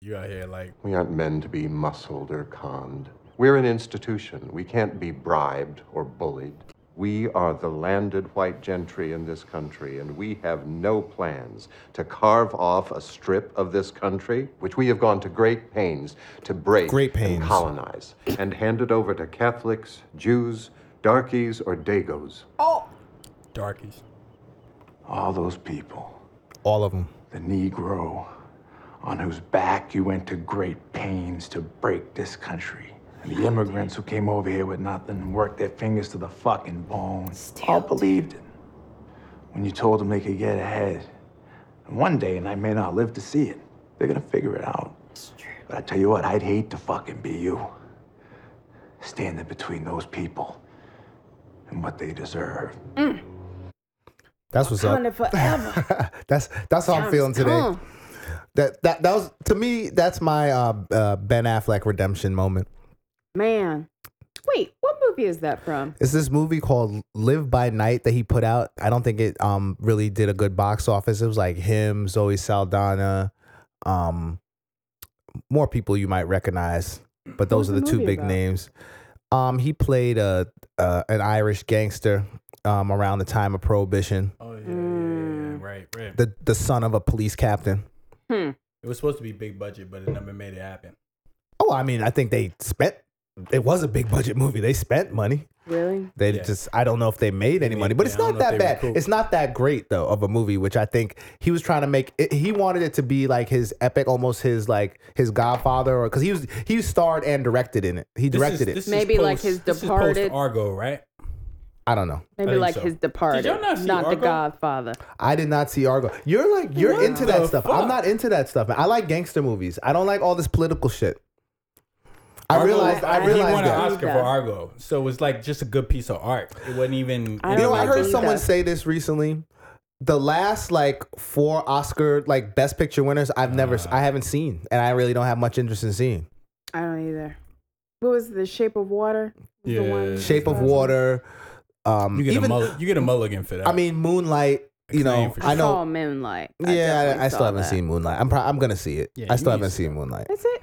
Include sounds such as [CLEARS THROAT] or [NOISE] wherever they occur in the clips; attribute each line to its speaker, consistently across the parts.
Speaker 1: You out here like
Speaker 2: We aren't men to be muscled or conned. We're an institution. We can't be bribed or bullied. We are the landed white gentry in this country, and we have no plans to carve off a strip of this country, which we have gone to great pains to break
Speaker 1: Great pains.
Speaker 2: and colonize, and hand it over to Catholics, Jews, darkies, or Dagos.
Speaker 1: darkies.
Speaker 3: All those people,
Speaker 1: All of them.
Speaker 3: the Negro, on whose back you went to great pains to break this country. And the immigrants who came over here with nothing and worked their fingers to the fucking bone. All believed it. When you told them they could get ahead. And one day, and I may not live to see it, they're gonna figure it out. But I tell you what, I'd hate to fucking be you. Standing between those people and what they deserve.
Speaker 4: That's what's up.
Speaker 5: Wakanda
Speaker 4: [LAUGHS]
Speaker 5: forever.
Speaker 4: That's that's how I'm feeling today.
Speaker 5: Come.
Speaker 4: That that that was to me. That's my uh, uh, Ben Affleck redemption moment.
Speaker 5: Man. Wait, what movie is that from?
Speaker 4: It's this movie called Live by Night that he put out. I don't think it um really did a good box office. It was like him, Zoe Saldana, um, more people you might recognize, but those
Speaker 5: was
Speaker 4: are
Speaker 5: the
Speaker 4: the two
Speaker 5: movie
Speaker 4: big
Speaker 5: about?
Speaker 4: names. Um, he played a, a an Irish gangster um around the time of Prohibition.
Speaker 1: Oh yeah, yeah, yeah,
Speaker 5: Mm.
Speaker 1: yeah. right, right.
Speaker 4: The the son of a police captain.
Speaker 1: it was supposed to be big budget, but it never made it happen.
Speaker 4: Oh, I mean, I think they spent. It was a big budget movie. They spent money.
Speaker 5: Really?
Speaker 4: They
Speaker 1: Yeah.
Speaker 4: just I don't know if they made any
Speaker 1: made-
Speaker 4: money, but
Speaker 1: yeah,
Speaker 4: it's
Speaker 1: I don't
Speaker 4: not
Speaker 1: know if
Speaker 4: that
Speaker 1: they
Speaker 4: bad.
Speaker 1: recouped.
Speaker 4: It's not that great though of a movie, which I think he was trying to make. It, he wanted it to be like his epic, almost his like his Godfather, or because he was he starred and directed in it. He directed it.
Speaker 5: Maybe like his Departed.
Speaker 1: Argo, right?
Speaker 4: I don't know.
Speaker 5: Maybe
Speaker 1: think
Speaker 5: like
Speaker 1: so.
Speaker 5: his
Speaker 1: Did
Speaker 5: Departed,
Speaker 1: y'all not see
Speaker 5: not The
Speaker 1: Argo?
Speaker 5: Godfather.
Speaker 4: I did not see Argo. You're like you're
Speaker 1: What
Speaker 4: into that
Speaker 1: the
Speaker 4: stuff.
Speaker 1: fuck?
Speaker 4: I'm not into that stuff. Man. I like gangster movies. I don't like all this political shit. I
Speaker 1: Argo-
Speaker 4: realized. I
Speaker 1: he
Speaker 4: realized
Speaker 1: won an
Speaker 4: that.
Speaker 1: Oscar
Speaker 5: Yeah.
Speaker 1: for Argo, so it was like just a good piece of art. It wasn't even. it
Speaker 5: I
Speaker 4: You know, I
Speaker 5: don't like
Speaker 4: heard
Speaker 5: it
Speaker 4: someone
Speaker 5: either.
Speaker 4: say this recently. The last like four Oscar like Best Picture winners, I've never,
Speaker 1: Ah.
Speaker 4: I haven't seen, and I really don't have much interest in seeing.
Speaker 5: I don't either. What was The Shape of Water? Was the
Speaker 1: Yeah.
Speaker 5: one-
Speaker 4: Shape of Water. Um,
Speaker 1: You get
Speaker 4: even,
Speaker 1: a mulli- you get a mulligan for that.
Speaker 4: I mean, Moonlight. You
Speaker 1: Acclaim
Speaker 4: know,
Speaker 1: for
Speaker 4: I
Speaker 5: Oh, I saw
Speaker 4: know.
Speaker 5: Moonlight.
Speaker 4: Yeah,
Speaker 5: definitely
Speaker 4: I, I still
Speaker 5: saw
Speaker 4: haven't
Speaker 5: that.
Speaker 4: seen Moonlight. I'm pro- I'm gonna see it.
Speaker 1: Yeah,
Speaker 4: I
Speaker 1: you
Speaker 4: still
Speaker 1: need
Speaker 4: haven't
Speaker 1: to.
Speaker 4: seen Moonlight.
Speaker 5: That's it.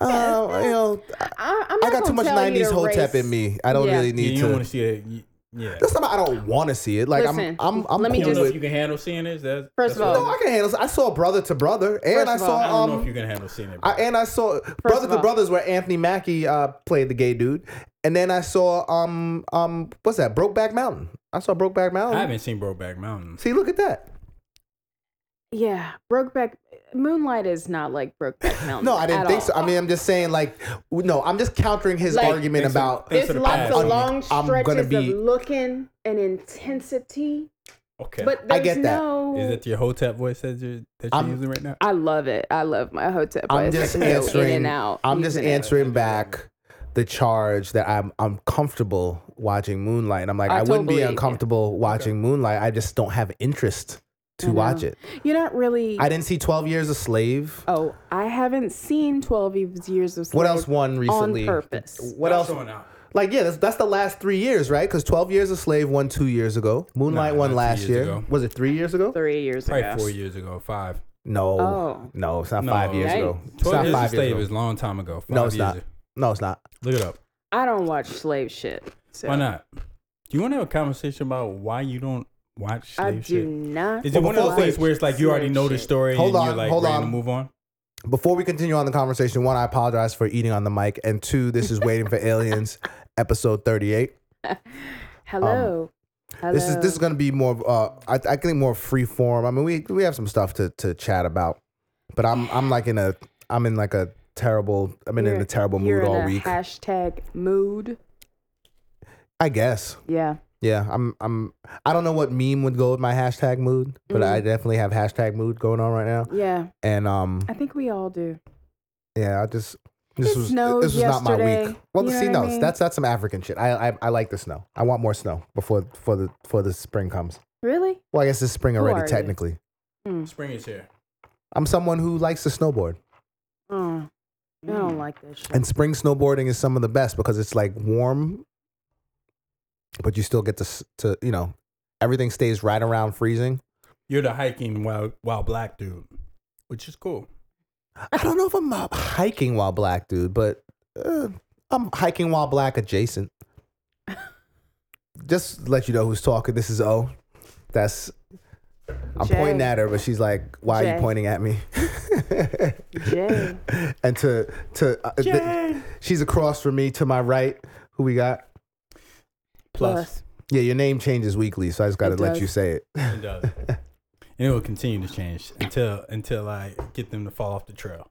Speaker 4: Oh, you know, I,
Speaker 5: I,
Speaker 4: I
Speaker 5: I'm not
Speaker 4: got too
Speaker 5: gonna
Speaker 4: much
Speaker 5: tell you
Speaker 4: '90s
Speaker 5: to
Speaker 4: hotep
Speaker 5: race-
Speaker 4: in me. I don't
Speaker 5: Yeah.
Speaker 4: really
Speaker 1: yeah,
Speaker 4: need
Speaker 1: you don't
Speaker 4: to.
Speaker 1: want to see it. you- Yeah.
Speaker 4: That's not. I don't want to see it. Like
Speaker 5: Listen,
Speaker 4: I'm. I'm. I'm.
Speaker 5: let me
Speaker 1: You
Speaker 4: cool
Speaker 1: don't know if
Speaker 5: just-
Speaker 4: with-
Speaker 1: you can handle seeing it. That's,
Speaker 5: First
Speaker 1: that's
Speaker 5: of all-
Speaker 1: what
Speaker 4: No, I can handle. I saw Brother to Brother, and
Speaker 5: First
Speaker 4: I
Speaker 5: of all,
Speaker 4: saw.
Speaker 5: I
Speaker 1: I don't
Speaker 4: um,
Speaker 1: know if you can handle seeing it.
Speaker 4: I,
Speaker 1: bro.
Speaker 4: and I saw Brother
Speaker 5: of
Speaker 4: to
Speaker 5: all-
Speaker 4: Brothers where Anthony Mackie uh, played the gay dude, and then I saw um um what's that Brokeback Mountain. I saw Brokeback
Speaker 1: I
Speaker 4: Mountain.
Speaker 1: haven't seen Brokeback Mountain.
Speaker 4: See, look at that.
Speaker 5: Yeah, Brokeback Moonlight is not like
Speaker 4: [LAUGHS]
Speaker 5: Brokeback Mountain.
Speaker 4: No, I didn't
Speaker 5: at
Speaker 4: think
Speaker 5: all.
Speaker 4: so. I mean, I'm just saying like w- no, I'm just countering his
Speaker 5: Like-
Speaker 4: argument
Speaker 1: Thanks for-
Speaker 4: about.
Speaker 1: thanks
Speaker 5: There's
Speaker 1: for the
Speaker 5: lots
Speaker 1: pass.
Speaker 5: of
Speaker 1: I'm-
Speaker 5: long
Speaker 4: I'm gonna
Speaker 5: stretches
Speaker 4: be-
Speaker 5: of looking and intensity,
Speaker 1: Okay.
Speaker 5: but
Speaker 4: I
Speaker 5: there's
Speaker 4: get that.
Speaker 5: no.
Speaker 1: is it your Hotep voice that you're that you're
Speaker 4: I'm-
Speaker 1: using right now?
Speaker 5: I love it. I love my hotel.
Speaker 4: I'm
Speaker 5: place.
Speaker 4: just
Speaker 5: I can go
Speaker 4: answering.
Speaker 5: In and out.
Speaker 4: I'm just
Speaker 5: using it.
Speaker 4: answering back the charge that I'm I'm comfortable watching Moonlight. And I'm like
Speaker 5: I
Speaker 4: I, wouldn't
Speaker 5: totally-
Speaker 4: be uncomfortable watching Moonlight. I just don't have interest to
Speaker 5: I know.
Speaker 4: watch it.
Speaker 5: You're not really.
Speaker 4: I didn't see Twelve Years a Slave.
Speaker 5: oh, I haven't seen Twelve e- Years of Slave.
Speaker 4: What else won
Speaker 5: On
Speaker 4: recently?
Speaker 5: purpose.
Speaker 4: What else? Like yeah, that's, that's the last three years, right? Because Twelve Years a Slave won two years ago. Moonlight
Speaker 1: Nah, not
Speaker 4: won
Speaker 1: two
Speaker 4: last
Speaker 1: years
Speaker 4: year.
Speaker 1: ago.
Speaker 4: Was it three years ago?
Speaker 5: Three years
Speaker 1: Probably
Speaker 5: ago.
Speaker 1: four years ago, five.
Speaker 4: No,
Speaker 5: Oh.
Speaker 4: no, it's not
Speaker 1: No.
Speaker 4: five years ago.
Speaker 5: Yikes.
Speaker 4: It's
Speaker 1: Twelve
Speaker 4: not
Speaker 1: Years a
Speaker 4: five years
Speaker 1: Slave
Speaker 4: ago.
Speaker 1: is a long time ago. Five
Speaker 4: no, it's
Speaker 1: years
Speaker 4: not.
Speaker 1: ago.
Speaker 4: No, it's not.
Speaker 1: Look it up.
Speaker 5: I don't watch slave shit. So
Speaker 1: Why not? Do you want to have a conversation about why you don't watch
Speaker 5: I
Speaker 1: slave
Speaker 5: do
Speaker 1: shit?
Speaker 5: not.
Speaker 1: Is it
Speaker 4: Well,
Speaker 1: one of those
Speaker 5: watch
Speaker 4: before-
Speaker 1: things where it's like you already
Speaker 5: slave
Speaker 1: know the
Speaker 5: shit.
Speaker 1: story
Speaker 4: Hold
Speaker 1: and
Speaker 4: on,
Speaker 1: you're like
Speaker 4: hold
Speaker 1: ready to
Speaker 4: on.
Speaker 1: move on?
Speaker 4: Before we continue on the conversation, one, I apologize for eating on the mic, and two, this is waiting for
Speaker 5: [LAUGHS]
Speaker 4: aliens, episode thirty-eight.
Speaker 5: Hello. Hello.
Speaker 4: Um, This is this is gonna be more. Uh, I, I think more free form. I mean, we we have some stuff to to chat about, but I'm I'm like in a I'm in like a terrible. I've been in a terrible
Speaker 5: you're
Speaker 4: mood
Speaker 5: in
Speaker 4: all
Speaker 5: a
Speaker 4: week.
Speaker 5: Hashtag mood.
Speaker 4: I guess.
Speaker 5: Yeah.
Speaker 4: Yeah, I'm I'm I don't know what meme would go with my hashtag mood, but I
Speaker 5: Mm.
Speaker 4: definitely have hashtag mood going on right now.
Speaker 5: Yeah.
Speaker 4: And um,
Speaker 5: I think we all do.
Speaker 4: yeah, I just this
Speaker 5: It
Speaker 4: was
Speaker 5: snowed
Speaker 4: this was not my week.
Speaker 5: yesterday.
Speaker 4: Well,
Speaker 5: You
Speaker 4: the
Speaker 5: know
Speaker 4: sea
Speaker 5: what I
Speaker 4: knows
Speaker 5: mean?
Speaker 4: that's that's some African shit. I, I I like the snow. I want more snow before before the before the spring comes.
Speaker 5: Really?
Speaker 4: Well, I guess it's spring
Speaker 5: Who are
Speaker 4: already
Speaker 5: you?
Speaker 4: technically.
Speaker 1: Spring is here.
Speaker 4: I'm someone who likes to snowboard.
Speaker 5: Oh, I don't like this shit.
Speaker 4: And spring snowboarding is some of the best because it's like warm, but you still get to s- to you know everything stays right around freezing.
Speaker 1: You're the hiking wild, wild black dude, which is cool.
Speaker 4: I don't know if I'm uh, hiking while black, dude, but uh, I'm hiking while black adjacent. Just let you know who's talking. This is O. That's. I'm
Speaker 5: Jay.
Speaker 4: pointing at her, but she's like, "Why are
Speaker 5: Jay.
Speaker 4: you pointing at me?" [LAUGHS]
Speaker 5: Jay.
Speaker 4: and to to uh, th- she's across from me to my right. Who we got?
Speaker 1: Plus,
Speaker 4: Yeah, your name changes weekly, so I just got to
Speaker 5: It
Speaker 4: let
Speaker 5: does.
Speaker 4: you say it.
Speaker 1: it does, and it will continue to change until until I get them to fall off the trail.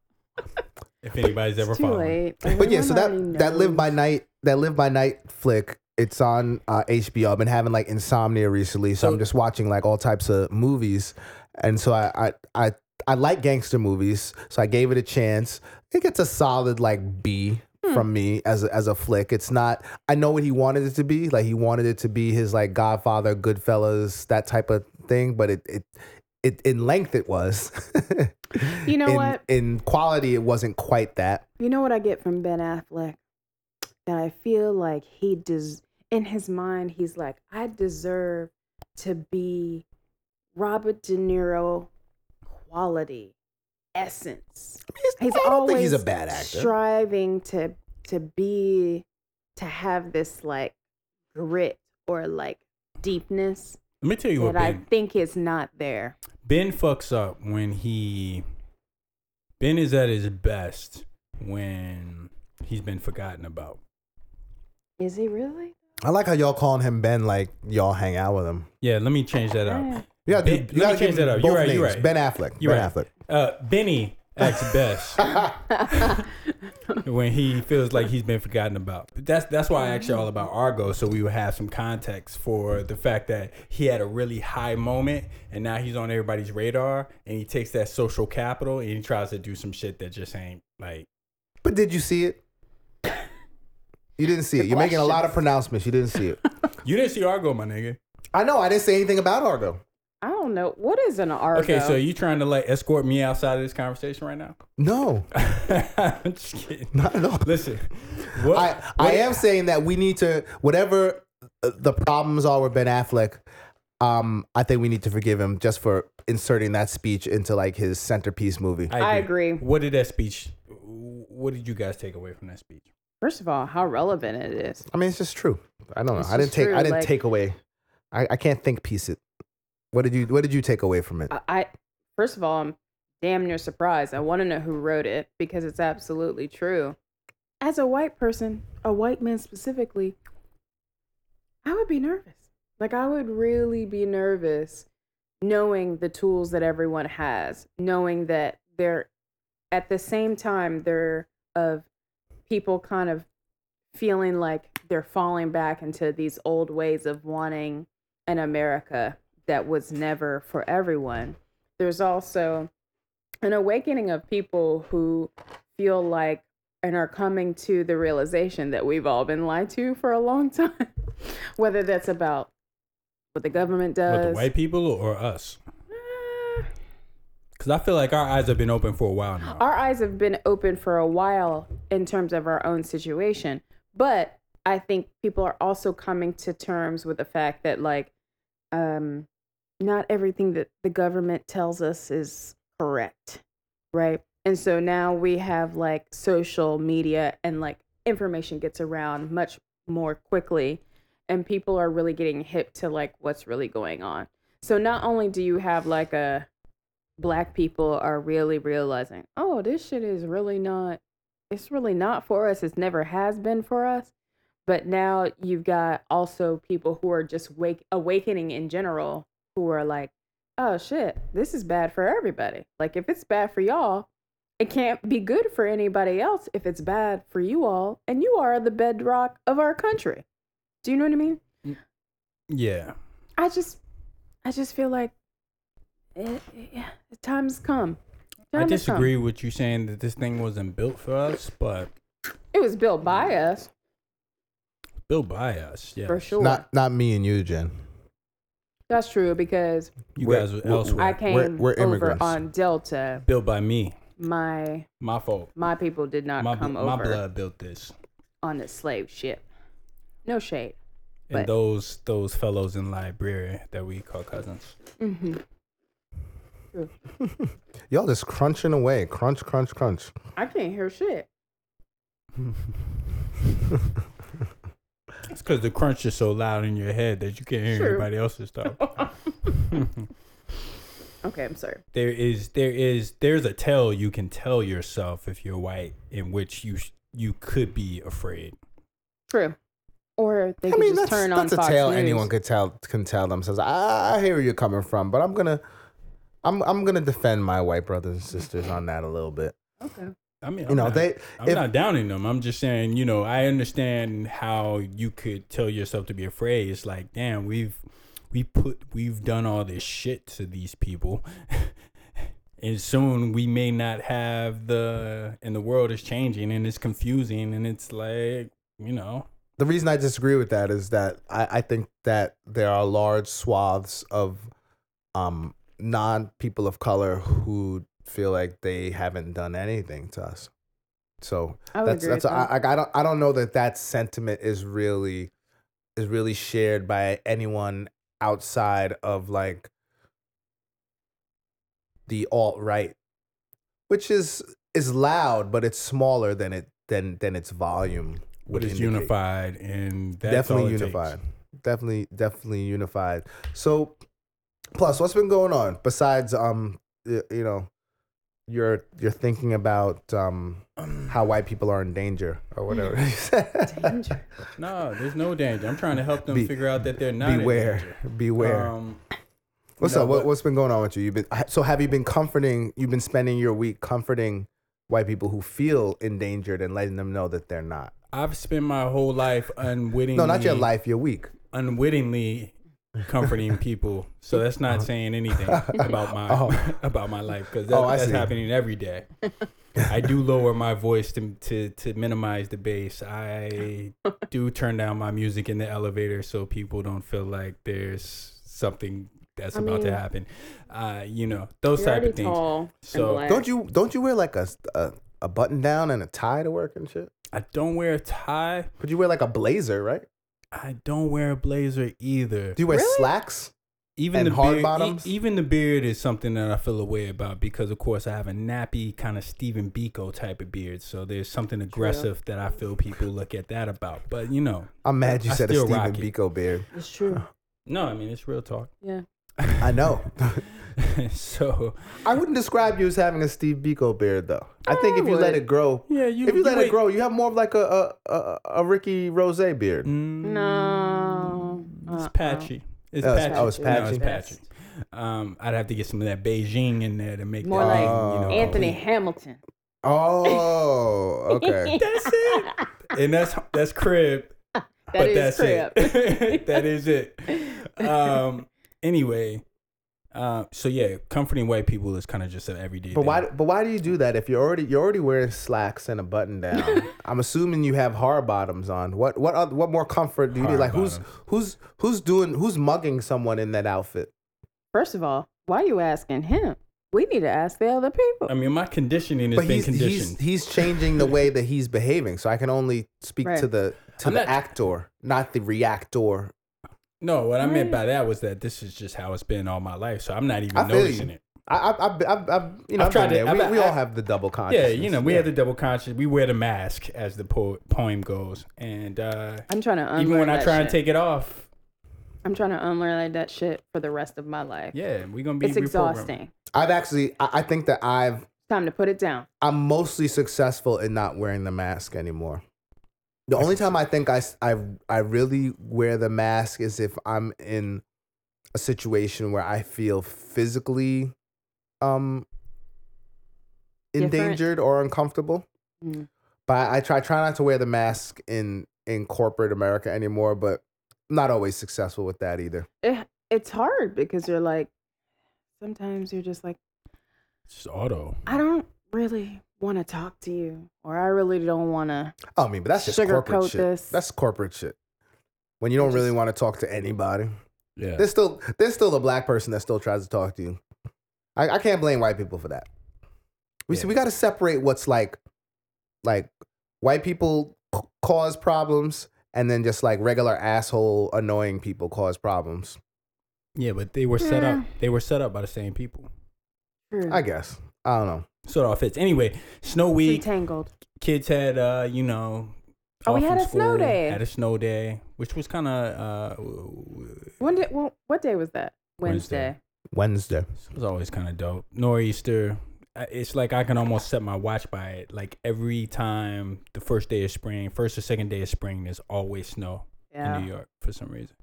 Speaker 1: If anybody's ever
Speaker 5: It's too
Speaker 1: following,
Speaker 5: late.
Speaker 4: But yeah,
Speaker 5: Everyone
Speaker 4: so that
Speaker 5: already
Speaker 4: that live by
Speaker 5: knows.
Speaker 4: night that live by night flick. It's on uh, HBO. I've been having like insomnia recently, so,
Speaker 1: So-
Speaker 4: I'm just watching like all types of movies, and so I I I, I like gangster movies, so I gave it a chance. It gets a solid like B
Speaker 5: Hmm.
Speaker 4: from me as a, as a flick. It's not. I know what he wanted it to be. Like he wanted it to be his like Godfather, Goodfellas, that type of thing. But it it. It, in length, it was. [LAUGHS]
Speaker 5: You know
Speaker 4: in,
Speaker 5: what?
Speaker 4: In quality, it wasn't quite that.
Speaker 5: You know what I get from Ben Affleck? That I feel like he does in his mind he's like I deserve to be Robert De Niro quality essence. He's
Speaker 4: I don't
Speaker 5: always
Speaker 4: think he's a bad actor.
Speaker 5: striving to to be to have this like grit or like deepness
Speaker 1: let me tell you what
Speaker 5: that I
Speaker 1: Ben,
Speaker 5: think is not there.
Speaker 1: Ben fucks up when he Ben is at his best when he's been forgotten about.
Speaker 5: Is he really?
Speaker 4: I like how y'all calling him Ben, like y'all hang out with him.
Speaker 1: Yeah, let me change that
Speaker 5: Yeah.
Speaker 1: up.
Speaker 4: You gotta, do-
Speaker 1: Ben-
Speaker 4: you
Speaker 1: let
Speaker 4: gotta
Speaker 1: me change
Speaker 4: give
Speaker 1: that up.
Speaker 4: both
Speaker 1: You're right. You're
Speaker 4: names.
Speaker 1: right.
Speaker 4: Ben Affleck.
Speaker 1: You're
Speaker 4: ben
Speaker 1: right. Uh, Benny acts best when he feels like he's been forgotten about. That's that's why I asked you all about Argo, so we would have some context for the fact that he had a really high moment, and now he's on everybody's radar, and he takes that social capital and he tries to do some shit that just ain't like.
Speaker 4: Affleck. But did you see it? You didn't see it. You're making a lot of pronouncements. You didn't see it.
Speaker 1: You didn't see Argo, my nigga.
Speaker 4: I know. I didn't say anything about Argo.
Speaker 5: I don't know. What is an Argo?
Speaker 1: Okay, so you trying to like escort me outside of this conversation right now? [LAUGHS]
Speaker 4: No,
Speaker 1: I'm just kidding.
Speaker 4: not at all.
Speaker 1: Listen, what,
Speaker 4: I, I
Speaker 1: what-
Speaker 4: am saying that we need to whatever uh, the problems are with Ben Affleck. Um, I think we need to forgive him just for inserting that speech into like his centerpiece movie.
Speaker 5: I agree.
Speaker 1: What did that speech? What did you guys take away from that speech?
Speaker 5: First of all, how relevant it is.
Speaker 4: I mean, it's just true. I don't know.
Speaker 5: It's
Speaker 4: I didn't
Speaker 5: just
Speaker 4: take.
Speaker 5: true,
Speaker 4: I didn't
Speaker 5: like-
Speaker 4: take away. I, I can't think piece it. What did you What did you take away from it?
Speaker 5: I, I first of all, I'm damn near surprised. I want to know who wrote it because it's absolutely true. As a white person, a white man specifically, I would be nervous. Like I would really be nervous knowing the tools that everyone has, knowing that they're at the same time they're of people kind of feeling like they're falling back into these old ways of wanting an America that was never for everyone. There's also an awakening of people who feel like and are coming to the realization that we've all been lied to for a long [LAUGHS] time, whether that's about what the government does.
Speaker 1: With the white people or us?
Speaker 5: Ah.
Speaker 1: Because I feel like our eyes have been open for a while now.
Speaker 5: our eyes have been open for a while in terms of our own situation but i think people are also coming to terms with the fact that like um not everything that the government tells us is correct right and so now we have like social media and like information gets around much more quickly and people are really getting hip to like what's really going on so not only do you have like a black people are really realizing, oh, this shit is really not, it's really not for us. It's never has been for us. But now you've got also people who are just wake awakening in general who are like, oh shit, this is bad for everybody. Like if it's bad for y'all, it can't be good for anybody else if it's bad for you all and you are the bedrock of our country. Do you know what I mean?
Speaker 1: yeah.
Speaker 5: I just, I just feel like it, yeah, the time's come. Time
Speaker 1: I
Speaker 5: has come.
Speaker 1: disagree with you saying that this thing wasn't built for us, but
Speaker 5: It was built by us
Speaker 1: built by us. Yeah.
Speaker 5: for sure.
Speaker 4: Not Not me and you, Jen.
Speaker 5: That's true because
Speaker 1: You
Speaker 4: We're-
Speaker 1: guys were
Speaker 4: we're-
Speaker 1: elsewhere.
Speaker 5: I came
Speaker 4: we're
Speaker 5: over
Speaker 4: immigrants.
Speaker 5: on Delta.
Speaker 1: built by me.
Speaker 5: My
Speaker 1: My fault.
Speaker 5: my people did not
Speaker 1: My,
Speaker 5: come
Speaker 1: bl- my
Speaker 5: over
Speaker 1: blood built this.
Speaker 5: on the slave ship. No shade.
Speaker 1: And
Speaker 5: But- Mm-hmm.
Speaker 1: those those fellows in Liberia that we call cousins.
Speaker 5: hmm true.
Speaker 4: Y'all just crunching away. Crunch, crunch, crunch.
Speaker 5: I can't hear shit.
Speaker 1: It's because the crunch is so loud in your head that you can't hear
Speaker 5: True.
Speaker 1: anybody else's
Speaker 5: [LAUGHS]
Speaker 1: stuff. [LAUGHS]
Speaker 5: Okay, I'm sorry.
Speaker 1: there is there is there's a tell you can tell yourself if you're white in which you sh- you could be afraid.
Speaker 5: True. Or
Speaker 4: [LAUGHS]
Speaker 5: they
Speaker 4: I
Speaker 5: can
Speaker 4: mean, that's,
Speaker 5: just turn on
Speaker 4: that's a
Speaker 5: Fox
Speaker 4: tale
Speaker 5: News.
Speaker 4: anyone could tell can tell themselves. I, I hear where you're coming from, but I'm gonna, I'm I'm gonna defend my white brothers and sisters on that a little bit.
Speaker 5: Okay.
Speaker 1: I mean, I'm
Speaker 4: You know,
Speaker 1: not,
Speaker 4: they-
Speaker 1: I'm
Speaker 4: if-
Speaker 1: not downing them. I'm just saying, you know, I understand how you could tell yourself to be afraid. It's like, damn, we've we put we've done all this shit to these people. [LAUGHS] And soon we may not have the, and the world is changing and it's confusing and it's like, you know,
Speaker 4: The reason I disagree with that is that I, I think that there are large swaths of um, non people of color who feel like they haven't done anything to us. So
Speaker 5: I would
Speaker 4: that's
Speaker 5: agree
Speaker 4: that's
Speaker 5: with
Speaker 4: I,
Speaker 5: that.
Speaker 4: I I don't I don't know that that sentiment is really is really shared by anyone outside of like the alt right, which is is loud, but it's smaller than it than than its volume.
Speaker 1: what
Speaker 4: would
Speaker 1: is
Speaker 4: indicate
Speaker 1: unified and that's all
Speaker 4: definitely
Speaker 1: it takes.
Speaker 4: unified. Definitely, definitely unified. So, plus, what's been going on besides um, y- you know, you're you're thinking
Speaker 1: [CLEARS THROAT]
Speaker 4: about um how white people are in danger or whatever.
Speaker 1: Hmm.
Speaker 4: [LAUGHS] you said.
Speaker 1: [LAUGHS]
Speaker 5: Danger.
Speaker 1: No, there's no danger. I'm trying to help them
Speaker 4: Be-
Speaker 1: figure out that they're not. in
Speaker 4: beware,
Speaker 1: danger.
Speaker 4: beware.
Speaker 1: Um,
Speaker 4: what's
Speaker 1: no,
Speaker 4: up? What,
Speaker 1: but-
Speaker 4: what's been going on with you? You've been so have you been comforting? You've been spending your week comforting white people who feel endangered and letting them know that they're not.
Speaker 1: I've spent my whole life unwittingly.
Speaker 4: No, not your life, your week.
Speaker 1: Unwittingly comforting people. So that's not saying anything about
Speaker 4: [LAUGHS]
Speaker 1: my
Speaker 4: Oh.
Speaker 1: [LAUGHS] about my life because
Speaker 4: Uh-huh. Oh, I
Speaker 1: that's
Speaker 4: see.
Speaker 1: happening every day. I do lower my voice to, to to minimize the bass. I do turn down my music in the elevator so people don't feel like there's something that's
Speaker 5: I
Speaker 1: about to
Speaker 5: mean,
Speaker 1: happen. Uh, you know those
Speaker 5: You're
Speaker 1: type
Speaker 5: already
Speaker 1: of things.
Speaker 5: tall
Speaker 1: So-
Speaker 5: and black.
Speaker 4: Don't you don't you wear like a a, a button down and a tie to work and shit?
Speaker 1: I don't wear a tie.
Speaker 4: But you wear like a blazer, right?
Speaker 1: I don't wear a blazer either.
Speaker 4: Do you wear
Speaker 5: Really?
Speaker 4: slacks?
Speaker 1: even
Speaker 4: and
Speaker 1: the
Speaker 4: hard
Speaker 1: beard, e-
Speaker 4: bottoms?
Speaker 1: even the beard is something that I feel a way about because, of course, I have a nappy kind of Stephen Biko type of beard. So there's something aggressive that I feel people look at that about. But you know,
Speaker 4: I'm mad you
Speaker 1: I
Speaker 4: said a
Speaker 1: still
Speaker 4: Stephen
Speaker 1: rock it.
Speaker 4: Biko beard.
Speaker 5: It's true.
Speaker 1: no, I mean it's real talk.
Speaker 4: [SIGHS]
Speaker 5: Yeah.
Speaker 4: I know.
Speaker 1: [LAUGHS] so
Speaker 4: I wouldn't describe you as having a Steve Biko beard though. I think
Speaker 5: I
Speaker 4: if you let
Speaker 5: would.
Speaker 4: it grow,
Speaker 1: yeah, you
Speaker 4: if you let
Speaker 1: wait-
Speaker 4: it grow, you have more of like a a, a, a Ricky Rose beard.
Speaker 1: Mm,
Speaker 5: No.
Speaker 1: it's
Speaker 5: Uh-uh.
Speaker 1: patchy. It's
Speaker 4: Oh, it's-
Speaker 1: patchy.
Speaker 4: oh, it's
Speaker 1: No,
Speaker 4: patchy.
Speaker 1: it's patchy. Um, I'd have to get some of that Beijing in there to make
Speaker 5: More
Speaker 1: that,
Speaker 5: like
Speaker 1: you know,
Speaker 5: Anthony
Speaker 1: complete.
Speaker 5: Hamilton.
Speaker 4: Oh,
Speaker 1: [LAUGHS]
Speaker 4: okay.
Speaker 1: That's it, and that's that's crib.
Speaker 5: That is
Speaker 1: but that's
Speaker 5: crap.
Speaker 1: it. [LAUGHS] that is it. Um. Anyway, uh, so yeah, comforting white people is kind of just an everyday.
Speaker 4: But
Speaker 1: thing.
Speaker 4: why? But why do you do that if you're already you're already wearing slacks and a button down? I'm assuming you have hard bottoms on. What what oth- what more comfort do you
Speaker 1: Hard
Speaker 4: need? Like who's who's who's doing who's mugging someone in that outfit?
Speaker 5: First of all, why are you asking him? We need to ask the other people.
Speaker 1: I mean, my conditioning has
Speaker 4: but
Speaker 1: been
Speaker 4: he's,
Speaker 1: conditioned.
Speaker 4: he's he's changing the way that he's behaving. So I can only speak to
Speaker 5: Right.
Speaker 4: the to
Speaker 1: I'm
Speaker 4: the
Speaker 1: not-
Speaker 4: actor, not the reactor.
Speaker 1: no, what I meant
Speaker 5: Right.
Speaker 1: by that was that this is just how it's been all my life, so I'm not even
Speaker 4: I feel
Speaker 1: noticing
Speaker 4: you.
Speaker 1: it.
Speaker 4: I I I, I, I you know
Speaker 1: I've tried
Speaker 4: I've tried
Speaker 1: to-
Speaker 4: there. We,
Speaker 1: I've-
Speaker 4: we all
Speaker 1: I-
Speaker 4: have the double consciousness.
Speaker 1: Yeah, you know, we have the double conscious. We wear the mask, as the po- poem goes, and uh,
Speaker 5: I'm trying to unlearn
Speaker 1: even when I
Speaker 5: that
Speaker 1: try
Speaker 5: shit.
Speaker 1: and take it off,
Speaker 5: I'm trying to unlearn that shit for the rest of my life.
Speaker 1: yeah, we're gonna be.
Speaker 5: it's
Speaker 1: reprogrammed.
Speaker 5: exhausting.
Speaker 4: I've actually I, I think that I've
Speaker 5: Time to put it down.
Speaker 4: I'm mostly successful in not wearing the mask anymore. The only time I think I, s- I, I really wear the mask is if I'm in a situation where I feel physically um
Speaker 5: Different.
Speaker 4: endangered or uncomfortable.
Speaker 5: Mm.
Speaker 4: But I try try not to wear the mask in in corporate America anymore, but I'm not always successful with that either.
Speaker 5: It, it's hard because you're like, sometimes you're just like,
Speaker 1: It's just auto.
Speaker 5: I don't really want to talk to you, or I really don't want to.
Speaker 4: Oh, I mean, but that's just corporate
Speaker 5: Sugarcoat
Speaker 4: shit.
Speaker 5: this.
Speaker 4: That's corporate shit. When you don't really want to talk to anybody.
Speaker 1: Yeah.
Speaker 4: There's still there's still a black person that still tries to talk to you. I, I can't blame white people for that. We see
Speaker 1: Yeah.
Speaker 4: we got to separate what's like like white people c- cause problems and then just like regular asshole annoying people cause problems.
Speaker 1: yeah, but they were set up.
Speaker 5: Yeah.
Speaker 1: They were set up by the same people.
Speaker 5: True.
Speaker 4: I guess. I don't know.
Speaker 1: So it all fits. Anyway, snow
Speaker 5: It's
Speaker 1: week.
Speaker 5: entangled.
Speaker 1: Kids had, uh, you know.
Speaker 5: Oh, we
Speaker 1: off
Speaker 5: had
Speaker 1: from
Speaker 5: a snow day.
Speaker 1: Had a snow day, which was kind of uh,
Speaker 5: When did? Well, what day was that?
Speaker 1: Wednesday.
Speaker 5: Wednesday.
Speaker 4: Wednesday.
Speaker 1: It was always kind of dope. Nor'easter. I- It's like I can almost set my watch by it. Like every time the first day of spring, first or second day of spring, there's always snow
Speaker 5: Yeah.
Speaker 1: in New York for some reason.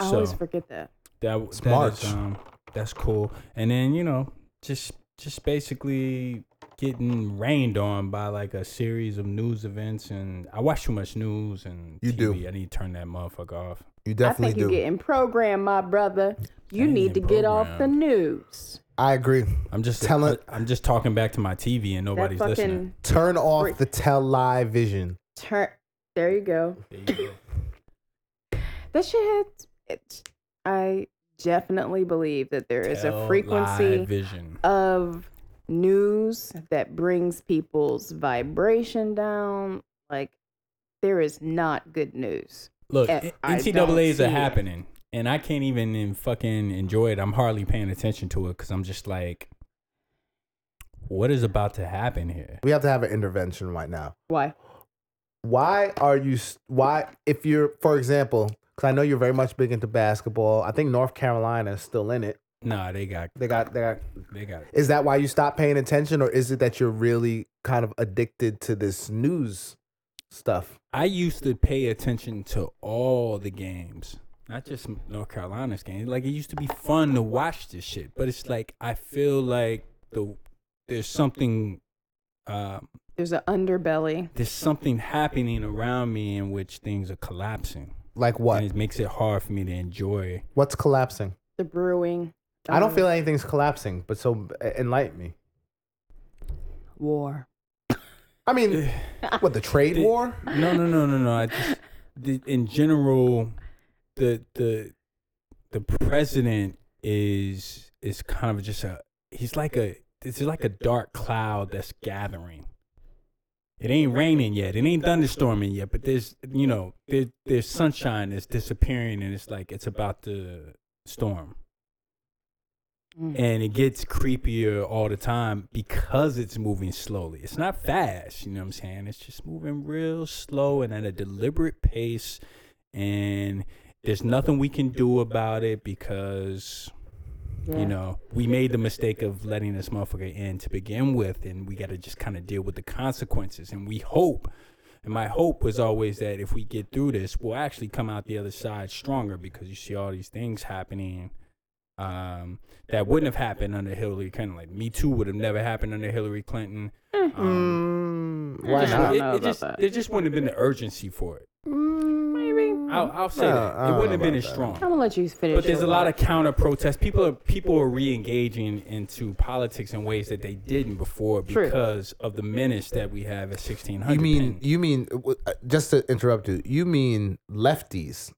Speaker 5: I
Speaker 1: so
Speaker 5: always forget that.
Speaker 1: that, w-
Speaker 4: It's
Speaker 1: that
Speaker 4: March.
Speaker 1: is, um, that's cool. And then you know, just just basically getting rained on by like a series of news events, and I watch too much news and
Speaker 4: You do.
Speaker 1: TV. I need to turn that motherfucker off.
Speaker 4: You
Speaker 5: I think
Speaker 4: definitely
Speaker 5: you're
Speaker 4: do.
Speaker 5: getting programmed, my brother. You
Speaker 1: I ain't
Speaker 5: need to
Speaker 1: getting
Speaker 5: get off the
Speaker 1: programmed.
Speaker 5: news.
Speaker 4: I agree.
Speaker 1: I'm just
Speaker 4: Tell
Speaker 1: I,
Speaker 4: it-
Speaker 1: I'm just talking back to my TV and nobody's
Speaker 5: that fucking
Speaker 1: listening.
Speaker 4: Turn
Speaker 5: Free-
Speaker 4: off the television.
Speaker 5: turn. There you go.
Speaker 1: There you go.
Speaker 5: That shit. Has, it's, I definitely believe that there is
Speaker 1: Tell
Speaker 5: a frequency.
Speaker 1: live vision.
Speaker 5: of news that brings people's vibration down. Like, there is not good news.
Speaker 1: Look,
Speaker 5: F-
Speaker 1: N-
Speaker 5: I don't
Speaker 1: NCAA's
Speaker 5: see
Speaker 1: are
Speaker 5: it.
Speaker 1: happening, and I can't even in fucking enjoy it. I'm hardly paying attention to it because I'm just like, what is about to happen here?
Speaker 4: We have to have an intervention right now.
Speaker 5: Why?
Speaker 4: Why are you? s- Why, if you're, for example, because I know you're very much big into basketball. I think North Carolina is still in it.
Speaker 1: Nah, they got,
Speaker 4: They got, they got.
Speaker 1: they got.
Speaker 4: Is that why you stopped paying attention, or is it that you're really kind of addicted to this news stuff?
Speaker 1: I used to pay attention to all the games, not just North Carolina's games. Like it used to be fun to watch this shit, but it's like I feel like the there's something. Um,
Speaker 5: There's an underbelly.
Speaker 1: there's something happening around me in which things are collapsing.
Speaker 4: Like what?
Speaker 1: And it makes it hard for me to enjoy.
Speaker 4: What's collapsing?
Speaker 5: The brewing.
Speaker 4: I don't
Speaker 5: of
Speaker 4: feel anything's collapsing, but so uh, enlighten me.
Speaker 5: war.
Speaker 4: I mean, what the trade
Speaker 1: The-
Speaker 4: war?
Speaker 1: No, no, no, no, no. I just, the, in general, the the the president is is kind of just a he's like a it's like a dark cloud that's gathering. It ain't raining yet. It ain't thunderstorming yet. But there's you know there, there's sunshine that's disappearing, and it's like it's about to storm.
Speaker 5: Mm.
Speaker 1: and it gets creepier all the time because it's moving slowly. It's not fast, you know what I'm saying? It's just moving real slow and at a deliberate pace and there's nothing we can do about it because
Speaker 5: Yeah.
Speaker 1: you know, we made the mistake of letting this motherfucker in to begin with, and we got to just kind of deal with the consequences. And we hope, and my hope was always that if we get through this, we'll actually come out the other side stronger because you see all these things happening um, that wouldn't have happened under Hillary Clinton. Like Me Too would have never happened under Hillary Clinton. Um,
Speaker 4: Mm,
Speaker 5: Mm-hmm. I
Speaker 4: why
Speaker 1: just-
Speaker 5: don't
Speaker 4: not?
Speaker 1: it-
Speaker 5: know
Speaker 1: it
Speaker 5: about
Speaker 1: just-
Speaker 5: that.
Speaker 1: There just wouldn't have been the urgency for it.
Speaker 5: Maybe.
Speaker 1: I'll, I'll say
Speaker 4: Uh, I
Speaker 1: that. It
Speaker 4: don't
Speaker 1: wouldn't have
Speaker 4: know
Speaker 1: been
Speaker 4: about
Speaker 1: as
Speaker 4: that.
Speaker 1: strong.
Speaker 5: I'm gonna Mm, let you finish.
Speaker 1: But there's
Speaker 5: your
Speaker 1: a lot
Speaker 5: thought.
Speaker 1: of counter protests. People are people are re-engaging into politics in ways that they didn't before
Speaker 5: True.
Speaker 1: because of the menace that we have at 1600.
Speaker 4: You mean
Speaker 1: pen.
Speaker 4: you mean w- uh, just to interrupt you? You mean lefties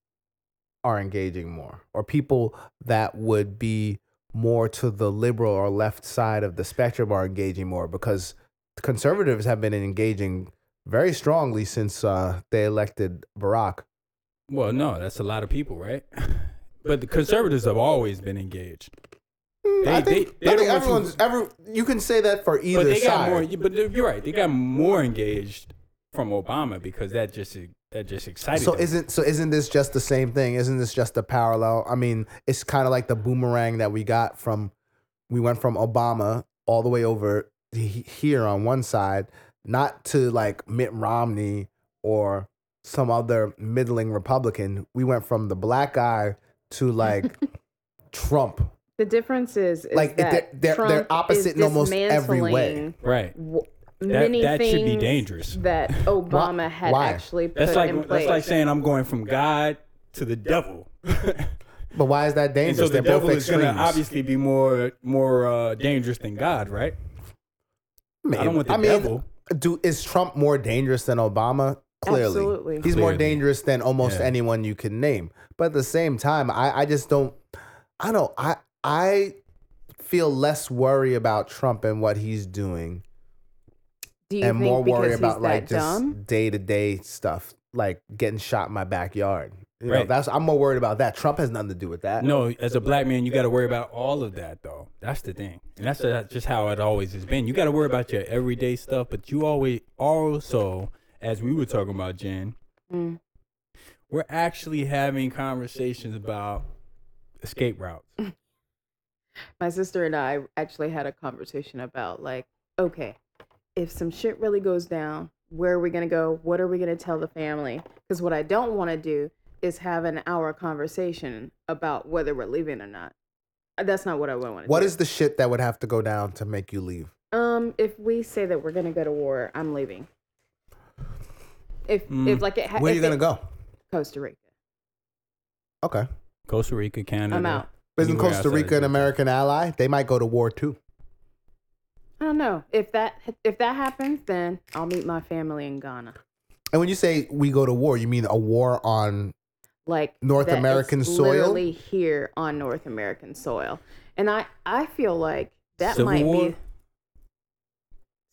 Speaker 4: are engaging more, or people that would be more to the liberal or left side of the spectrum are engaging more because conservatives have been engaging very strongly since uh, they elected Barack.
Speaker 1: well, no, that's a lot of people, right? [LAUGHS] But the conservatives have always been engaged. They,
Speaker 4: I think,
Speaker 1: they,
Speaker 4: I
Speaker 1: they're the
Speaker 4: think
Speaker 1: ones who-
Speaker 4: everyone's every. You can say that for either
Speaker 1: but they got
Speaker 4: side.
Speaker 1: more. But they're- you're right. They got more engaged from Obama because that just that just excited.
Speaker 4: So
Speaker 1: them.
Speaker 4: isn't so isn't this just the same thing? Isn't this just a parallel? I mean, it's kind of like the boomerang that we got from we went from Obama all the way over to he- here on one side, not to like Mitt Romney or some other middling Republican. We went from the black guy to
Speaker 1: [LAUGHS]
Speaker 4: like Trump.
Speaker 5: the difference is, is
Speaker 4: Like, it-
Speaker 5: that
Speaker 4: they're- they're-
Speaker 5: Trump
Speaker 4: they're opposite
Speaker 5: is
Speaker 4: in almost every way.
Speaker 5: dismantling
Speaker 1: right?
Speaker 5: w-
Speaker 1: That-
Speaker 5: many
Speaker 1: that should be
Speaker 5: things
Speaker 1: dangerous.
Speaker 4: [LAUGHS]
Speaker 5: that Obama had
Speaker 4: Why?
Speaker 5: actually put
Speaker 1: That's
Speaker 5: in
Speaker 1: like
Speaker 5: place.
Speaker 1: that's like saying I'm going from God to the devil. [LAUGHS]
Speaker 4: But why is that
Speaker 1: And
Speaker 4: dangerous?
Speaker 1: so the
Speaker 4: They're
Speaker 1: devil
Speaker 4: both
Speaker 1: is going
Speaker 4: extremes.
Speaker 1: to obviously be more more uh, dangerous than God, right?
Speaker 4: mean,
Speaker 1: I don't want the
Speaker 4: I mean,
Speaker 1: devil.
Speaker 4: Do is Trump more dangerous than Obama? Clearly,
Speaker 5: Absolutely.
Speaker 4: he's more
Speaker 1: Clearly.
Speaker 4: dangerous than almost
Speaker 1: Yeah.
Speaker 4: anyone you can name. But at the same time, I, I just don't. I don't. I I feel less worry about Trump and what he's doing,
Speaker 5: Do you
Speaker 4: and
Speaker 5: think
Speaker 4: more
Speaker 5: because
Speaker 4: worry
Speaker 5: he's
Speaker 4: about
Speaker 5: that
Speaker 4: like
Speaker 5: dumb?
Speaker 4: just day to day stuff, like getting shot in my backyard. You know,
Speaker 1: Right.
Speaker 4: that's I'm more worried about that. Trump has nothing to do with that.
Speaker 1: No, as a black man, you got to worry about all of that, though. That's the thing, and that's uh, just how it always has been. You got to worry about your everyday stuff, but you always also, as we were talking about, Jen,
Speaker 5: Mm.
Speaker 1: we're actually having conversations about escape routes.
Speaker 5: Mm. My sister and I actually had a conversation about like, okay, if some shit really goes down, where are we gonna go? What are we gonna tell the family? Because what I don't want to do is have an hour conversation about whether we're leaving or not. That's not what I want to do.
Speaker 4: What is the shit that would have to go down to make you leave?
Speaker 5: Um, if we say that we're gonna go to war, I'm leaving. If if like it ha-
Speaker 4: Mm. Where are
Speaker 5: if
Speaker 4: you gonna
Speaker 5: it-
Speaker 4: go?
Speaker 5: Costa Rica.
Speaker 4: Okay.
Speaker 1: Costa Rica, Canada.
Speaker 5: I'm out.
Speaker 4: But Isn't
Speaker 1: anywhere
Speaker 4: Costa
Speaker 1: outside of
Speaker 4: Rica an
Speaker 1: Jamaica.
Speaker 4: American ally? They might go to war too.
Speaker 5: I don't know if that if that happens, then I'll meet my family in Ghana.
Speaker 4: And when you say we go to war, you mean a war on
Speaker 5: Like
Speaker 4: North
Speaker 5: that is
Speaker 4: American soil?
Speaker 5: literally here on North American soil, and I I feel like that
Speaker 1: Civil
Speaker 5: might
Speaker 1: War?
Speaker 5: be.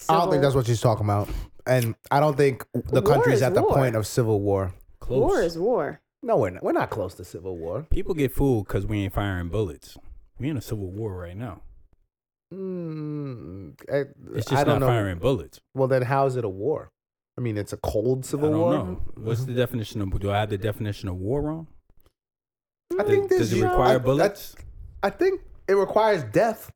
Speaker 4: I don't think that's what she's talking about. And I don't think the
Speaker 5: War
Speaker 4: country's
Speaker 5: is
Speaker 4: at the
Speaker 5: war.
Speaker 4: point of civil war.
Speaker 1: Close.
Speaker 5: war is war.
Speaker 4: No, we're not. We're not close to civil war.
Speaker 1: People get fooled because we ain't firing bullets. We in a civil war right now.
Speaker 4: Mm, I,
Speaker 1: It's just
Speaker 4: I don't
Speaker 1: not
Speaker 4: know.
Speaker 1: firing bullets.
Speaker 4: Well, then how is it a war? I mean, it's a cold
Speaker 1: I
Speaker 4: civil
Speaker 1: don't
Speaker 4: war. Mm-hmm.
Speaker 1: know. What's the definition of? Do I have the definition of war wrong?
Speaker 4: I think
Speaker 1: Does-
Speaker 4: this
Speaker 1: does it require
Speaker 4: I- I-
Speaker 1: bullets?
Speaker 4: I, think it requires death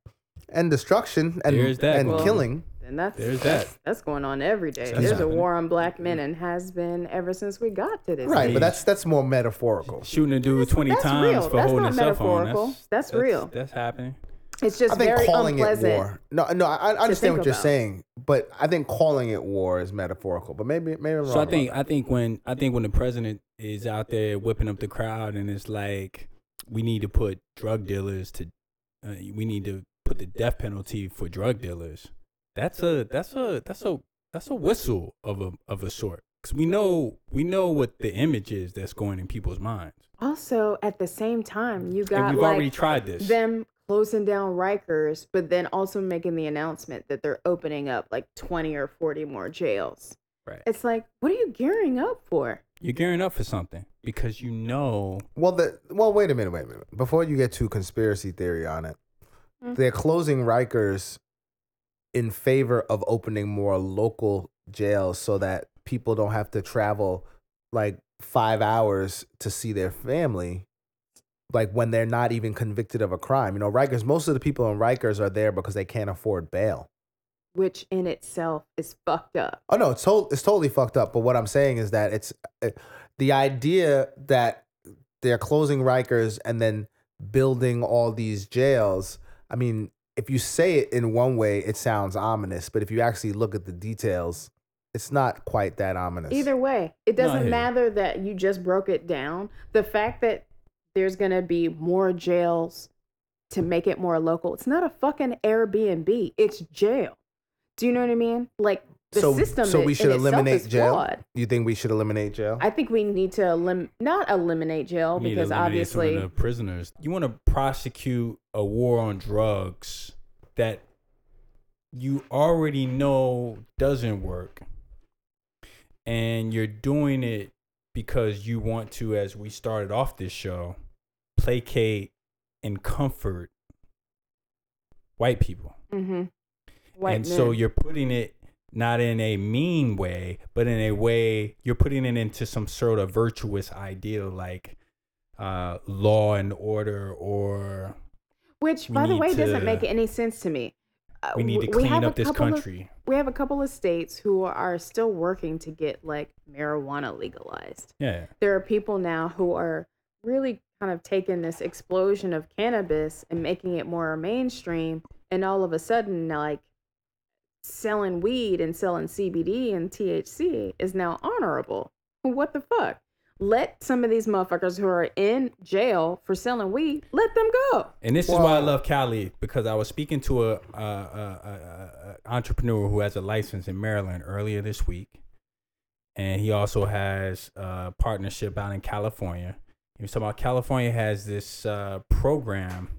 Speaker 4: and destruction and
Speaker 1: There's that
Speaker 4: and
Speaker 1: going on.
Speaker 4: killing.
Speaker 5: And that's
Speaker 1: There's
Speaker 5: that's,
Speaker 1: that.
Speaker 5: that's going on every day.
Speaker 1: That's
Speaker 5: There's
Speaker 1: happening.
Speaker 5: a war on black men and has been ever since we got to this.
Speaker 4: Right,
Speaker 1: mean-
Speaker 4: but that's that's more metaphorical.
Speaker 1: Shooting a dude
Speaker 5: That's-
Speaker 1: twenty
Speaker 5: that's
Speaker 1: times
Speaker 5: real.
Speaker 1: for
Speaker 5: That's
Speaker 1: holding
Speaker 5: not
Speaker 1: a cell phone.
Speaker 5: metaphorical.
Speaker 1: That's,
Speaker 5: That's real.
Speaker 1: That's happening.
Speaker 5: It's just
Speaker 4: I think
Speaker 5: very
Speaker 4: calling
Speaker 5: unpleasant.
Speaker 4: it war. No, no, I, I understand
Speaker 5: think
Speaker 4: what you're
Speaker 5: about.
Speaker 4: saying, but I think calling it war is metaphorical. But maybe, maybe I'm
Speaker 1: So
Speaker 4: wrong
Speaker 1: I think
Speaker 4: about
Speaker 1: I think when I think when the president is out there whipping up the crowd and it's like we need to put drug dealers to uh, we need to put the death penalty for drug dealers. That's a that's a that's a that's a whistle of a of a sort. 'Cause we know we know what the image is that's going in people's minds.
Speaker 5: Also, at the same time, you
Speaker 1: And
Speaker 5: got
Speaker 1: we've
Speaker 5: like
Speaker 1: already tried this.
Speaker 5: them closing down Rikers, but then also making the announcement that they're opening up like 20 or 40 more jails.
Speaker 1: right.
Speaker 5: It's like, what are you gearing up for?
Speaker 1: You're gearing up for something because you know
Speaker 4: that. Well, the well, wait a minute, wait a minute. Before you get too conspiracy theory on it,
Speaker 5: Mm-hmm.
Speaker 4: they're closing Rikers in favor of opening more local jails so that people don't have to travel like five hours to see their family. Like when they're not even convicted of a crime, you know, Rikers. Most of the people in Rikers are there because they can't afford bail.
Speaker 5: Which in itself is fucked up.
Speaker 4: Oh no, it's to- it's totally fucked up. But what I'm saying is that it's uh, the idea that they're closing Rikers and then building all these jails. I mean, if you say it in one way, it sounds ominous, but if you actually look at the details, it's not quite that ominous.
Speaker 5: Either way, it
Speaker 1: No, I
Speaker 5: doesn't
Speaker 1: hear you.
Speaker 5: matter that you just broke it down. The fact that there's going to be more jails to make it more local, it's not a fucking Airbnb, it's jail. Do you know what I mean? Like the
Speaker 4: so,
Speaker 5: system
Speaker 4: so
Speaker 5: in-
Speaker 4: we
Speaker 5: in
Speaker 4: should
Speaker 5: itself
Speaker 4: eliminate
Speaker 5: is
Speaker 4: jail.
Speaker 5: flawed.
Speaker 4: You think we should eliminate jail?
Speaker 5: I think we need to elim- not eliminate jail
Speaker 1: You need to
Speaker 5: because
Speaker 1: eliminate some of
Speaker 5: obviously
Speaker 1: the prisoners. You want to prosecute a war on drugs that you already know doesn't work, and you're doing it because you want to, as we started off this show, placate and comfort white people.
Speaker 5: hmm white
Speaker 1: and
Speaker 5: men.
Speaker 1: so you're putting it not in a mean way, but in a way you're putting it into some sort of virtuous ideal like uh, law and order or
Speaker 5: which
Speaker 1: we
Speaker 5: by the
Speaker 1: need
Speaker 5: way doesn't
Speaker 1: to-
Speaker 5: make any sense to me. Uh,
Speaker 1: we need to
Speaker 5: w- have
Speaker 1: clean
Speaker 5: a
Speaker 1: up this
Speaker 5: couple of-
Speaker 1: country.
Speaker 5: we have a couple of states who are still working to get like marijuana legalized.
Speaker 1: yeah.
Speaker 5: there are people now who are really kind of taking this explosion of cannabis and making it more mainstream and all of a sudden like selling weed and selling CBD and THC is now honorable. What the fuck? Let some of these motherfuckers who are in jail for selling weed, let them go.
Speaker 1: And this is why I love Cali because I was speaking to a, a, a, a, a entrepreneur who has a license in Maryland earlier this week, and he also has a partnership out in California. He was talking about California has this uh, program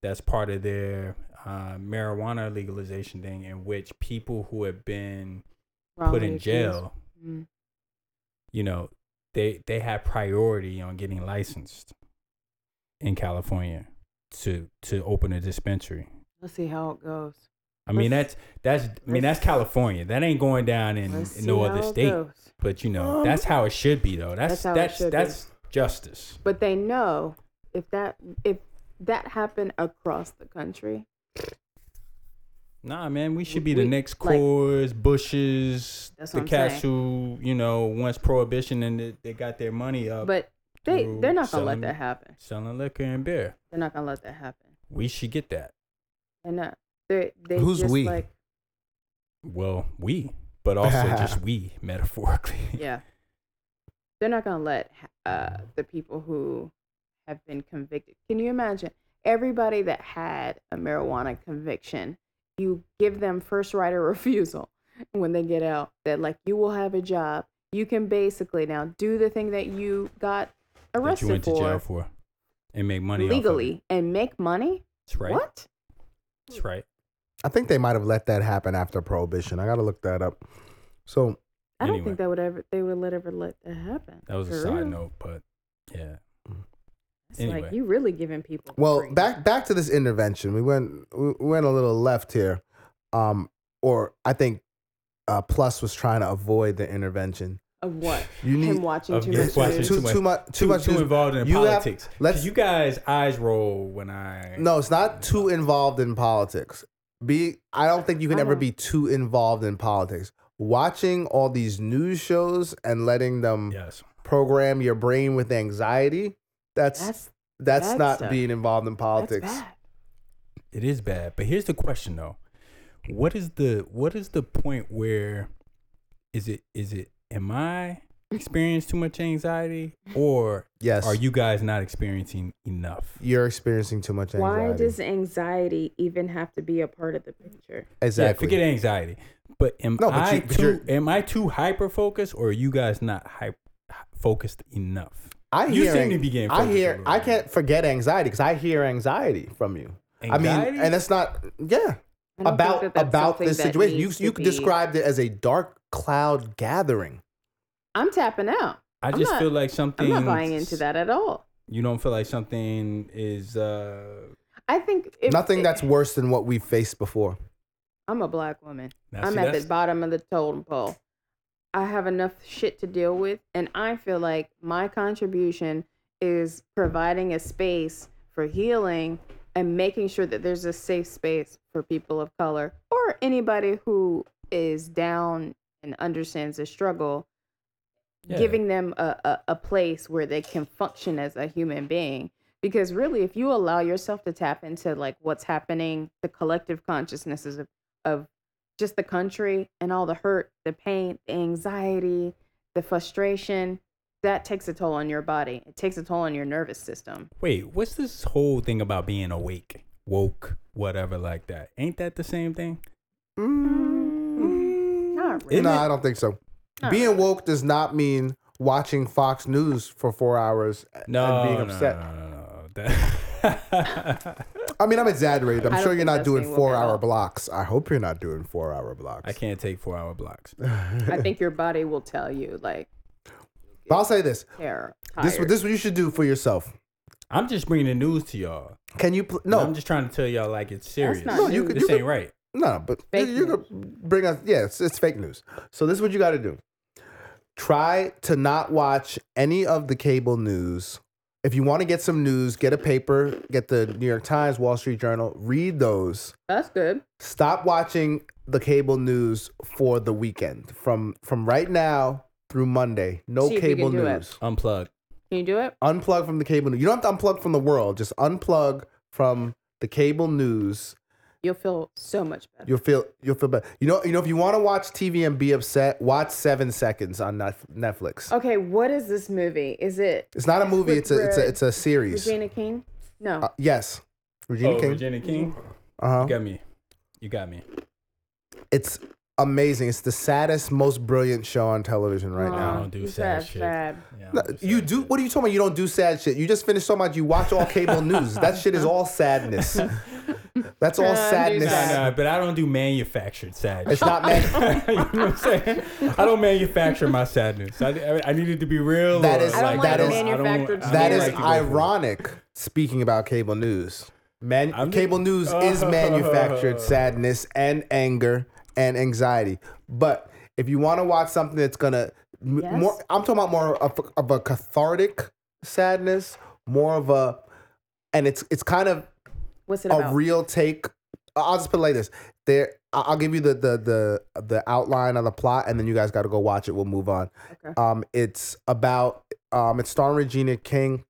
Speaker 1: that's part of their uh, marijuana legalization thing, in which people who have been put
Speaker 5: Wrongly
Speaker 1: in
Speaker 5: accused.
Speaker 1: jail,
Speaker 5: Mm.
Speaker 1: you know, they they have priority on getting licensed in California to to open a dispensary.
Speaker 5: Let's see how it goes.
Speaker 1: I mean that's that's I mean that's California. That ain't going down in,
Speaker 5: Let's
Speaker 1: in
Speaker 5: see
Speaker 1: no
Speaker 5: how
Speaker 1: other
Speaker 5: it
Speaker 1: state.
Speaker 5: goes.
Speaker 1: But you know that's how it should be though. That's
Speaker 5: That's how it
Speaker 1: that's
Speaker 5: should be.
Speaker 1: that's justice.
Speaker 5: But they know if that if that happened across the country,
Speaker 1: Nah, man, we should be
Speaker 5: We-
Speaker 1: the
Speaker 5: we-
Speaker 1: next
Speaker 5: like-
Speaker 1: Coors, Bushes,
Speaker 5: That's
Speaker 1: the
Speaker 5: what I'm
Speaker 1: cats who you know once prohibition and they, they got their money up
Speaker 5: but they
Speaker 1: Dude,
Speaker 5: they're not gonna
Speaker 1: selling-
Speaker 5: let that happen.
Speaker 1: selling liquor and beer.
Speaker 5: They're not gonna let that happen.
Speaker 1: We should get that.
Speaker 5: They're not. They they
Speaker 4: Who's
Speaker 5: just
Speaker 4: we?
Speaker 5: like
Speaker 1: Well, we, but
Speaker 5: [LAUGHS]
Speaker 1: also just we metaphorically.
Speaker 5: yeah. They're not gonna let uh, the people who have been convicted. Can you imagine everybody that had a marijuana conviction? You give them first right of refusal [LAUGHS] when they get out. That like you will have a job. You can basically now do the thing that you got
Speaker 1: [LAUGHS] that you
Speaker 5: arrested
Speaker 1: went to
Speaker 5: for
Speaker 1: jail for and make money off of it.
Speaker 5: legally and make money.
Speaker 1: That's right.
Speaker 5: What?
Speaker 1: That's right.
Speaker 4: I think they might have let that happen after prohibition. I gotta look that up. So
Speaker 5: I
Speaker 1: Anyway.
Speaker 5: don't think that would ever they would let ever let that happen.
Speaker 1: That was a
Speaker 5: For
Speaker 1: side
Speaker 5: real.
Speaker 1: note, but yeah.
Speaker 5: It's
Speaker 1: Anyway.
Speaker 5: like you really giving people
Speaker 4: well
Speaker 5: free.
Speaker 4: back back to this intervention. We went we went a little left here. Um or I think uh, plus was trying to avoid the intervention.
Speaker 5: of what
Speaker 4: [LAUGHS] You need-
Speaker 5: him watching
Speaker 1: Of
Speaker 5: too
Speaker 1: just
Speaker 5: much.
Speaker 1: watching
Speaker 5: news.
Speaker 4: too,
Speaker 1: much-
Speaker 4: too much too, much
Speaker 1: too
Speaker 4: news.
Speaker 1: involved in
Speaker 4: You have-
Speaker 1: politics.
Speaker 4: let's-
Speaker 1: Let's, you guys eyes roll when I
Speaker 4: No, it's not too involved in politics. Be I don't think you can
Speaker 5: I
Speaker 4: ever
Speaker 5: know.
Speaker 4: be too involved in politics. Watching all these news shows and letting them
Speaker 1: Yes.
Speaker 4: program your brain with anxiety, that's that's,
Speaker 5: That's bad
Speaker 4: not
Speaker 5: stuff.
Speaker 4: being involved in
Speaker 5: that's
Speaker 4: politics.
Speaker 5: bad.
Speaker 1: It is bad. But here's the question though. What is the what is the point where is it is it am I experiencing too much anxiety or
Speaker 4: Yes.
Speaker 1: are you guys not experiencing enough?
Speaker 4: You're experiencing too much anxiety.
Speaker 5: Why does anxiety even have to be a part of the picture?
Speaker 4: exactly?
Speaker 1: Yeah, forget anxiety. But am
Speaker 4: No, but
Speaker 1: I
Speaker 4: you- but
Speaker 1: too
Speaker 4: you're-
Speaker 1: am I too hyper focused, or are you guys not hyper focused enough?
Speaker 4: I
Speaker 1: you
Speaker 4: hear
Speaker 1: seem
Speaker 4: ang-
Speaker 1: to be getting
Speaker 4: I
Speaker 1: focused a
Speaker 4: hear
Speaker 1: little
Speaker 4: I
Speaker 1: bit.
Speaker 4: can't forget anxiety because I hear anxiety from you. I
Speaker 1: Anxiety?
Speaker 4: mean, and it's not yeah.
Speaker 5: I don't think
Speaker 4: about
Speaker 5: that that's
Speaker 4: about
Speaker 5: something
Speaker 4: this
Speaker 5: that
Speaker 4: situation. You
Speaker 5: needs to
Speaker 4: you
Speaker 5: be-
Speaker 4: described it as a dark cloud gathering.
Speaker 5: I'm tapping out.
Speaker 1: I
Speaker 5: I'm
Speaker 1: just
Speaker 5: not-
Speaker 1: feel like something.
Speaker 5: I'm not buying into that at all.
Speaker 1: You don't feel like something is. uh
Speaker 5: I think if,
Speaker 4: Nothing
Speaker 5: if-
Speaker 4: that's worse than what we faced before.
Speaker 5: I'm a black woman.
Speaker 1: Now,
Speaker 5: I'm
Speaker 1: see,
Speaker 5: at the
Speaker 1: that's-
Speaker 5: bottom of the totem pole. I have enough shit to deal with, and I feel like my contribution is providing a space for healing and making sure that there's a safe space for people of color or anybody who is down and understands the struggle,
Speaker 1: Yeah.
Speaker 5: giving them a, a, a place where they can function as a human being. Because really, if you allow yourself to tap into like what's happening, the collective consciousnesses of, of just the country and all the hurt, the pain, the anxiety, the frustration, that takes a toll on your body. It takes a toll on your nervous system.
Speaker 1: Wait, what's this whole thing about being awake, woke, whatever, like that? Ain't that the same thing?
Speaker 5: Not really.
Speaker 1: Isn't
Speaker 4: no,
Speaker 1: it-
Speaker 4: I don't think so. Being woke does not mean watching Fox News for four hours a-
Speaker 1: No,
Speaker 4: Uh, and being
Speaker 1: no,
Speaker 4: upset.
Speaker 1: No, no, no, That- [LAUGHS]
Speaker 4: I mean, I'm exaggerating.
Speaker 5: I
Speaker 4: I'm
Speaker 5: don't
Speaker 4: sure you're
Speaker 5: think
Speaker 4: not
Speaker 5: that's
Speaker 4: doing
Speaker 5: being woke
Speaker 4: four
Speaker 5: at
Speaker 4: hour
Speaker 5: all.
Speaker 4: blocks. I hope you're not doing four hour blocks.
Speaker 1: I can't take four hour blocks.
Speaker 5: I
Speaker 4: [LAUGHS]
Speaker 5: think your body will tell you like
Speaker 4: But I'll say this:
Speaker 5: hair.
Speaker 4: this this is what you should do for yourself.
Speaker 1: I'm just bringing the news to y'all.
Speaker 4: Can you pl-
Speaker 1: No,
Speaker 4: no
Speaker 1: I'm just trying to tell y'all like it's serious.
Speaker 5: not No,
Speaker 4: you news. could-
Speaker 1: this
Speaker 4: you could-
Speaker 1: ain't right.
Speaker 4: No, but
Speaker 5: Fake
Speaker 4: you, you
Speaker 5: news.
Speaker 4: could bring us. Yeah, it's, it's fake news. So this is what you got to do. Try to not watch any of the cable news. If you want to get some news, get a paper, get the New York Times, Wall Street Journal, read those.
Speaker 5: That's good.
Speaker 4: Stop watching the cable news for the weekend from from right now through Monday. No
Speaker 5: See if you
Speaker 4: cable
Speaker 5: can do it.
Speaker 4: news.
Speaker 1: Unplug.
Speaker 5: Can you do it?
Speaker 4: Unplug from the cable news. You don't have to unplug from the world. Just unplug from the cable news
Speaker 5: You'll feel so much better.
Speaker 4: You'll feel you'll feel better. You know you know if you want to watch TV and be upset, watch Seven Seconds on Nef- Netflix.
Speaker 5: okay, what is this movie? Is it
Speaker 4: It's not a movie. It's a it's a it's a series.
Speaker 5: Regina King? No.
Speaker 4: Uh, yes, Regina
Speaker 1: oh,
Speaker 4: King.
Speaker 1: Virginia King.
Speaker 4: Uh
Speaker 1: You
Speaker 4: huh.
Speaker 1: got me. You got me.
Speaker 4: It's amazing. It's the saddest, most brilliant show on television right
Speaker 5: Aw,
Speaker 1: I
Speaker 4: now.
Speaker 1: don't Oh, do
Speaker 5: you
Speaker 1: sad
Speaker 5: sad
Speaker 1: shit.
Speaker 5: fab.
Speaker 1: Yeah,
Speaker 4: No,
Speaker 1: I'm just
Speaker 4: you
Speaker 1: saying.
Speaker 4: do what are you
Speaker 5: [LAUGHS]
Speaker 4: talking about? You don't do sad shit. You just finished talking about you watch all cable news. That shit is all sadness. That's all
Speaker 5: Nah, do
Speaker 4: sadness.
Speaker 1: Nah, nah,
Speaker 5: that.
Speaker 1: but I don't do manufactured sadness. [LAUGHS]
Speaker 4: It's not man.
Speaker 1: you know what I'm saying? I don't manufacture my sadness. I, I, I need it to be real.
Speaker 4: That
Speaker 1: or
Speaker 4: is-
Speaker 1: like,
Speaker 4: that
Speaker 1: I don't-
Speaker 4: is-
Speaker 1: I don't-
Speaker 5: manufactured
Speaker 1: I don't
Speaker 4: That
Speaker 5: Yeah.
Speaker 4: is
Speaker 1: like to go for it.
Speaker 4: ironic. Speaking about cable news, man,
Speaker 1: I'm-
Speaker 4: cable news
Speaker 1: [LAUGHS]
Speaker 4: is manufactured sadness and anger and anxiety. But if you want to watch something that's gonna m-
Speaker 5: Yes.
Speaker 4: more, I'm talking about more of, of a cathartic sadness, more of a, and it's it's kind of
Speaker 5: What's it
Speaker 4: a
Speaker 5: about?
Speaker 4: real take. I- I'll just put it like this. There, I- I'll give you the the the the outline of the plot, and then you guys got to go watch it. We'll move on.
Speaker 5: Okay.
Speaker 4: Um, it's about um, it's starring Regina King.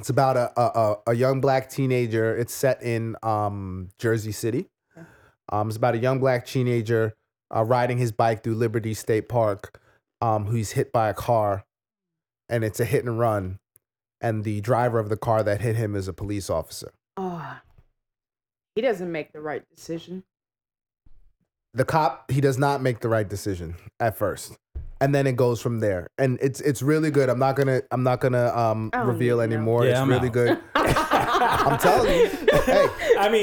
Speaker 4: It's about a a, a a young black teenager. It's set in um Jersey City. Um, it's about a young black teenager uh, riding his bike through Liberty State Park, um, who's hit by a car, and it's a hit and run, and the driver of the car that hit him is a police officer.
Speaker 5: Ah. he doesn't make the right decision.
Speaker 4: the cop he does not make the right decision at first and then it goes from there and it's it's really good i'm not gonna i'm not gonna um
Speaker 5: I don't
Speaker 4: reveal
Speaker 5: need to know.
Speaker 4: anymore
Speaker 1: Yeah,
Speaker 4: it's
Speaker 1: I'm
Speaker 4: really
Speaker 1: out.
Speaker 5: [LAUGHS]
Speaker 4: good [LAUGHS] i'm telling you hey
Speaker 1: I mean,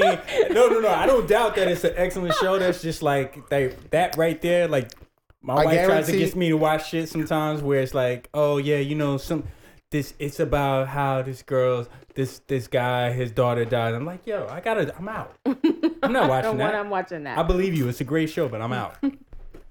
Speaker 1: no, no, no. I don't doubt that it's an excellent show. That's just like that, that right there. Like my
Speaker 4: I
Speaker 1: wife tries to
Speaker 4: guarantee-
Speaker 1: get me to watch shit sometimes, where it's like, oh yeah, you know, some this. It's about how this girl's this this guy, his daughter died. I'm like, yo, I gotta, I'm out. I'm [LAUGHS] not watching
Speaker 5: Don't want
Speaker 1: that.
Speaker 5: I'm watching that.
Speaker 1: I believe you. It's a great show, but I'm out.
Speaker 4: i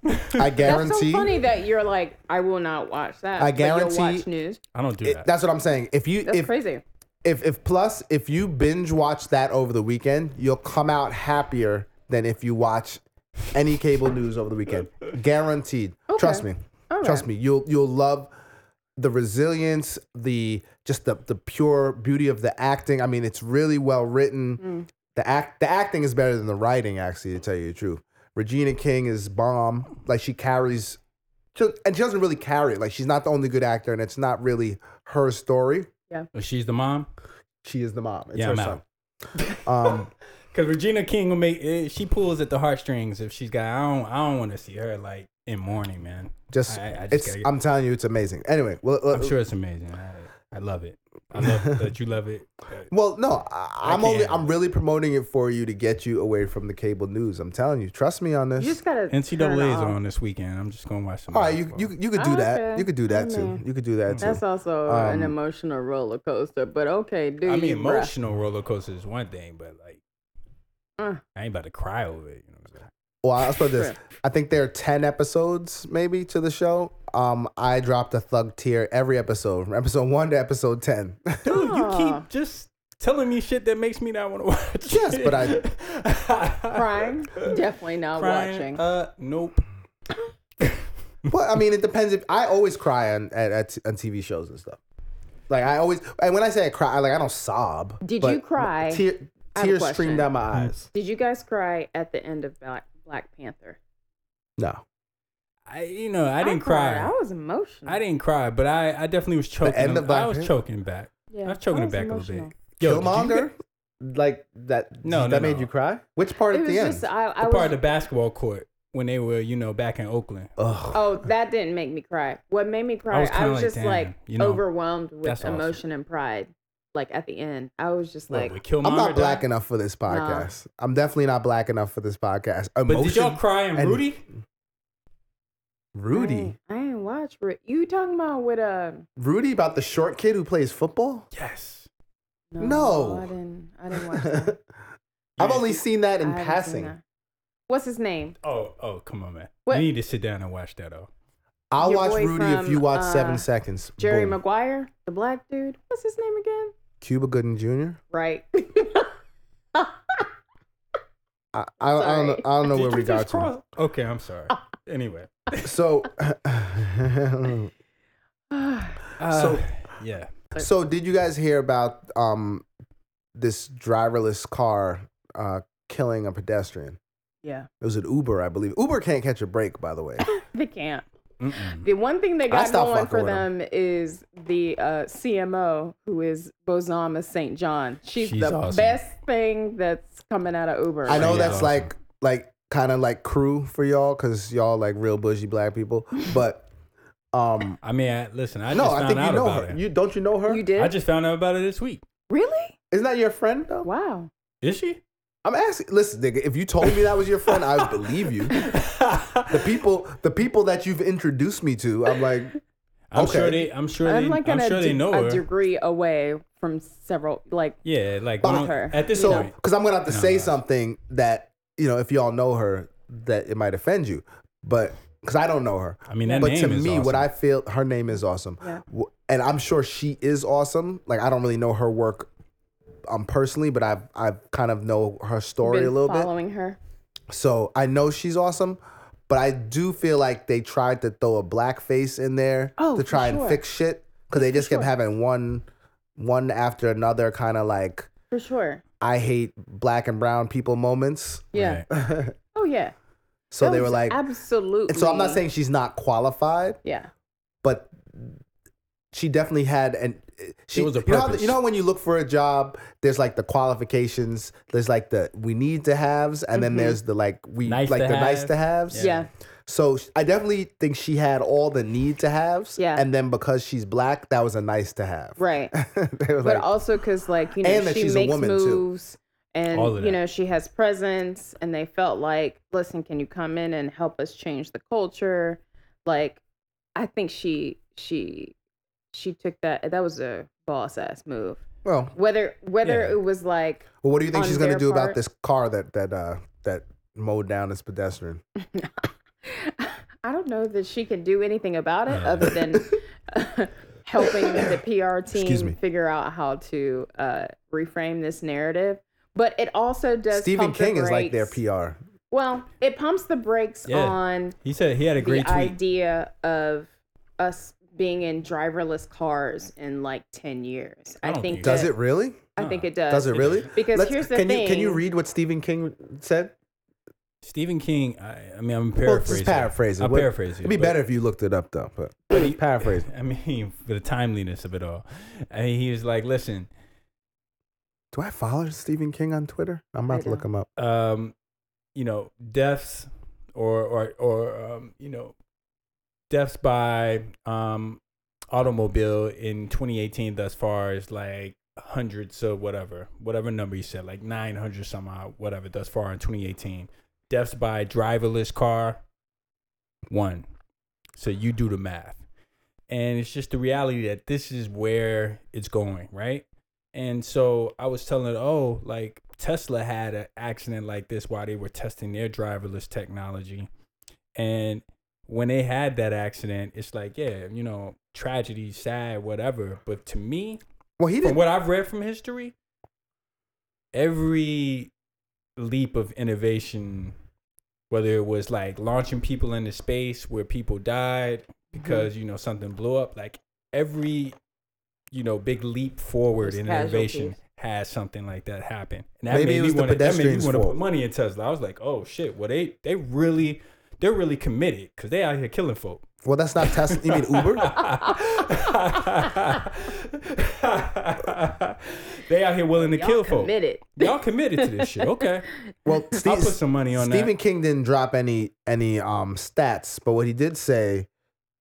Speaker 5: That's
Speaker 4: guarantee
Speaker 5: so funny that you're like, I will not watch that.
Speaker 4: I
Speaker 5: but you'll
Speaker 4: guarantee-
Speaker 5: watch news.
Speaker 1: I don't do
Speaker 4: it-
Speaker 1: that.
Speaker 4: that's what i'm saying if you
Speaker 5: That's
Speaker 4: if,
Speaker 5: crazy.
Speaker 4: if if plus if you binge watch that over the weekend you'll come out happier than if you watch any cable news over the weekend guaranteed trust me
Speaker 5: All
Speaker 4: trust
Speaker 5: right.
Speaker 4: me you'll you'll love the resilience the just the the pure beauty of the acting i mean it's really well written
Speaker 5: Mm.
Speaker 4: the act the acting is better than the writing actually to tell you the truth regina king is bomb like she carries she- and she doesn't really carry it like she's not the only good actor and it's not really her story
Speaker 1: She's the mom.
Speaker 4: she is the mom it's
Speaker 1: Yeah,
Speaker 4: her
Speaker 1: I'm
Speaker 4: son [LAUGHS] um
Speaker 1: Cause Regina King will make eh, she pulls at the heartstrings if she's got. I don't. I don't want to see her like in mourning, man. [LAUGHS]
Speaker 4: just,
Speaker 1: I- I just
Speaker 4: it's
Speaker 1: gotta get-
Speaker 4: i'm telling you it's amazing anyway well, uh,
Speaker 1: I'm sure it's amazing. I, I love it. I [LAUGHS] love that you love it. Uh,
Speaker 4: Well, no, I, I'm
Speaker 1: can't
Speaker 4: only
Speaker 1: handle
Speaker 4: I'm really promoting it for you to get you away from the cable news. I'm telling you, trust me on this.
Speaker 5: You just gotta turn it
Speaker 1: NCAA is
Speaker 5: off.
Speaker 1: on this weekend. I'm just gonna watch some.
Speaker 4: All right, you
Speaker 1: basketball.
Speaker 4: you you could do
Speaker 5: Oh,
Speaker 4: that.
Speaker 5: okay.
Speaker 4: You could do that
Speaker 5: I
Speaker 4: too.
Speaker 5: mean,
Speaker 4: You could do that too.
Speaker 5: That's also an
Speaker 4: Um,
Speaker 5: emotional roller coaster, but okay, dude.
Speaker 1: I mean, emotional roller coaster is one thing, but like,
Speaker 5: Mm.
Speaker 1: I ain't about to cry over it. You know what I'm saying?
Speaker 4: Well, I'll put this.
Speaker 5: Sure.
Speaker 4: I think there are ten episodes maybe to the show. Um, I dropped a thug tear every episode, from episode one to episode ten.
Speaker 1: Dude, you
Speaker 5: Aw.
Speaker 1: keep just telling me shit that makes me not want to watch.
Speaker 4: Yes, but
Speaker 1: I [LAUGHS]
Speaker 5: Crying? [LAUGHS] Definitely not watching.
Speaker 1: Uh, nope.
Speaker 4: well, I mean, it depends. If I always cry on at, at on TV shows and stuff. Like I always, and when I say I cry, I, like I don't sob.
Speaker 5: Did
Speaker 4: but
Speaker 5: you cry?
Speaker 4: Tear,
Speaker 5: I have a
Speaker 4: tears
Speaker 5: question.
Speaker 4: stream down my eyes.
Speaker 5: Did you guys cry at the end of Black, Black Panther?
Speaker 1: Mm-hmm.
Speaker 4: No.
Speaker 1: I, you know, I didn't cry.
Speaker 5: cried. I was emotional.
Speaker 1: I didn't cry, but I, I definitely was choking.
Speaker 4: end of
Speaker 1: him-
Speaker 4: Black
Speaker 1: I was
Speaker 4: Panther?
Speaker 1: choking back.
Speaker 5: Yeah,
Speaker 1: I was choking
Speaker 5: I
Speaker 1: it
Speaker 5: was
Speaker 1: back a little
Speaker 5: emotional.
Speaker 1: bit. Yo, did you
Speaker 4: Killmonger?
Speaker 1: get
Speaker 4: Like that?
Speaker 1: No,
Speaker 4: No,
Speaker 1: no,
Speaker 4: that made
Speaker 1: no.
Speaker 4: you cry. Which part
Speaker 5: It
Speaker 4: at
Speaker 5: was
Speaker 4: the end?
Speaker 5: just uh, I, I
Speaker 1: the
Speaker 5: was.
Speaker 1: part of the basketball court when they were, you know, back in Oakland.
Speaker 4: Ugh.
Speaker 5: oh, that didn't make me cry. What made me cry? I
Speaker 1: was
Speaker 5: was,
Speaker 1: kinda like,
Speaker 5: just
Speaker 1: damn,
Speaker 5: like
Speaker 1: you know,
Speaker 5: overwhelmed with
Speaker 1: that's awesome.
Speaker 5: emotion and pride. Like at the end, I was just
Speaker 1: Like,
Speaker 5: like,
Speaker 1: what, Killmonger
Speaker 4: I'm not black
Speaker 1: died?
Speaker 4: enough for this podcast. I'm definitely not black enough for this podcast.
Speaker 1: But
Speaker 4: Emotion,
Speaker 1: did y'all cry in
Speaker 4: and-
Speaker 1: Rudy?
Speaker 5: I
Speaker 4: Rudy,
Speaker 5: ain't- I ain't watch. Ru- You talking about with um, a?
Speaker 4: Rudy about the short kid who plays football. [LAUGHS]
Speaker 1: Yes.
Speaker 5: No,
Speaker 4: No.
Speaker 5: I didn't. I didn't
Speaker 1: [LAUGHS]
Speaker 5: watch that.
Speaker 4: I've only seen that
Speaker 5: I
Speaker 4: in
Speaker 5: haven't seen
Speaker 4: passing.
Speaker 5: that. What's his name?
Speaker 1: Oh, oh, come on, man.
Speaker 5: What-
Speaker 1: You need to sit down and watch that. Oh,
Speaker 4: I'll
Speaker 5: Your
Speaker 4: watch
Speaker 5: boy
Speaker 4: Rudy if
Speaker 5: from,
Speaker 4: you watch
Speaker 5: uh,
Speaker 4: Seven Seconds.
Speaker 5: Jerry
Speaker 4: Boom.
Speaker 5: Maguire, the black dude. What's his name again?
Speaker 4: Cuba Gooden Jr.
Speaker 5: Right.
Speaker 4: I, I, I don't know. I
Speaker 1: [LAUGHS]
Speaker 4: don't know where
Speaker 1: Did
Speaker 4: we
Speaker 1: you
Speaker 4: got
Speaker 1: just
Speaker 4: to.
Speaker 1: cross- Okay, I'm
Speaker 5: [LAUGHS]
Speaker 1: sorry. anyway,
Speaker 4: So,
Speaker 1: uh,
Speaker 4: So-
Speaker 1: [SIGHS] yeah,
Speaker 4: so did you guys hear about um this driverless car uh killing a pedestrian?
Speaker 5: [SIGHS] yeah,
Speaker 4: It was an Uber, I believe. Uber can't catch a break, by the way.
Speaker 5: [LAUGHS] they can't.
Speaker 1: Mm-mm.
Speaker 5: The one thing they
Speaker 4: I
Speaker 5: got
Speaker 4: stopped
Speaker 5: going
Speaker 4: fucking
Speaker 5: for
Speaker 4: with
Speaker 5: them is the uh, CMO, who is Bozama St. John. She's,
Speaker 1: She's
Speaker 5: the
Speaker 1: awesome.
Speaker 5: best thing that's coming out of Uber.
Speaker 4: I know
Speaker 1: Yeah.
Speaker 4: that's
Speaker 1: Awesome.
Speaker 4: like like kind of like crew for y'all because y'all like real bougie black people, but um
Speaker 1: I mean, I, listen, I
Speaker 4: no,
Speaker 1: just
Speaker 4: I
Speaker 1: found
Speaker 4: think you
Speaker 1: out
Speaker 4: know
Speaker 1: about
Speaker 4: her.
Speaker 1: it.
Speaker 4: You don't you know her?
Speaker 5: You did?
Speaker 1: I just found out about it this week.
Speaker 5: really?
Speaker 4: Isn't that your friend though? [LAUGHS]
Speaker 5: Wow.
Speaker 1: Is she?
Speaker 4: I'm asking. Listen, nigga, if you told me that was your friend, I would believe you. The people, the people that you've introduced me to, I'm
Speaker 5: [LAUGHS]
Speaker 4: like,
Speaker 1: I'm
Speaker 4: Okay.
Speaker 1: sure they. I'm sure
Speaker 5: I'm
Speaker 1: they.
Speaker 5: like
Speaker 1: I'm
Speaker 5: at a,
Speaker 1: sure they
Speaker 5: de-
Speaker 1: know
Speaker 5: a
Speaker 1: her.
Speaker 5: degree away from several. Like
Speaker 1: yeah, like
Speaker 5: Bought
Speaker 1: one-
Speaker 5: her,
Speaker 1: at this
Speaker 4: so
Speaker 1: point.
Speaker 4: because I'm gonna have to
Speaker 1: No,
Speaker 4: say
Speaker 1: no.
Speaker 4: something that you know, if y'all know her, that it might offend you, but because I don't know her.
Speaker 1: I mean, that
Speaker 4: but
Speaker 1: name
Speaker 4: to
Speaker 1: is
Speaker 4: me, what
Speaker 1: awesome.
Speaker 4: I feel, her name is awesome,
Speaker 5: Yeah.
Speaker 4: W- and I'm sure she is awesome. Like I don't really know her work, um, personally, but I've I've kind of know her story
Speaker 5: been
Speaker 4: a little bit.
Speaker 5: following her.
Speaker 4: So I know she's awesome, but I do feel like they tried to throw a black face in there
Speaker 5: Oh,
Speaker 4: to
Speaker 5: for
Speaker 4: try
Speaker 5: sure.
Speaker 4: and fix shit because they just kept having one, one after another kind of like
Speaker 5: For sure.
Speaker 4: I hate black and brown people
Speaker 5: [LAUGHS]
Speaker 4: moments.
Speaker 5: Yeah.
Speaker 1: Right.
Speaker 5: Oh yeah.
Speaker 4: So
Speaker 5: That
Speaker 4: they were
Speaker 5: was
Speaker 4: like,
Speaker 5: absolutely.
Speaker 4: and so I'm not saying she's not qualified,
Speaker 5: yeah.
Speaker 4: but she definitely had an. She
Speaker 1: It was a
Speaker 4: you know, how,
Speaker 1: purpose.
Speaker 4: you know how when you look for a job, there's like the qualifications, there's like the we need to haves, and
Speaker 5: Mm-hmm.
Speaker 4: then there's the like we
Speaker 1: Nice
Speaker 4: like
Speaker 1: to
Speaker 4: the nice
Speaker 1: have.
Speaker 4: to haves.
Speaker 5: yeah,
Speaker 4: So sh- I definitely think she had all the need to haves.
Speaker 5: Yeah.
Speaker 4: And then because she's black, that was a nice to have.
Speaker 5: right.
Speaker 4: [LAUGHS] they were
Speaker 5: but
Speaker 4: like,
Speaker 5: also because like you know
Speaker 4: And that
Speaker 5: she
Speaker 4: she's a
Speaker 5: makes
Speaker 4: woman, too.
Speaker 5: moves
Speaker 1: All of
Speaker 5: and
Speaker 1: that.
Speaker 5: you know she has presence, and they felt like, listen, can you come in and help us change the culture? Like, I think she she she took that. That was a boss ass move.
Speaker 4: well,
Speaker 5: Whether whether
Speaker 1: Yeah.
Speaker 5: it was like
Speaker 4: well, what do you think
Speaker 5: on
Speaker 4: she's gonna
Speaker 5: their
Speaker 4: do
Speaker 5: part-
Speaker 4: about this car that that uh that mowed down this pedestrian?
Speaker 5: I don't know that she can do anything about
Speaker 1: Uh.
Speaker 5: it other
Speaker 1: [LAUGHS]
Speaker 5: than helping the PR
Speaker 4: Excuse me.
Speaker 5: team figure out how to uh, reframe this narrative. But it also does.
Speaker 4: Stephen
Speaker 5: pump the
Speaker 4: King is like their
Speaker 5: brakes-
Speaker 4: PR.
Speaker 5: Well, it pumps the brakes
Speaker 1: Yeah.
Speaker 5: on
Speaker 1: He said he had a great
Speaker 5: the
Speaker 1: tweet.
Speaker 5: idea of us being in driverless cars in like ten years. I,
Speaker 1: I don't
Speaker 5: think
Speaker 1: think
Speaker 4: Does
Speaker 5: that-
Speaker 4: it really?
Speaker 5: I think it does.
Speaker 4: Does it really?
Speaker 5: Because here's the
Speaker 4: can
Speaker 5: thing.
Speaker 4: you can you read what Stephen King said?
Speaker 1: Stephen King. I, I mean, I'm
Speaker 4: Well, just
Speaker 1: paraphrasing.
Speaker 4: paraphrase it.
Speaker 1: I'm
Speaker 4: What-
Speaker 1: paraphrasing.
Speaker 4: It'd be
Speaker 1: but-
Speaker 4: better if you looked it up though, but
Speaker 1: But he-
Speaker 4: paraphrase.
Speaker 1: [LAUGHS] I mean, for the timeliness of it all. I mean, he was like, listen,
Speaker 4: Do I follow Stephen King on Twitter? I'm
Speaker 5: I
Speaker 4: about to look
Speaker 5: don't.
Speaker 4: him up.
Speaker 1: um, you know, deaths or or or um, you know, deaths by um automobile in 2018 thus far is like hundreds or whatever, whatever number you said, like 900 somehow, whatever thus far in 2018. Deaths by driverless car, one. So you do the math. And it's just the reality that this is where it's going, right? And so I was telling, oh, like Tesla had an accident like this while they were testing their driverless technology. And when they had that accident, it's like, yeah, you know, tragedy, sad, whatever. But to me,
Speaker 4: Well he
Speaker 1: from
Speaker 4: didn't
Speaker 1: what I've read from history, every leap of innovation, whether it was like launching people into space where people died
Speaker 4: Mm-hmm.
Speaker 1: because you know something blew up, like every you know big leap forward
Speaker 5: There's
Speaker 1: in innovation
Speaker 5: casualties.
Speaker 1: has something like that happen, and that
Speaker 4: Maybe
Speaker 1: made
Speaker 4: it
Speaker 1: me
Speaker 4: was the
Speaker 1: wanna- that made me
Speaker 4: pedestrians'
Speaker 1: want to put
Speaker 4: fault.
Speaker 1: money in Tesla. I was like, oh shit, well they they really they're really committed because they out here killing folk.
Speaker 4: well that's not Tesla you mean Uber?
Speaker 1: [LAUGHS] they out here willing to
Speaker 5: Y'all
Speaker 1: kill folk.
Speaker 5: committed.
Speaker 1: Y'all committed to this shit. Okay.
Speaker 4: [LAUGHS] Well
Speaker 1: [LAUGHS] I'll
Speaker 4: Steve,
Speaker 1: put some money on
Speaker 4: Stephen
Speaker 1: that.
Speaker 4: King didn't drop any any um stats, but what he did say,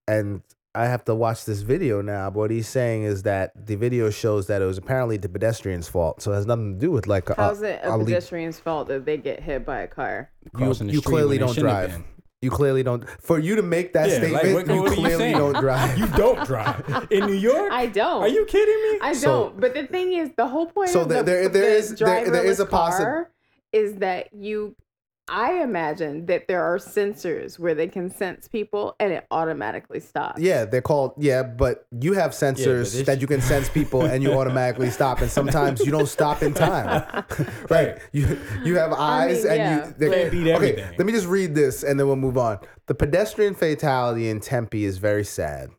Speaker 4: and I have to watch this video now. But what he's saying is that the video shows that it was apparently the pedestrian's fault, so it has nothing to do with like a,
Speaker 5: How's it a
Speaker 4: a leap.
Speaker 5: pedestrian's fault that they get hit by a car?
Speaker 4: You,
Speaker 1: Crossing the
Speaker 4: you
Speaker 1: street when
Speaker 4: clearly
Speaker 1: they
Speaker 4: don't
Speaker 1: shouldn't have
Speaker 4: drive.
Speaker 1: been.
Speaker 4: You clearly don't. For you to make that
Speaker 1: Yeah, like,
Speaker 4: statement,
Speaker 1: what-
Speaker 4: you
Speaker 1: what are you
Speaker 4: clearly
Speaker 1: saying?
Speaker 4: don't drive.
Speaker 1: You don't drive. In New York?
Speaker 5: I don't.
Speaker 1: Are you kidding me?
Speaker 5: I don't.
Speaker 4: So-
Speaker 5: but the thing is, the whole point
Speaker 4: So
Speaker 5: of
Speaker 4: there-
Speaker 5: the,
Speaker 4: there- there
Speaker 5: the
Speaker 4: is- there- there is a
Speaker 5: driverless
Speaker 4: possi-
Speaker 5: car is that you. I imagine that there are sensors where they can sense people and it automatically stops.
Speaker 4: Yeah, they're called. Yeah, but you have sensors
Speaker 1: this-
Speaker 4: that you can sense people, and
Speaker 5: [LAUGHS]
Speaker 4: you automatically stop. And sometimes you don't stop in time. right? You you have eyes,
Speaker 5: mean,
Speaker 4: and
Speaker 5: yeah,
Speaker 4: you they
Speaker 1: Can't beat everything.
Speaker 4: Let me just read this, and then we'll move on. The pedestrian fatality in Tempe is very sad,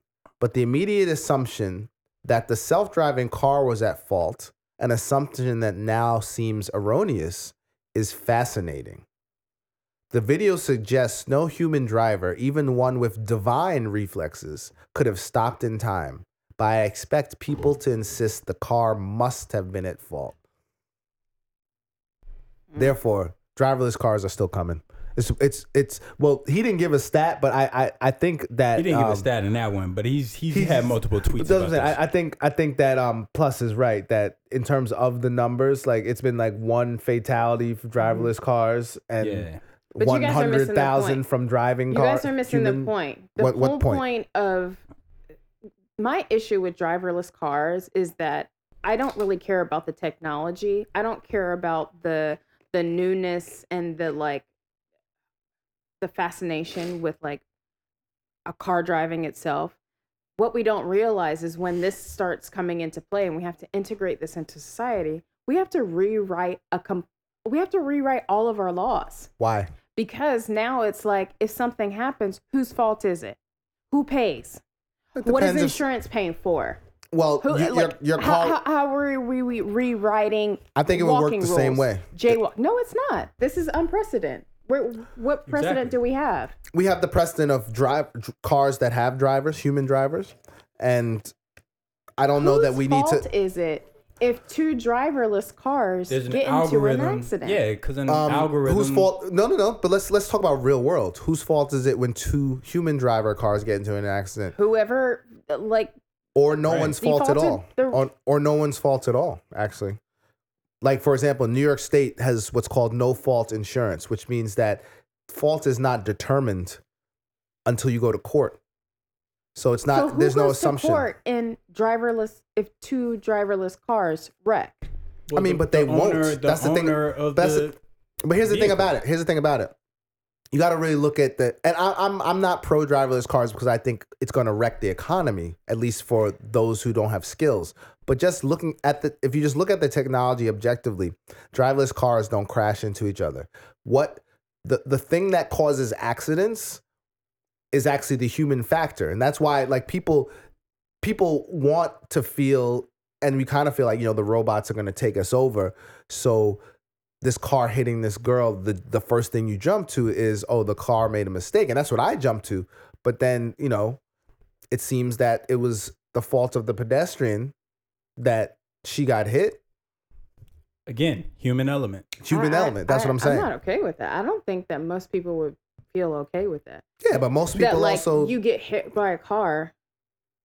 Speaker 4: but the immediate assumption that the self-driving car was at fault, an assumption that now seems erroneous, is fascinating. The video suggests no human driver, even one with divine reflexes, could have stopped in time. But I expect people to insist the car must have been
Speaker 1: Mm.
Speaker 4: at fault. Therefore, driverless cars are still coming. It's it's it's well, he didn't give a stat, but I I, I think that
Speaker 1: He didn't give
Speaker 4: um,
Speaker 1: a stat in that one, but he's he's,
Speaker 4: he's-
Speaker 1: had multiple tweets
Speaker 4: But that's what
Speaker 1: about
Speaker 4: I'm
Speaker 1: this.
Speaker 4: saying. I, I think I think that um plus is right that in terms of the numbers, like it's been like one fatality for driverless cars and
Speaker 1: Mm-hmm. yeah,
Speaker 5: But you
Speaker 4: one
Speaker 5: guys are missing the
Speaker 4: hundred thousand
Speaker 5: point.
Speaker 4: from driving
Speaker 5: You
Speaker 4: cars.
Speaker 5: guys are missing the point. The
Speaker 4: What- what
Speaker 5: whole
Speaker 4: point?
Speaker 5: point of my issue with driverless cars is that I don't really care about the technology. I don't care about the the newness and the like the fascination with like a car driving itself. What we don't realize is when this starts coming into play and we have to integrate this into society, we have to rewrite a com- we have to rewrite all of our laws
Speaker 4: Why?
Speaker 5: because now it's like if something happens whose fault is it who pays
Speaker 4: It
Speaker 5: what is
Speaker 4: depends if-
Speaker 5: insurance paying for
Speaker 4: well,
Speaker 5: who
Speaker 4: you,
Speaker 5: like
Speaker 4: your, your
Speaker 5: how,
Speaker 4: car.
Speaker 5: how, how are we re- rewriting
Speaker 4: I think it would work
Speaker 5: walking
Speaker 4: the same
Speaker 5: rules?
Speaker 4: way.
Speaker 5: jaywalk no it's not this is unprecedented Where, what precedent
Speaker 1: Exactly.
Speaker 5: do we have
Speaker 4: we have the precedent of drive dr- cars that have drivers, human drivers, and I don't know that
Speaker 5: Whose
Speaker 4: we need
Speaker 5: fault
Speaker 4: to.
Speaker 5: is it if two driverless cars
Speaker 1: there's an
Speaker 5: get into an
Speaker 1: algorithm.
Speaker 5: accident
Speaker 1: Yeah, because an
Speaker 4: um,
Speaker 1: algorithm.
Speaker 4: Whose fault? No, no, no. But let's let's talk about real world. Whose fault is it when two human driver cars get into an accident,
Speaker 5: whoever like
Speaker 4: or no
Speaker 1: Right.
Speaker 4: one's fault at all,
Speaker 5: Defaulted the-
Speaker 4: or, or no one's fault at all? Actually, like for example, New York State has what's called no fault insurance, which means that fault is not determined until you go to court. So it's
Speaker 5: so
Speaker 4: not.
Speaker 5: who
Speaker 4: there's no
Speaker 5: goes
Speaker 4: assumption.
Speaker 5: to court in driverless if two driverless cars wreck
Speaker 1: Well,
Speaker 4: I mean,
Speaker 1: the-
Speaker 4: but they
Speaker 1: the
Speaker 4: won't.
Speaker 1: owner- the
Speaker 4: That's the thing.
Speaker 1: owner of
Speaker 4: That's
Speaker 1: the-
Speaker 4: But here's the thing
Speaker 1: vehicle.
Speaker 4: about it. Here's the thing about it. You got to really look at the. And I, I'm I'm not pro driverless cars because I think it's going to wreck the economy, at least for those who don't have skills. But just looking at the, if you just look at the technology objectively, driverless cars don't crash into each other. What the the thing that causes accidents is actually the human factor, and that's why like people people want to feel and we kind of feel like you know the robots are going to take us over so this car hitting this girl the, the first thing you jump to is oh the car made a mistake and that's what i jumped to but then you know it seems that it was the fault of the pedestrian that she got hit
Speaker 1: again human element.
Speaker 4: human
Speaker 5: I- I-
Speaker 4: element that's
Speaker 5: I-
Speaker 4: what i'm saying
Speaker 5: I'm not okay with that. I don't think that most people would feel okay with that.
Speaker 4: yeah but most people
Speaker 5: that like
Speaker 4: also
Speaker 5: you get hit by a car,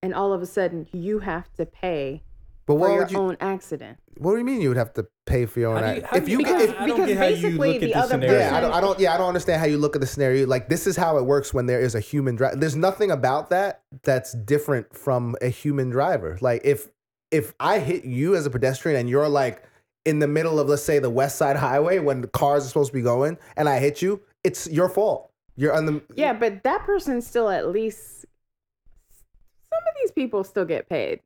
Speaker 5: and all of a sudden you have to pay
Speaker 4: but
Speaker 5: for
Speaker 4: what
Speaker 5: your
Speaker 4: would you
Speaker 5: own accident.
Speaker 4: what do you mean you would have to pay for your
Speaker 1: How
Speaker 4: own
Speaker 1: do
Speaker 4: act?
Speaker 1: you- how
Speaker 4: if
Speaker 1: do
Speaker 4: you
Speaker 1: you-
Speaker 4: get,
Speaker 5: because
Speaker 4: if,
Speaker 1: I don't
Speaker 5: because
Speaker 1: get how you
Speaker 5: basically
Speaker 1: look at
Speaker 5: the
Speaker 1: this
Speaker 5: other
Speaker 1: scenario.
Speaker 5: person.
Speaker 4: Yeah, I don't, I don't. Yeah, I don't understand how you look at the scenario. Like this is how it works when there is a human driver. There's nothing about that that's different from a human driver. Like if if I hit you as a pedestrian and you're like in the middle of let's say the West Side Highway when the cars are supposed to be going and I hit you, it's your fault. You're on the
Speaker 5: yeah, but that person still at least some of these people still get paid,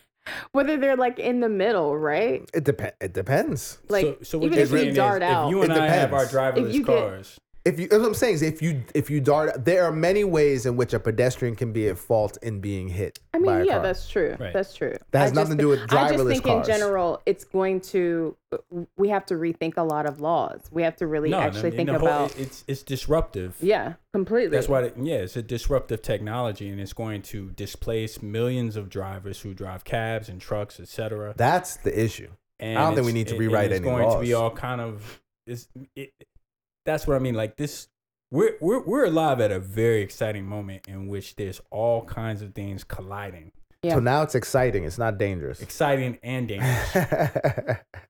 Speaker 5: [LAUGHS] whether they're like in the middle, right?
Speaker 4: It depends. It depends.
Speaker 5: Like
Speaker 1: what
Speaker 5: even
Speaker 1: you're
Speaker 5: if you
Speaker 1: saying
Speaker 5: dart
Speaker 1: is,
Speaker 5: out,
Speaker 1: if you and
Speaker 4: It
Speaker 1: I have our
Speaker 4: depends.
Speaker 5: If
Speaker 1: driverless
Speaker 5: you get-
Speaker 1: cars,
Speaker 4: If you, that's what I'm saying is, if you if you dart, there are many ways in which a pedestrian can be at fault in being hit.
Speaker 5: I
Speaker 4: by a
Speaker 5: mean, yeah,
Speaker 4: car.
Speaker 5: that's true.
Speaker 1: Right.
Speaker 5: That's true.
Speaker 4: That has
Speaker 5: I just
Speaker 4: nothing to do with
Speaker 5: thi- I just
Speaker 4: driverless
Speaker 5: think
Speaker 4: cars.
Speaker 5: in general, it's going to. We have to rethink a lot of laws. We have to really
Speaker 1: no,
Speaker 5: actually
Speaker 1: and
Speaker 5: think
Speaker 1: the whole-
Speaker 5: about.
Speaker 1: it's it's disruptive.
Speaker 5: yeah, completely.
Speaker 1: That's why, yeah, it's a disruptive technology, and it's going to displace millions of drivers who drive cabs and trucks, etc.
Speaker 4: That's the issue.
Speaker 1: And
Speaker 4: don't think
Speaker 1: it's-
Speaker 4: we need to
Speaker 1: and-
Speaker 4: rewrite
Speaker 1: and it's
Speaker 4: any
Speaker 1: going to be
Speaker 4: laws.
Speaker 1: all kind of. It's, it, that's what I mean. Like this, we're we're we're alive at a very exciting moment in which there's all kinds of things colliding,
Speaker 5: Yeah.
Speaker 4: So now it's exciting. It's not dangerous.
Speaker 1: exciting and dangerous,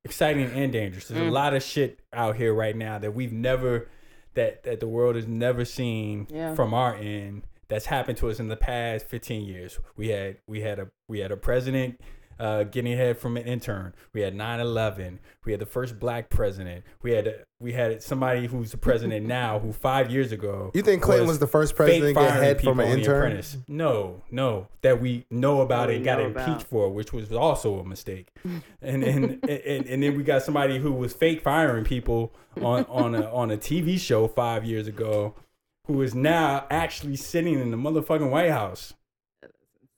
Speaker 1: exciting and dangerous. There's a lot of shit out here right now that we've never, that that the world has never seen
Speaker 5: Yeah.
Speaker 1: from our end. That's happened to us in the past 15 years. We had we had a we had a president. Uh, getting head from an intern. We had 9/11. We had the first black president. We had we had somebody who's the president now, who five years ago.
Speaker 4: You think Clinton was the first president to get
Speaker 1: firing
Speaker 4: head from
Speaker 1: people
Speaker 4: an
Speaker 1: on The
Speaker 4: intern?
Speaker 1: Apprentice. No, no, that we know about
Speaker 5: That
Speaker 1: and
Speaker 5: we
Speaker 1: got
Speaker 5: know
Speaker 1: impeached
Speaker 5: about.
Speaker 1: for, which was also a mistake.
Speaker 5: [LAUGHS]
Speaker 1: And and, and and then we got somebody who was fake firing people on on a on a TV show five years ago, who is now actually sitting in the motherfucking White House,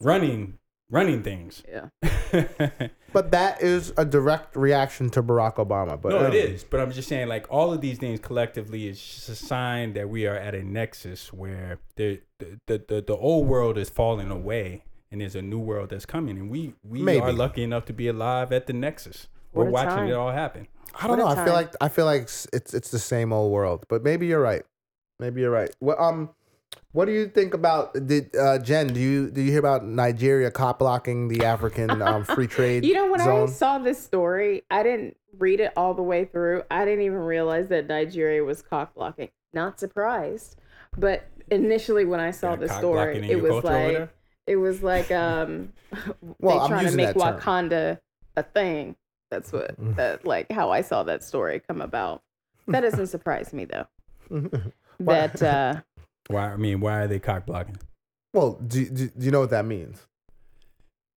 Speaker 1: running running things.
Speaker 5: Yeah.
Speaker 1: [LAUGHS]
Speaker 4: [LAUGHS] but that is a direct reaction to Barack Obama. But
Speaker 1: no, it
Speaker 4: um,
Speaker 1: is. But I'm just saying, like all of these things collectively is just a sign that we are at a nexus where the the the, the, the old world is falling away and there's a new world that's coming, and we we
Speaker 4: Maybe.
Speaker 1: are lucky enough to be alive at the nexus.
Speaker 5: What
Speaker 1: We're
Speaker 5: a
Speaker 1: watching
Speaker 5: time.
Speaker 1: it all happen.
Speaker 4: I don't
Speaker 5: What
Speaker 4: know.
Speaker 5: a
Speaker 4: I feel
Speaker 5: time.
Speaker 4: like I feel like it's it's the same old world. But maybe you're right. Maybe you're right. Well, um, what do you think about did uh, Jen? Do you do you hear about Nigeria cop blocking the African um, free trade?
Speaker 5: [LAUGHS] You know, when
Speaker 4: zone?
Speaker 5: I saw this story, I didn't read it all the way through. I didn't even realize that Nigeria was cock blocking. Not surprised. But initially, when I saw
Speaker 1: Yeah,
Speaker 5: the
Speaker 1: cock
Speaker 5: story,
Speaker 1: blocking in
Speaker 5: it
Speaker 1: your
Speaker 5: was
Speaker 1: culture over
Speaker 5: like
Speaker 1: there?
Speaker 5: it was
Speaker 1: [LAUGHS]
Speaker 5: like um,
Speaker 4: Well,
Speaker 5: they
Speaker 4: I'm
Speaker 5: trying to
Speaker 4: using
Speaker 5: make
Speaker 4: that term.
Speaker 5: Wakanda a thing. That's what
Speaker 1: Mm.
Speaker 5: that like how I saw that story come about. That doesn't surprise
Speaker 1: [LAUGHS]
Speaker 5: me though. that uh,
Speaker 1: Why? I mean, why are they cock blocking?
Speaker 4: well, do, do, do you know what that means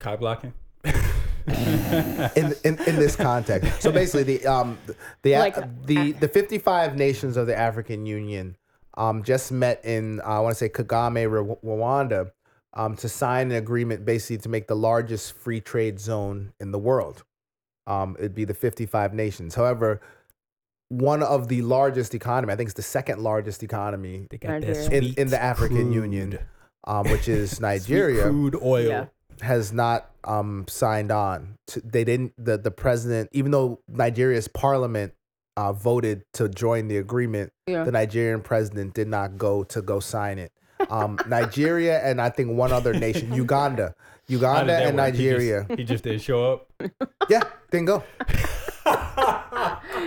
Speaker 1: Cock
Speaker 4: [LAUGHS]
Speaker 1: blocking?
Speaker 4: in, in in this context? So basically, the um the
Speaker 5: Like-
Speaker 4: the the 55 nations of the African Union um just met in I want to say Kagame, Rw- Rwanda, um to sign an agreement basically to make the largest free trade zone in the world. Um, it'd be the 55 nations. However. One of the largest economy, I think it's the second largest economy
Speaker 1: [LAUGHS] They got that
Speaker 5: Nigeria.
Speaker 4: in,
Speaker 1: sweet
Speaker 4: in the African Union,
Speaker 1: crude-
Speaker 4: um, which
Speaker 1: [LAUGHS]
Speaker 4: is
Speaker 1: sweet
Speaker 4: Nigeria,
Speaker 1: crude [LAUGHS] oil.
Speaker 5: Yeah.
Speaker 4: has not um, signed on. To, they didn't. The, the president, even though Nigeria's parliament uh, voted to join the agreement,
Speaker 5: Yeah.
Speaker 4: the Nigerian president did not go to go sign it. Um, Nigeria and I think one other
Speaker 5: [LAUGHS]
Speaker 4: nation, Uganda,
Speaker 1: How did
Speaker 4: Uganda
Speaker 1: that
Speaker 4: and
Speaker 1: work? He just-
Speaker 4: Nigeria.
Speaker 1: He just, didn't show up.
Speaker 4: Yeah, didn't go.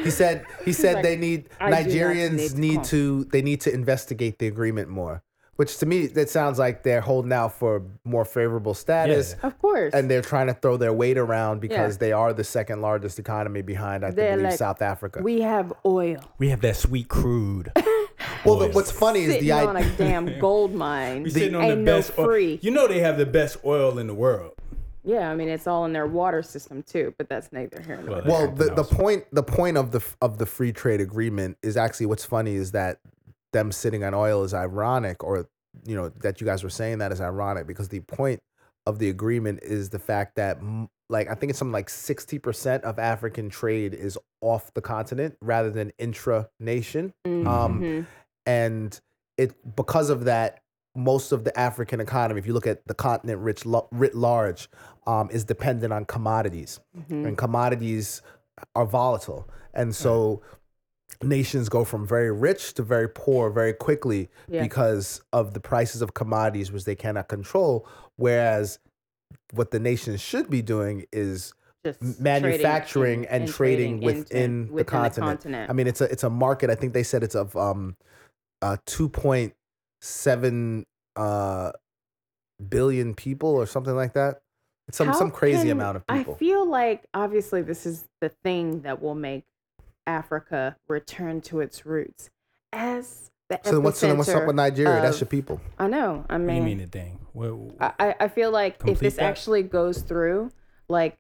Speaker 4: he said he said
Speaker 5: like,
Speaker 4: they need
Speaker 5: "I do not
Speaker 4: Nigerians
Speaker 5: need to
Speaker 4: need,
Speaker 5: come."
Speaker 4: to they need to investigate the agreement more. Which to me that sounds like they're holding out for more favorable status.
Speaker 1: Yeah.
Speaker 5: of course.
Speaker 4: And they're trying to throw their weight around because
Speaker 5: Yeah.
Speaker 4: they are the second largest economy behind, I
Speaker 5: They're
Speaker 4: believe,
Speaker 5: like,
Speaker 4: South Africa.
Speaker 5: we have oil
Speaker 1: We have that sweet
Speaker 5: [LAUGHS]
Speaker 1: crude.
Speaker 4: well, the,
Speaker 1: oil.
Speaker 4: what's funny is
Speaker 5: sitting
Speaker 4: the
Speaker 5: on
Speaker 4: idea.
Speaker 5: a damn gold mine.
Speaker 1: We sitting on the
Speaker 5: Ain't no
Speaker 1: best
Speaker 5: free.
Speaker 1: oil. You know they have the best oil in the world.
Speaker 5: Yeah, I mean it's all in their water system too, but that's neither here nor
Speaker 1: Well,
Speaker 5: there.
Speaker 1: that's
Speaker 4: [LAUGHS] well
Speaker 1: something
Speaker 4: the, the
Speaker 1: else.
Speaker 4: point the point of the of the free trade agreement is actually what's funny is that them sitting on oil is ironic or you know that you guys were saying that is ironic because the point of the agreement is the fact that m- like i think it's something like 60% of african trade is off the continent rather than intra nation um,
Speaker 5: Mhm.
Speaker 4: and it because of that most of the african economy if you look at the continent rich lo- writ large um, is dependent on commodities and commodities are volatile and so nations go from very rich to very poor very quickly
Speaker 5: Yeah.
Speaker 4: because of the prices of commodities which they cannot control whereas what the nation should be doing is
Speaker 5: Just trading
Speaker 4: manufacturing and, trading,
Speaker 5: into-
Speaker 4: within, the, continent. I mean, it's a it's a market. I think they said it's of um, uh, two point seven uh, billion people or something like that. It's some
Speaker 5: How
Speaker 4: some crazy
Speaker 5: can-
Speaker 4: amount of people.
Speaker 5: I feel like obviously this is the thing that will make Africa return to its roots as the
Speaker 4: so then what's so then what's up
Speaker 5: epicenter
Speaker 4: with Nigeria? That's
Speaker 5: of-
Speaker 4: your people.
Speaker 5: I know. I
Speaker 1: What do
Speaker 5: mean,
Speaker 1: you mean the thing? Well,
Speaker 5: I- I, I feel like if
Speaker 1: Complete
Speaker 5: this
Speaker 1: that?
Speaker 5: actually goes through, like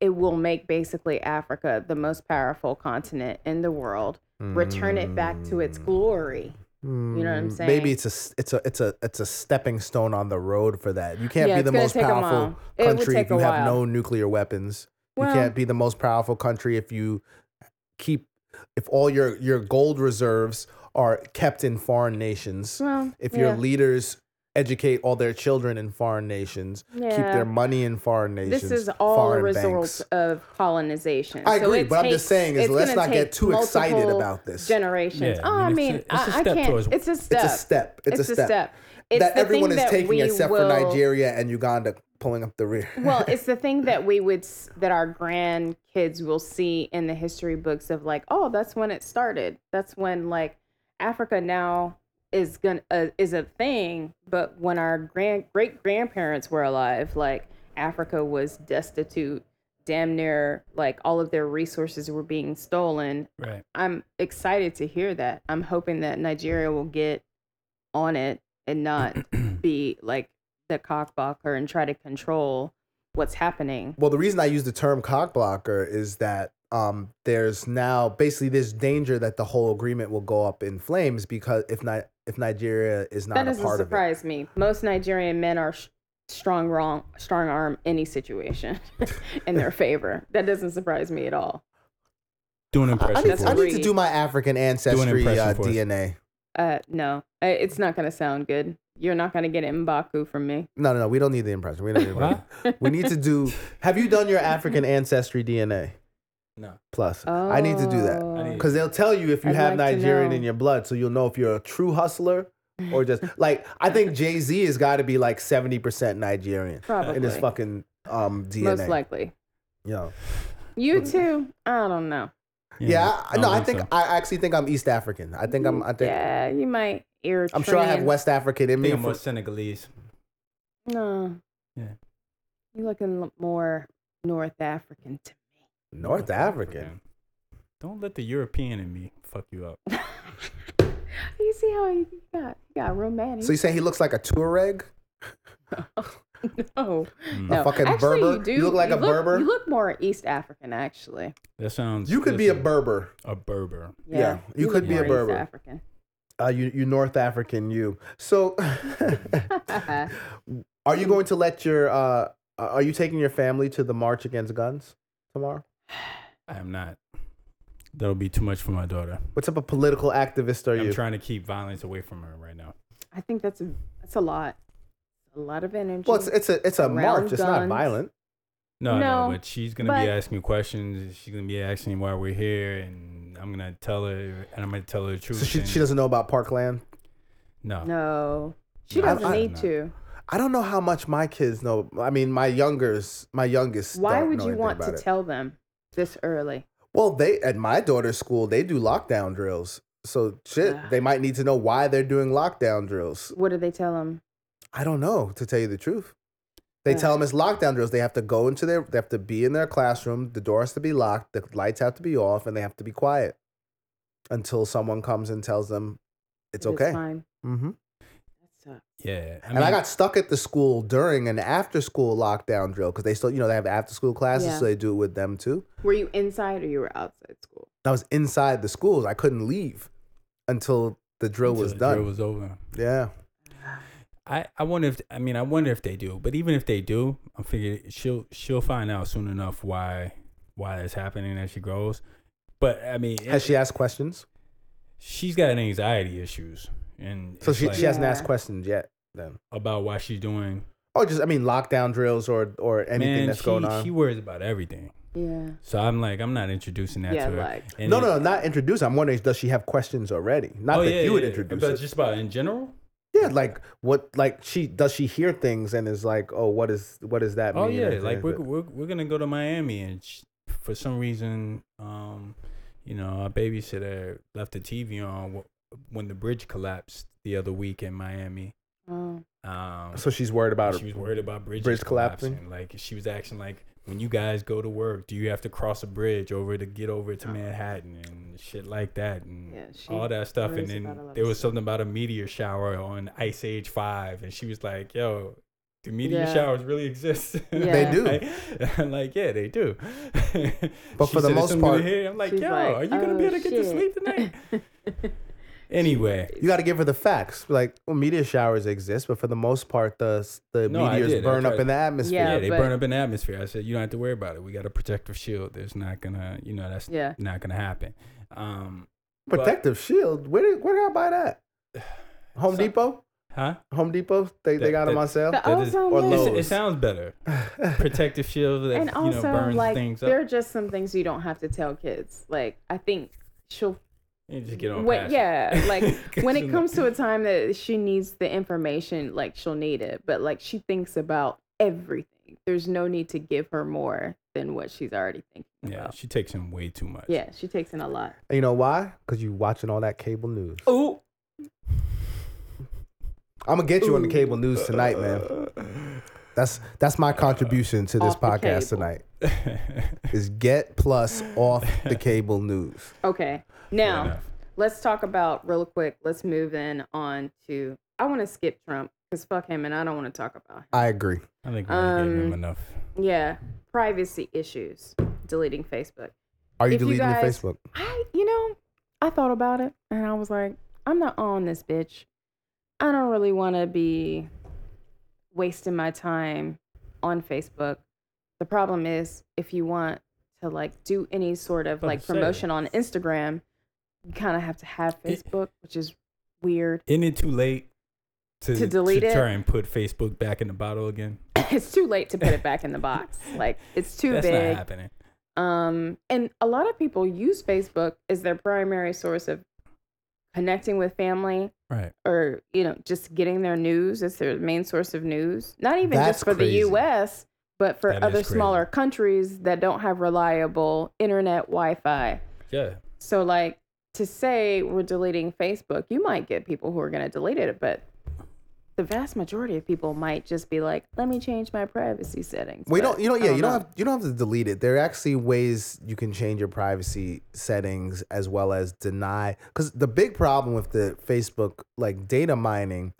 Speaker 5: it will make basically Africa the most powerful continent in the world, return it back to
Speaker 4: Mm.
Speaker 5: its
Speaker 4: Hmm.
Speaker 5: glory. You know what I'm saying?
Speaker 4: Maybe it's a s- it's a it's a it's a stepping stone on the road for that. You can't
Speaker 5: Yeah,
Speaker 4: be
Speaker 5: it's
Speaker 4: the
Speaker 5: gonna
Speaker 4: most
Speaker 5: take a
Speaker 4: powerful
Speaker 5: while. It would
Speaker 4: country
Speaker 5: take
Speaker 4: if you
Speaker 5: a
Speaker 4: have
Speaker 5: while.
Speaker 4: no nuclear weapons. you
Speaker 5: Well-
Speaker 4: can't be the most powerful country if you keep if all your your gold reserves are kept in foreign nations.
Speaker 5: Well,
Speaker 4: if your
Speaker 5: yeah.
Speaker 4: leaders educate all their children in foreign nations, keep
Speaker 5: Yeah.
Speaker 4: their money in foreign nations.
Speaker 5: This is all a
Speaker 4: foreign
Speaker 5: result
Speaker 4: banks.
Speaker 5: of colonization.
Speaker 4: I
Speaker 5: So
Speaker 4: agree,
Speaker 5: it
Speaker 4: but I'm just saying is
Speaker 5: it's
Speaker 4: let's
Speaker 5: gonna
Speaker 4: not get
Speaker 5: take
Speaker 4: too excited
Speaker 5: multiple
Speaker 4: about this.
Speaker 5: Generations.
Speaker 1: Yeah,
Speaker 5: oh, I mean, it's a, step I can't.
Speaker 1: towards-
Speaker 5: it's a step.
Speaker 4: It's a step. It's, a step.
Speaker 5: It's
Speaker 4: that
Speaker 5: the
Speaker 4: everyone
Speaker 5: thing
Speaker 4: is
Speaker 5: that
Speaker 4: taking
Speaker 5: we
Speaker 4: except for
Speaker 5: will-
Speaker 4: Nigeria and Uganda pulling up the rear. [LAUGHS]
Speaker 5: well, it's the thing that we would s- that our grandkids will see in the history books of like, oh, that's when it started. That's when like Africa now is gonna uh, is a thing. But when our grand great grandparents were alive, like Africa was destitute, damn near like all of their resources were being stolen.
Speaker 1: right.
Speaker 5: I'm excited to hear that. I'm hoping that Nigeria will get on it and
Speaker 4: [CLEARS THROAT]
Speaker 5: not be like the cockblocker and try to control what's happening.
Speaker 4: Well, the reason I use the term cock blocker is that um, there's now basically this danger that the whole agreement will go up in flames because if not if Nigeria is not
Speaker 5: That
Speaker 4: a
Speaker 5: doesn't
Speaker 4: part of it.
Speaker 5: surprise me. Most Nigerian men are sh- strong, wrong, strong arm any
Speaker 4: [LAUGHS]
Speaker 5: situation [LAUGHS] in their favor. That doesn't surprise me at all.
Speaker 1: Do an
Speaker 4: I
Speaker 1: impression
Speaker 4: need,
Speaker 5: That's
Speaker 1: for
Speaker 4: I
Speaker 1: us.
Speaker 4: need to
Speaker 5: greed.
Speaker 4: do my African ancestry
Speaker 1: impression
Speaker 4: uh,
Speaker 1: for us.
Speaker 4: DNA.
Speaker 5: Uh, no, I- it's not gonna sound good. You're not gonna get Mbaku from me.
Speaker 4: No, no, no. We don't need the impression. We don't need the
Speaker 1: What?
Speaker 5: [LAUGHS]
Speaker 4: impression. We need to do. Have you done your African ancestry DNA?
Speaker 1: No.
Speaker 4: plus. I need to do that.
Speaker 1: I need-
Speaker 4: Because they'll tell you if you
Speaker 5: Oh. I'd
Speaker 4: have
Speaker 5: like to
Speaker 4: Nigerian
Speaker 5: know.
Speaker 4: in your blood, so you'll know if you're a true hustler or just like I think Jay Z has got to be like seventy percent Nigerian
Speaker 5: Probably.
Speaker 4: in his fucking um DNA.
Speaker 5: Most likely.
Speaker 4: You know.
Speaker 5: You too. I don't know.
Speaker 4: Yeah, I, no, I think I actually think I'm East African. I think I'm. I think
Speaker 5: Mm, yeah, you might. Eritrean.
Speaker 4: I'm sure I have West African in
Speaker 1: I
Speaker 4: me.
Speaker 1: think I'm
Speaker 4: for-
Speaker 1: more Senegalese.
Speaker 5: No.
Speaker 1: Yeah.
Speaker 5: You're looking l- more North African to
Speaker 4: North African.
Speaker 1: Don't let the European in me fuck you up.
Speaker 5: me. You see how he got he got romantic.
Speaker 4: So you say he looks like a Tuareg?
Speaker 5: no.
Speaker 1: Mm.
Speaker 5: Oh, no.
Speaker 4: fucking
Speaker 5: actually,
Speaker 4: Berber?
Speaker 5: You, do,
Speaker 4: You look like a Berber?
Speaker 5: You look more East African, actually.
Speaker 1: That sounds.
Speaker 4: You could be a
Speaker 1: listen,
Speaker 4: Berber.
Speaker 1: A Berber.
Speaker 5: Yeah.
Speaker 4: Yeah, you could
Speaker 5: look
Speaker 1: be a
Speaker 5: more
Speaker 4: Berber.
Speaker 5: East African.
Speaker 4: Uh, you you North African you. So [LAUGHS] are you going to let your uh are you taking your family to the march against guns tomorrow?
Speaker 1: I am not. That'll be too much for my daughter.
Speaker 4: What type of political activist are
Speaker 1: I'm
Speaker 4: you?
Speaker 1: trying to keep violence away from her right now.
Speaker 5: [LAUGHS] I think that's a that's a lot. A lot of energy.
Speaker 4: well, it's it's a it's a
Speaker 5: Around
Speaker 4: march. It's not
Speaker 5: guns.
Speaker 4: violent.
Speaker 1: No, no,
Speaker 5: No,
Speaker 1: but she's gonna
Speaker 5: but-
Speaker 1: be asking questions. She's gonna be asking why we're here, and I'm gonna tell her, and I'm gonna tell her the truth.
Speaker 4: So she
Speaker 1: and-
Speaker 4: she doesn't know about Parkland.
Speaker 1: No,
Speaker 5: no. She
Speaker 1: No,
Speaker 5: doesn't
Speaker 4: I-
Speaker 5: need to.
Speaker 4: I don't know how much my kids know. I mean, my youngers, my youngest.
Speaker 5: Why
Speaker 4: don't
Speaker 5: would
Speaker 4: know
Speaker 5: you
Speaker 4: anything
Speaker 5: want to
Speaker 4: about it.
Speaker 5: tell them this early?
Speaker 4: Well, they at my daughter's school they do lockdown drills. So shit,
Speaker 5: Yeah.
Speaker 4: they might need to know why they're doing lockdown drills.
Speaker 5: What do they tell them?
Speaker 4: I don't know to tell you the truth. They tell them it's lockdown drills. They have to go into their, they have to be in their classroom. The door has to be locked. The lights have to be off, and they have to be quiet until someone comes and tells them it's okay.
Speaker 5: fine.
Speaker 4: Mm-hmm.
Speaker 5: That sucks.
Speaker 1: yeah. I
Speaker 4: and I got stuck at the school during an after-school lockdown drill because they still, you know, they have after-school classes,
Speaker 5: Yeah.
Speaker 4: so they do it with them too.
Speaker 5: Were you inside or you were outside school?
Speaker 4: I was inside the schools. I couldn't leave until the drill
Speaker 1: until
Speaker 4: was
Speaker 1: the
Speaker 4: done.
Speaker 1: Drill was over.
Speaker 4: yeah.
Speaker 1: I, I wonder if I mean I wonder if they do, but even if they do, I'm figuring she'll she'll find out soon enough why why that's happening as she grows. But I mean,
Speaker 4: Has she asked questions?
Speaker 1: she's got anxiety issues, and
Speaker 4: So
Speaker 1: it's
Speaker 4: she,
Speaker 1: like
Speaker 4: she hasn't
Speaker 5: Yeah.
Speaker 4: asked questions yet. Then,
Speaker 1: about why she's doing
Speaker 4: or just I mean, lockdown drills or or anything
Speaker 1: Man,
Speaker 4: that's
Speaker 1: she,
Speaker 4: going on.
Speaker 1: She worries about everything,
Speaker 5: Yeah.
Speaker 1: so I'm like, I'm not introducing that
Speaker 5: Yeah,
Speaker 1: to her.
Speaker 5: like-
Speaker 1: And
Speaker 4: no,
Speaker 1: it-
Speaker 4: no, no, not introduce. I'm wondering, does she have questions already? Not
Speaker 1: Oh,
Speaker 4: that
Speaker 1: yeah,
Speaker 4: you would
Speaker 1: yeah,
Speaker 4: introduce
Speaker 1: but
Speaker 4: it.
Speaker 1: just about in general.
Speaker 4: yeah, like what, like she does she hear things and is like, oh, what is what does that
Speaker 1: Oh
Speaker 4: mean?
Speaker 1: yeah,
Speaker 4: Or
Speaker 1: like
Speaker 4: is
Speaker 1: we're,
Speaker 4: it-
Speaker 1: we're we're gonna go to Miami, and sh for some reason, um, you know, our babysitter left the TV on wh- when the bridge collapsed the other week in Miami.
Speaker 5: Oh.
Speaker 1: Um,
Speaker 4: so she's worried about
Speaker 1: she was worried about bridges
Speaker 4: bridge collapsing?
Speaker 1: collapsing. Like she was acting like when you guys go to work, do you have to cross a bridge over to get over to Manhattan and shit like that and
Speaker 5: Yeah, she
Speaker 1: all that stuff. And
Speaker 5: worries about
Speaker 1: then
Speaker 5: a lot of
Speaker 1: there was
Speaker 5: stuff.
Speaker 1: something about a meteor shower on Ice Age Five, and she was like, "Yo, do meteor
Speaker 5: Yeah.
Speaker 1: showers really exist?" [LAUGHS]
Speaker 5: They
Speaker 4: do.
Speaker 1: I, am like, "Yeah, they do."
Speaker 4: [LAUGHS] But
Speaker 1: She
Speaker 4: for the
Speaker 1: said, "Is
Speaker 4: most
Speaker 1: something gonna
Speaker 4: part-
Speaker 1: hit?" I'm like,
Speaker 5: She's
Speaker 1: "Yo,
Speaker 5: like,
Speaker 1: are you gonna be
Speaker 5: "Oh,
Speaker 1: able to get to
Speaker 5: shit."
Speaker 1: sleep tonight?" [LAUGHS]
Speaker 5: [LAUGHS]
Speaker 1: anyway.
Speaker 4: you got to give her the facts. Like well, meteor showers exist, but for the most part, the the
Speaker 1: No, I
Speaker 4: meteors
Speaker 1: did. I
Speaker 4: burn up
Speaker 1: tried-
Speaker 4: in the atmosphere.
Speaker 5: Yeah,
Speaker 1: Yeah, they
Speaker 5: but-
Speaker 1: burn up in the atmosphere. I said, you don't have to worry about it. We got a protective shield. There's not gonna, you know, that's
Speaker 5: Yeah.
Speaker 1: not gonna happen. Um, but-
Speaker 4: Protective shield. Where did where did I buy that?
Speaker 1: [SIGHS]
Speaker 4: Home
Speaker 1: So-
Speaker 4: Depot. [LAUGHS]
Speaker 1: huh?
Speaker 4: Home Depot. They they
Speaker 1: That-
Speaker 4: got them
Speaker 1: that-
Speaker 4: on sale.
Speaker 5: The uh,
Speaker 1: That is-
Speaker 5: ozone
Speaker 4: or
Speaker 5: layer.
Speaker 4: low.
Speaker 1: It's- It
Speaker 4: Those.
Speaker 1: sounds
Speaker 4: [LAUGHS]
Speaker 1: better. Protective shield that
Speaker 5: and
Speaker 1: you
Speaker 5: also,
Speaker 1: know burns
Speaker 5: like,
Speaker 1: things
Speaker 5: there
Speaker 1: up.
Speaker 5: are just some things you don't have to tell kids. Like, I think she'll.
Speaker 1: You just get on.
Speaker 5: Wait,
Speaker 1: past it. [LAUGHS]
Speaker 5: yeah, like
Speaker 1: 'Cause
Speaker 5: when it
Speaker 1: [LAUGHS]
Speaker 5: comes to a time that she needs the information, like she'll need it. But like she thinks about everything. There's no need to give her more than what she's already thinking
Speaker 1: yeah,
Speaker 5: about.
Speaker 1: she takes him way too much.
Speaker 5: Yeah, she takes in a lot.
Speaker 4: And [SIGHS] you know why? Because you watching all that cable news.
Speaker 5: Oh,
Speaker 4: I'm gonna get you on the cable news tonight, man. That's that's my contribution to this
Speaker 5: Off the
Speaker 4: podcast
Speaker 5: cable.
Speaker 4: tonight. Is get plus off the cable news.
Speaker 5: Okay.
Speaker 1: [LAUGHS]
Speaker 5: Now,
Speaker 1: enough.
Speaker 5: let's talk about real quick. Let's move in on to. I want to skip Trump because fuck him and I don't want to talk about
Speaker 4: I agree.
Speaker 1: I think we already gave him
Speaker 5: Um,
Speaker 1: enough.
Speaker 5: him. Yeah. Privacy issues, deleting Facebook.
Speaker 4: Are you
Speaker 5: If you
Speaker 4: deleting
Speaker 5: guys-
Speaker 4: your Facebook?
Speaker 5: I, you know, I thought about it and I was like, I'm not on this bitch. I don't really want to be wasting my time on Facebook. The problem is, if you want to like do any sort of
Speaker 1: About
Speaker 5: like
Speaker 1: to say.
Speaker 5: promotion on Instagram, you kind of have to have
Speaker 1: It-
Speaker 5: Facebook, which is weird.
Speaker 1: Isn't it too late to,
Speaker 5: To delete it?
Speaker 1: try and put Facebook back in the bottle again?
Speaker 5: [LAUGHS]
Speaker 1: [LAUGHS]
Speaker 5: it's too late to put it back in the box. Like it's too
Speaker 1: that's
Speaker 5: big.
Speaker 1: not happening.
Speaker 5: Um, and a lot of people use Facebook as their primary source of connecting with family
Speaker 1: Right.
Speaker 5: or, you know, just getting their news as their main source of news. Not even
Speaker 4: That's
Speaker 5: just for
Speaker 4: crazy.
Speaker 5: the US, but for
Speaker 1: That is
Speaker 5: other
Speaker 1: crazy.
Speaker 5: smaller countries that don't have reliable internet Wi Fi.
Speaker 1: Yeah.
Speaker 5: So, like, to say we're deleting Facebook, you might get people who are going to delete it, but the vast majority of people might just be like, "Let me change my privacy settings."
Speaker 4: We
Speaker 5: but
Speaker 4: don't. You know.
Speaker 5: I
Speaker 4: Yeah. you don't
Speaker 5: know.
Speaker 4: have. You don't have to delete it. There are actually ways you can change your privacy settings as well as deny. Because the big problem with the Facebook like data mining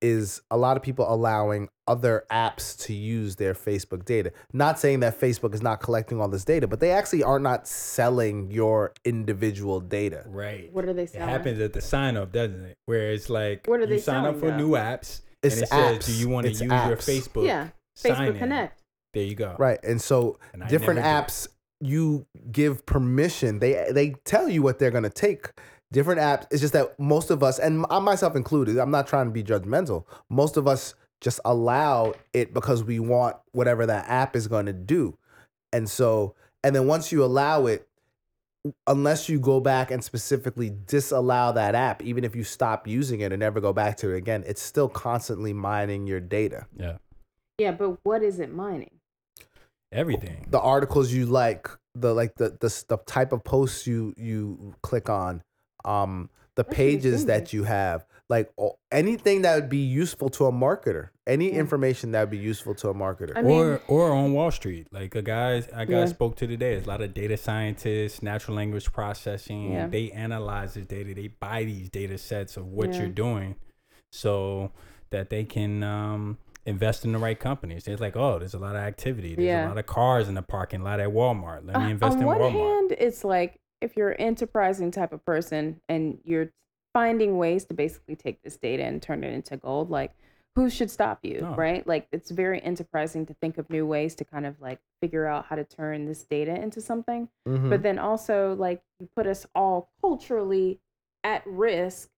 Speaker 4: is a lot of people allowing other apps to use their Facebook data. Not saying that Facebook is not collecting all this data, but they actually are not selling your individual data.
Speaker 1: Right.
Speaker 5: What are they
Speaker 1: It
Speaker 5: selling?
Speaker 1: happens at the sign up, doesn't it? Where it's like
Speaker 5: What are
Speaker 1: you
Speaker 5: they
Speaker 1: sign up
Speaker 5: selling,
Speaker 1: for
Speaker 5: though?
Speaker 1: new apps
Speaker 4: It's
Speaker 1: and it says,
Speaker 4: apps.
Speaker 1: "Do you want to
Speaker 4: It's
Speaker 1: use your
Speaker 4: apps.
Speaker 1: Facebook?"
Speaker 5: Yeah.
Speaker 1: sign in?
Speaker 5: Facebook Connect.
Speaker 1: There you go.
Speaker 4: Right. And so
Speaker 1: And I
Speaker 4: different
Speaker 1: never did.
Speaker 4: apps you give permission. They they tell you what they're going to take. Different apps it's just that most of us and I myself included, I'm not trying to be judgmental. Most of us just allow it because we want whatever that app is going to do. And so and then once you allow it unless you go back and specifically disallow that app even if you stop using it and never go back to it again it's still constantly mining your data
Speaker 1: Yeah.
Speaker 5: Yeah, but what is it mining?
Speaker 1: Everything.
Speaker 4: the articles you like, the like the the, the type of posts you you click on, um, the
Speaker 5: That's pretty
Speaker 4: pages that
Speaker 5: genius.
Speaker 4: you have, like o- anything that would be useful to a marketer, any information that would be useful to a marketer.
Speaker 5: I
Speaker 1: or
Speaker 5: mean-
Speaker 1: or on Wall Street, like a guy a guy
Speaker 5: Yeah.
Speaker 1: spoke to today. There's a lot of data scientists, natural language processing.
Speaker 5: Yeah.
Speaker 1: They analyze this data. They buy these data sets of what
Speaker 5: Yeah.
Speaker 1: you're doing, so that they can um, invest in the right companies. It's like, oh, there's a lot of activity. There's a
Speaker 5: Yeah.
Speaker 1: lot of cars in the parking lot at Walmart. Let me
Speaker 5: Uh,
Speaker 1: invest
Speaker 5: on
Speaker 1: in
Speaker 5: one
Speaker 1: Walmart.
Speaker 5: hand, it's like if you're an enterprising type of person and you're finding ways to basically take this data and turn it into gold, like who should stop you,
Speaker 1: No.
Speaker 5: right? Like it's very enterprising to think of new ways to kind of like figure out how to turn this data into something.
Speaker 4: Mhm.
Speaker 5: but then also like you put us all culturally at risk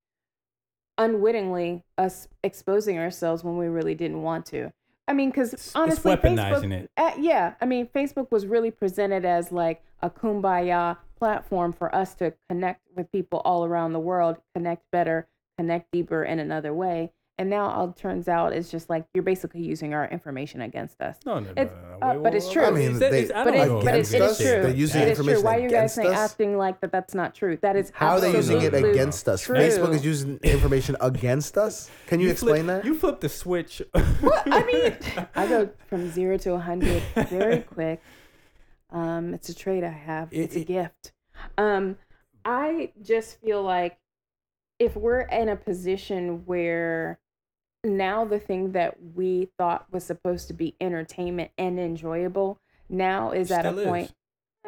Speaker 5: unwittingly us exposing ourselves when we really didn't want to i mean because
Speaker 1: it's
Speaker 5: honestly
Speaker 1: weaponizing
Speaker 5: facebook,
Speaker 1: it.
Speaker 5: uh, yeah i mean facebook was really presented as like a kumbaya platform for us to connect with people all around the world connect better connect deeper in another way and now it turns out it's just like you're basically using our information against us
Speaker 1: No, no, no,
Speaker 5: It's-
Speaker 1: no, no.
Speaker 5: uh,
Speaker 1: Wait,
Speaker 5: but
Speaker 1: wait,
Speaker 5: it's
Speaker 1: wait,
Speaker 5: true.
Speaker 1: wait.
Speaker 4: I mean,
Speaker 1: Is that-
Speaker 4: they-
Speaker 1: is- I
Speaker 5: but
Speaker 1: don't
Speaker 5: it,
Speaker 1: know.
Speaker 5: but it, it is
Speaker 4: Against us?
Speaker 5: true.
Speaker 4: They're using
Speaker 5: it is true.
Speaker 4: information
Speaker 5: Why are you guys
Speaker 4: against
Speaker 5: saying
Speaker 4: us?
Speaker 5: acting like that? That's not true. That is
Speaker 4: How are they using it
Speaker 5: absolutely
Speaker 4: against us?
Speaker 5: True.
Speaker 4: Facebook is using information against us. Can you, explain
Speaker 1: flip,
Speaker 4: that?
Speaker 1: You flip the [LAUGHS] switch.
Speaker 5: I
Speaker 1: [LAUGHS]
Speaker 5: mean, [LAUGHS] I go from zero to a hundred very quick. Um, it's a trait I have.
Speaker 1: It-
Speaker 5: It's a
Speaker 1: it-
Speaker 5: gift. Um, I just feel like if we're in a position where now the thing that we thought was supposed to be entertainment and enjoyable now is at a
Speaker 1: Still is.
Speaker 5: point.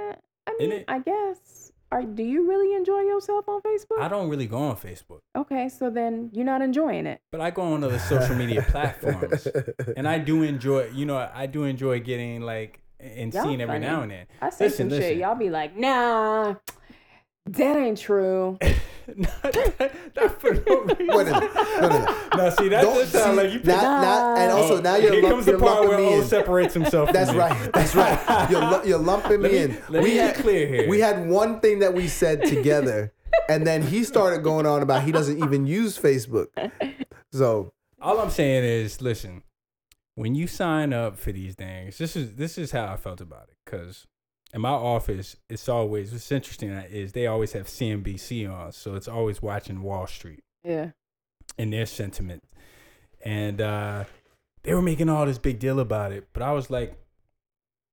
Speaker 5: Uh, I
Speaker 1: Isn't
Speaker 5: mean,
Speaker 1: it?
Speaker 5: I guess. Are, do you really enjoy yourself on Facebook?
Speaker 1: I don't really go on Facebook,
Speaker 5: Okay, so then you're not enjoying it.
Speaker 1: but I go on other social media platforms, and I do enjoy. You know, I do enjoy getting like and
Speaker 5: Y'all
Speaker 1: seeing every
Speaker 5: funny.
Speaker 1: now and then.
Speaker 5: I say some shit. Y'all be like, nah, that ain't true.
Speaker 1: [LAUGHS] not, not for no reason.
Speaker 4: [LAUGHS] Wait a minute. No, no,
Speaker 1: [LAUGHS]
Speaker 4: no.
Speaker 1: No, see that
Speaker 4: Don't
Speaker 1: does sound
Speaker 4: see-
Speaker 1: like you.
Speaker 4: now-
Speaker 1: picked-
Speaker 4: now- and also now
Speaker 1: here
Speaker 4: you're, lump,
Speaker 1: comes the
Speaker 4: you're
Speaker 1: part
Speaker 4: lumping
Speaker 1: where
Speaker 4: me
Speaker 1: O
Speaker 4: in.
Speaker 1: separates himself. from
Speaker 4: That's
Speaker 1: me.
Speaker 4: right. That's right. You're, lu- you're lumping
Speaker 1: [LAUGHS]
Speaker 4: me,
Speaker 1: Let me-
Speaker 4: in.
Speaker 1: let me be
Speaker 4: had,
Speaker 1: clear here.
Speaker 4: We had one thing that we said together, and then he started going on about he doesn't even use Facebook. So
Speaker 1: All I'm saying is, listen, when you sign up for these things, this is this is how I felt about it. Cause in my office, it's always what's interesting is they always have CNBC on, so it's always watching Wall Street
Speaker 5: Yeah.
Speaker 1: and their sentiment. And uh, they were making all this big deal about it. But I was like,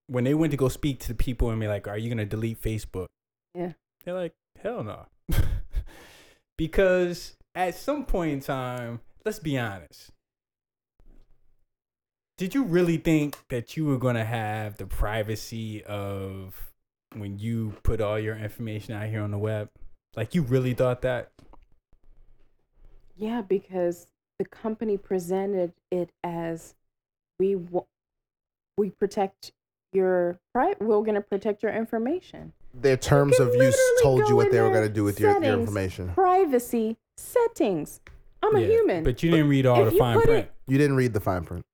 Speaker 1: when they went to go speak to the people and be like, are you going to delete Facebook?
Speaker 5: Yeah.
Speaker 1: They're like, hell no. [LAUGHS] because at some point in time, let's be honest. Did you really think that you were going to have the privacy of when you put all your information out here on the web? Like, you really thought that?
Speaker 5: Yeah, because the company presented it as we w- we protect your pri- we're going to protect your information.
Speaker 4: their terms
Speaker 5: can
Speaker 4: of use
Speaker 5: literally
Speaker 4: told
Speaker 5: go
Speaker 4: you what
Speaker 5: in
Speaker 4: they were
Speaker 5: there,
Speaker 4: going to do with your, your
Speaker 5: settings,
Speaker 4: information.
Speaker 5: Privacy settings. I'm a
Speaker 1: Yeah,
Speaker 5: human.
Speaker 1: But you didn't read all
Speaker 5: if
Speaker 1: the
Speaker 5: you
Speaker 1: fine
Speaker 5: put it-
Speaker 1: print.
Speaker 4: You didn't read the fine print.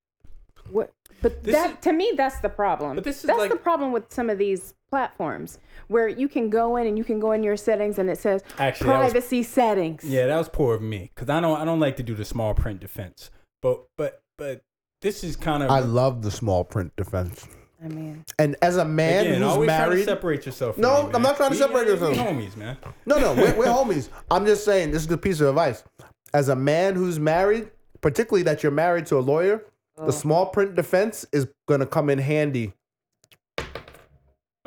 Speaker 5: What? But
Speaker 1: This
Speaker 5: that to me, that's the problem.
Speaker 1: But this is
Speaker 5: that's
Speaker 1: like-
Speaker 5: the problem with some of these platforms where you can go in and you can go in your settings and it says
Speaker 1: Actually, that was-
Speaker 5: privacy settings.
Speaker 1: Yeah, that was poor of me because I don't I don't like to do the small print defense. But but but this is kind of
Speaker 4: I love the small print defense.
Speaker 5: I mean,
Speaker 4: And as a man
Speaker 1: again,
Speaker 4: who's
Speaker 1: always trying to
Speaker 4: married,
Speaker 1: separate yourself. from
Speaker 4: No,
Speaker 1: me,
Speaker 4: I'm
Speaker 1: man.
Speaker 4: not trying to
Speaker 1: We-
Speaker 4: separate
Speaker 1: we
Speaker 4: yourself.
Speaker 1: Homies, man.
Speaker 4: no, no, we're, we're homies. I'm just saying this is a piece of advice. As a man who's married, particularly that you're married to a lawyer, the small print defense is gonna come in handy.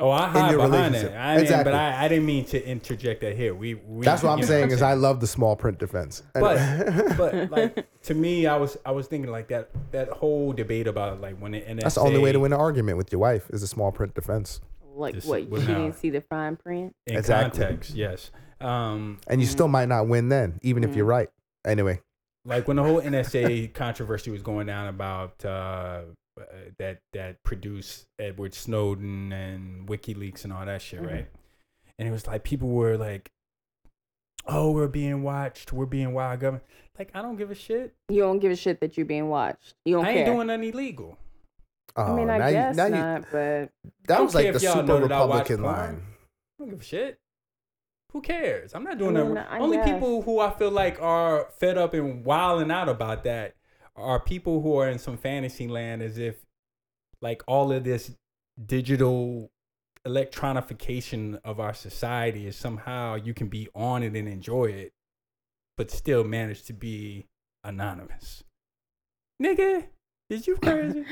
Speaker 1: Oh, I hide
Speaker 4: your
Speaker 1: behind
Speaker 4: relationship.
Speaker 1: that. I mean,
Speaker 4: Exactly.
Speaker 1: but I, I didn't mean to interject that here. We, we
Speaker 4: That's what
Speaker 1: you
Speaker 4: I'm
Speaker 1: know, [LAUGHS]
Speaker 4: saying is I love the small print defense. [LAUGHS]
Speaker 1: But but like to me, I was I was thinking like that that whole debate about like when the NSA.
Speaker 4: That's the only way to win an argument with your wife is a small print defense.
Speaker 5: like
Speaker 1: This
Speaker 5: what?
Speaker 1: was
Speaker 5: you
Speaker 1: not-
Speaker 5: didn't see the fine print.
Speaker 1: in
Speaker 4: Exactly.
Speaker 1: context. Yes. Um,
Speaker 4: And you still
Speaker 5: Mm-hmm.
Speaker 4: might not win then, even if you're right. Anyway,
Speaker 1: like when the whole NSA [LAUGHS] controversy was going down about uh, uh, that that produced Edward Snowden and WikiLeaks and all that shit, right? And it was like people were like, "Oh, we're being watched. We're being wild government." Like I don't give a shit.
Speaker 5: You don't give a shit that you're being watched. You don't
Speaker 1: I
Speaker 5: care.
Speaker 1: ain't doing nothing illegal.
Speaker 4: oh,
Speaker 5: I mean, I
Speaker 4: now
Speaker 5: guess
Speaker 4: you, now you-
Speaker 5: not, but
Speaker 4: that
Speaker 1: don't
Speaker 4: was like
Speaker 1: care
Speaker 4: the
Speaker 1: if y'all
Speaker 4: super
Speaker 1: know that I watch
Speaker 4: Republican
Speaker 1: porn.
Speaker 4: line.
Speaker 1: I don't give a shit. Who cares? I'm not doing
Speaker 5: I
Speaker 1: that.
Speaker 5: mean, I
Speaker 1: Only
Speaker 5: guess.
Speaker 1: people who I feel like are fed up and wilding out about that are people who are in some fantasy land as if like all of this digital electronification of our society is somehow you can be on it and enjoy it, but still manage to be anonymous. Nigga, is you
Speaker 5: [LAUGHS]
Speaker 1: crazy?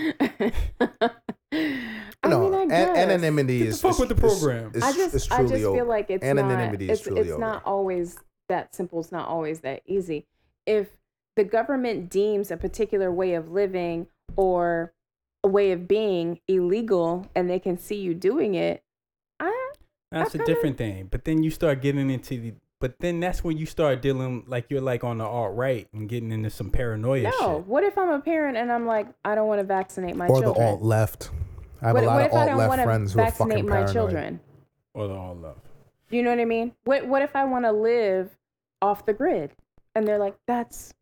Speaker 5: I
Speaker 4: no,
Speaker 5: mean, I
Speaker 4: an-
Speaker 5: guess.
Speaker 4: anonymity
Speaker 1: Get the
Speaker 4: is
Speaker 1: fuck
Speaker 4: is-
Speaker 1: with the
Speaker 4: is-
Speaker 1: program.
Speaker 4: is-
Speaker 5: I just,
Speaker 4: is
Speaker 5: I
Speaker 4: truly
Speaker 5: just
Speaker 4: over.
Speaker 5: feel like it's
Speaker 4: anonymity
Speaker 5: not,
Speaker 4: is
Speaker 5: it's,
Speaker 4: truly
Speaker 5: it's
Speaker 4: over.
Speaker 5: not always that simple. It's not always that easy. If the government deems a particular way of living or a way of being illegal, and they can see you doing it, I,
Speaker 1: That's a
Speaker 5: kinda-
Speaker 1: different thing. But then you start getting into the. But then that's when you start dealing like you're like on the alt right and getting into some paranoia
Speaker 5: no.
Speaker 1: shit.
Speaker 5: What if I'm a parent and I'm like, I don't want to vaccinate my
Speaker 4: or
Speaker 5: children?
Speaker 4: the alt left. I have
Speaker 5: what,
Speaker 4: a lot
Speaker 5: what
Speaker 4: of
Speaker 5: if I
Speaker 4: alt
Speaker 5: don't
Speaker 4: left
Speaker 5: want
Speaker 4: friends
Speaker 5: to
Speaker 4: who are fucking
Speaker 5: vaccinate my
Speaker 4: paranoid.
Speaker 5: children?
Speaker 1: Or the alt love.
Speaker 5: You know what I mean? What what if I want to live off the grid? And they're like, that's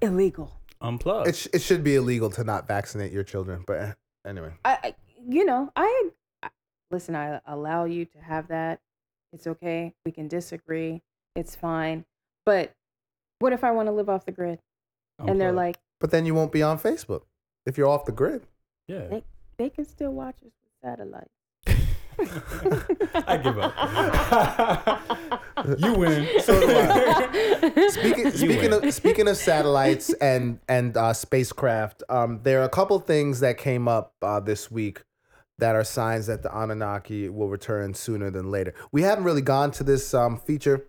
Speaker 5: illegal.
Speaker 1: Unplug.
Speaker 4: It, sh- it should be illegal to not vaccinate your children, but eh, anyway,
Speaker 5: I, I you know, I, I listen, I allow you to have that. It's okay. We can disagree. It's fine. But what if I want to live off the grid? And they're
Speaker 1: Unplug.
Speaker 5: like,
Speaker 4: but then you won't be on Facebook if you're off the grid.
Speaker 1: yeah. [LAUGHS]
Speaker 5: they, they can still watch us with satellite.
Speaker 1: I give
Speaker 5: [LAUGHS]
Speaker 1: up. [LAUGHS] you win.
Speaker 4: So do I. Speaking,
Speaker 5: Speaking [LAUGHS]
Speaker 4: speaking
Speaker 1: win.
Speaker 4: of speaking of satellites and and uh, spacecraft, um, there are a couple things that came up uh, this week that are signs that the Anunnaki will return sooner than later. We haven't really gone to this um, feature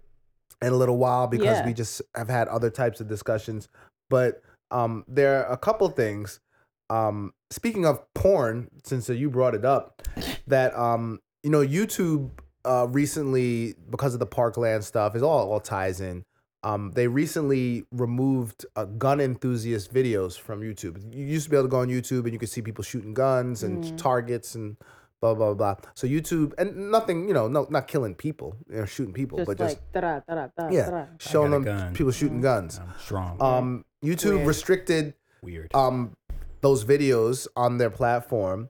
Speaker 4: in a little while because
Speaker 5: Yeah.
Speaker 4: we just have had other types of discussions, but um, there are a couple things. Um, speaking of porn, since uh, you brought it up, that um, you know YouTube uh, recently because of the Parkland stuff is all all ties in. Um, they recently removed uh, gun enthusiast videos from YouTube. You used to be able to go on YouTube and you could see people shooting guns and
Speaker 5: Mm.
Speaker 4: targets and blah blah blah. So YouTube and nothing, you know, no, not killing people, you know, shooting people,
Speaker 5: just
Speaker 4: [LAUGHS] but just
Speaker 5: like, uh, da-da, da-da, da-da,
Speaker 4: yeah,
Speaker 5: da-da.
Speaker 4: showing
Speaker 1: got a
Speaker 4: them
Speaker 1: gun. Oh,
Speaker 4: people shooting guns.
Speaker 1: [LAUGHS] I'm strong.
Speaker 4: Um, YouTube
Speaker 5: Weird.
Speaker 4: restricted
Speaker 1: Weird.
Speaker 4: um those videos on their platform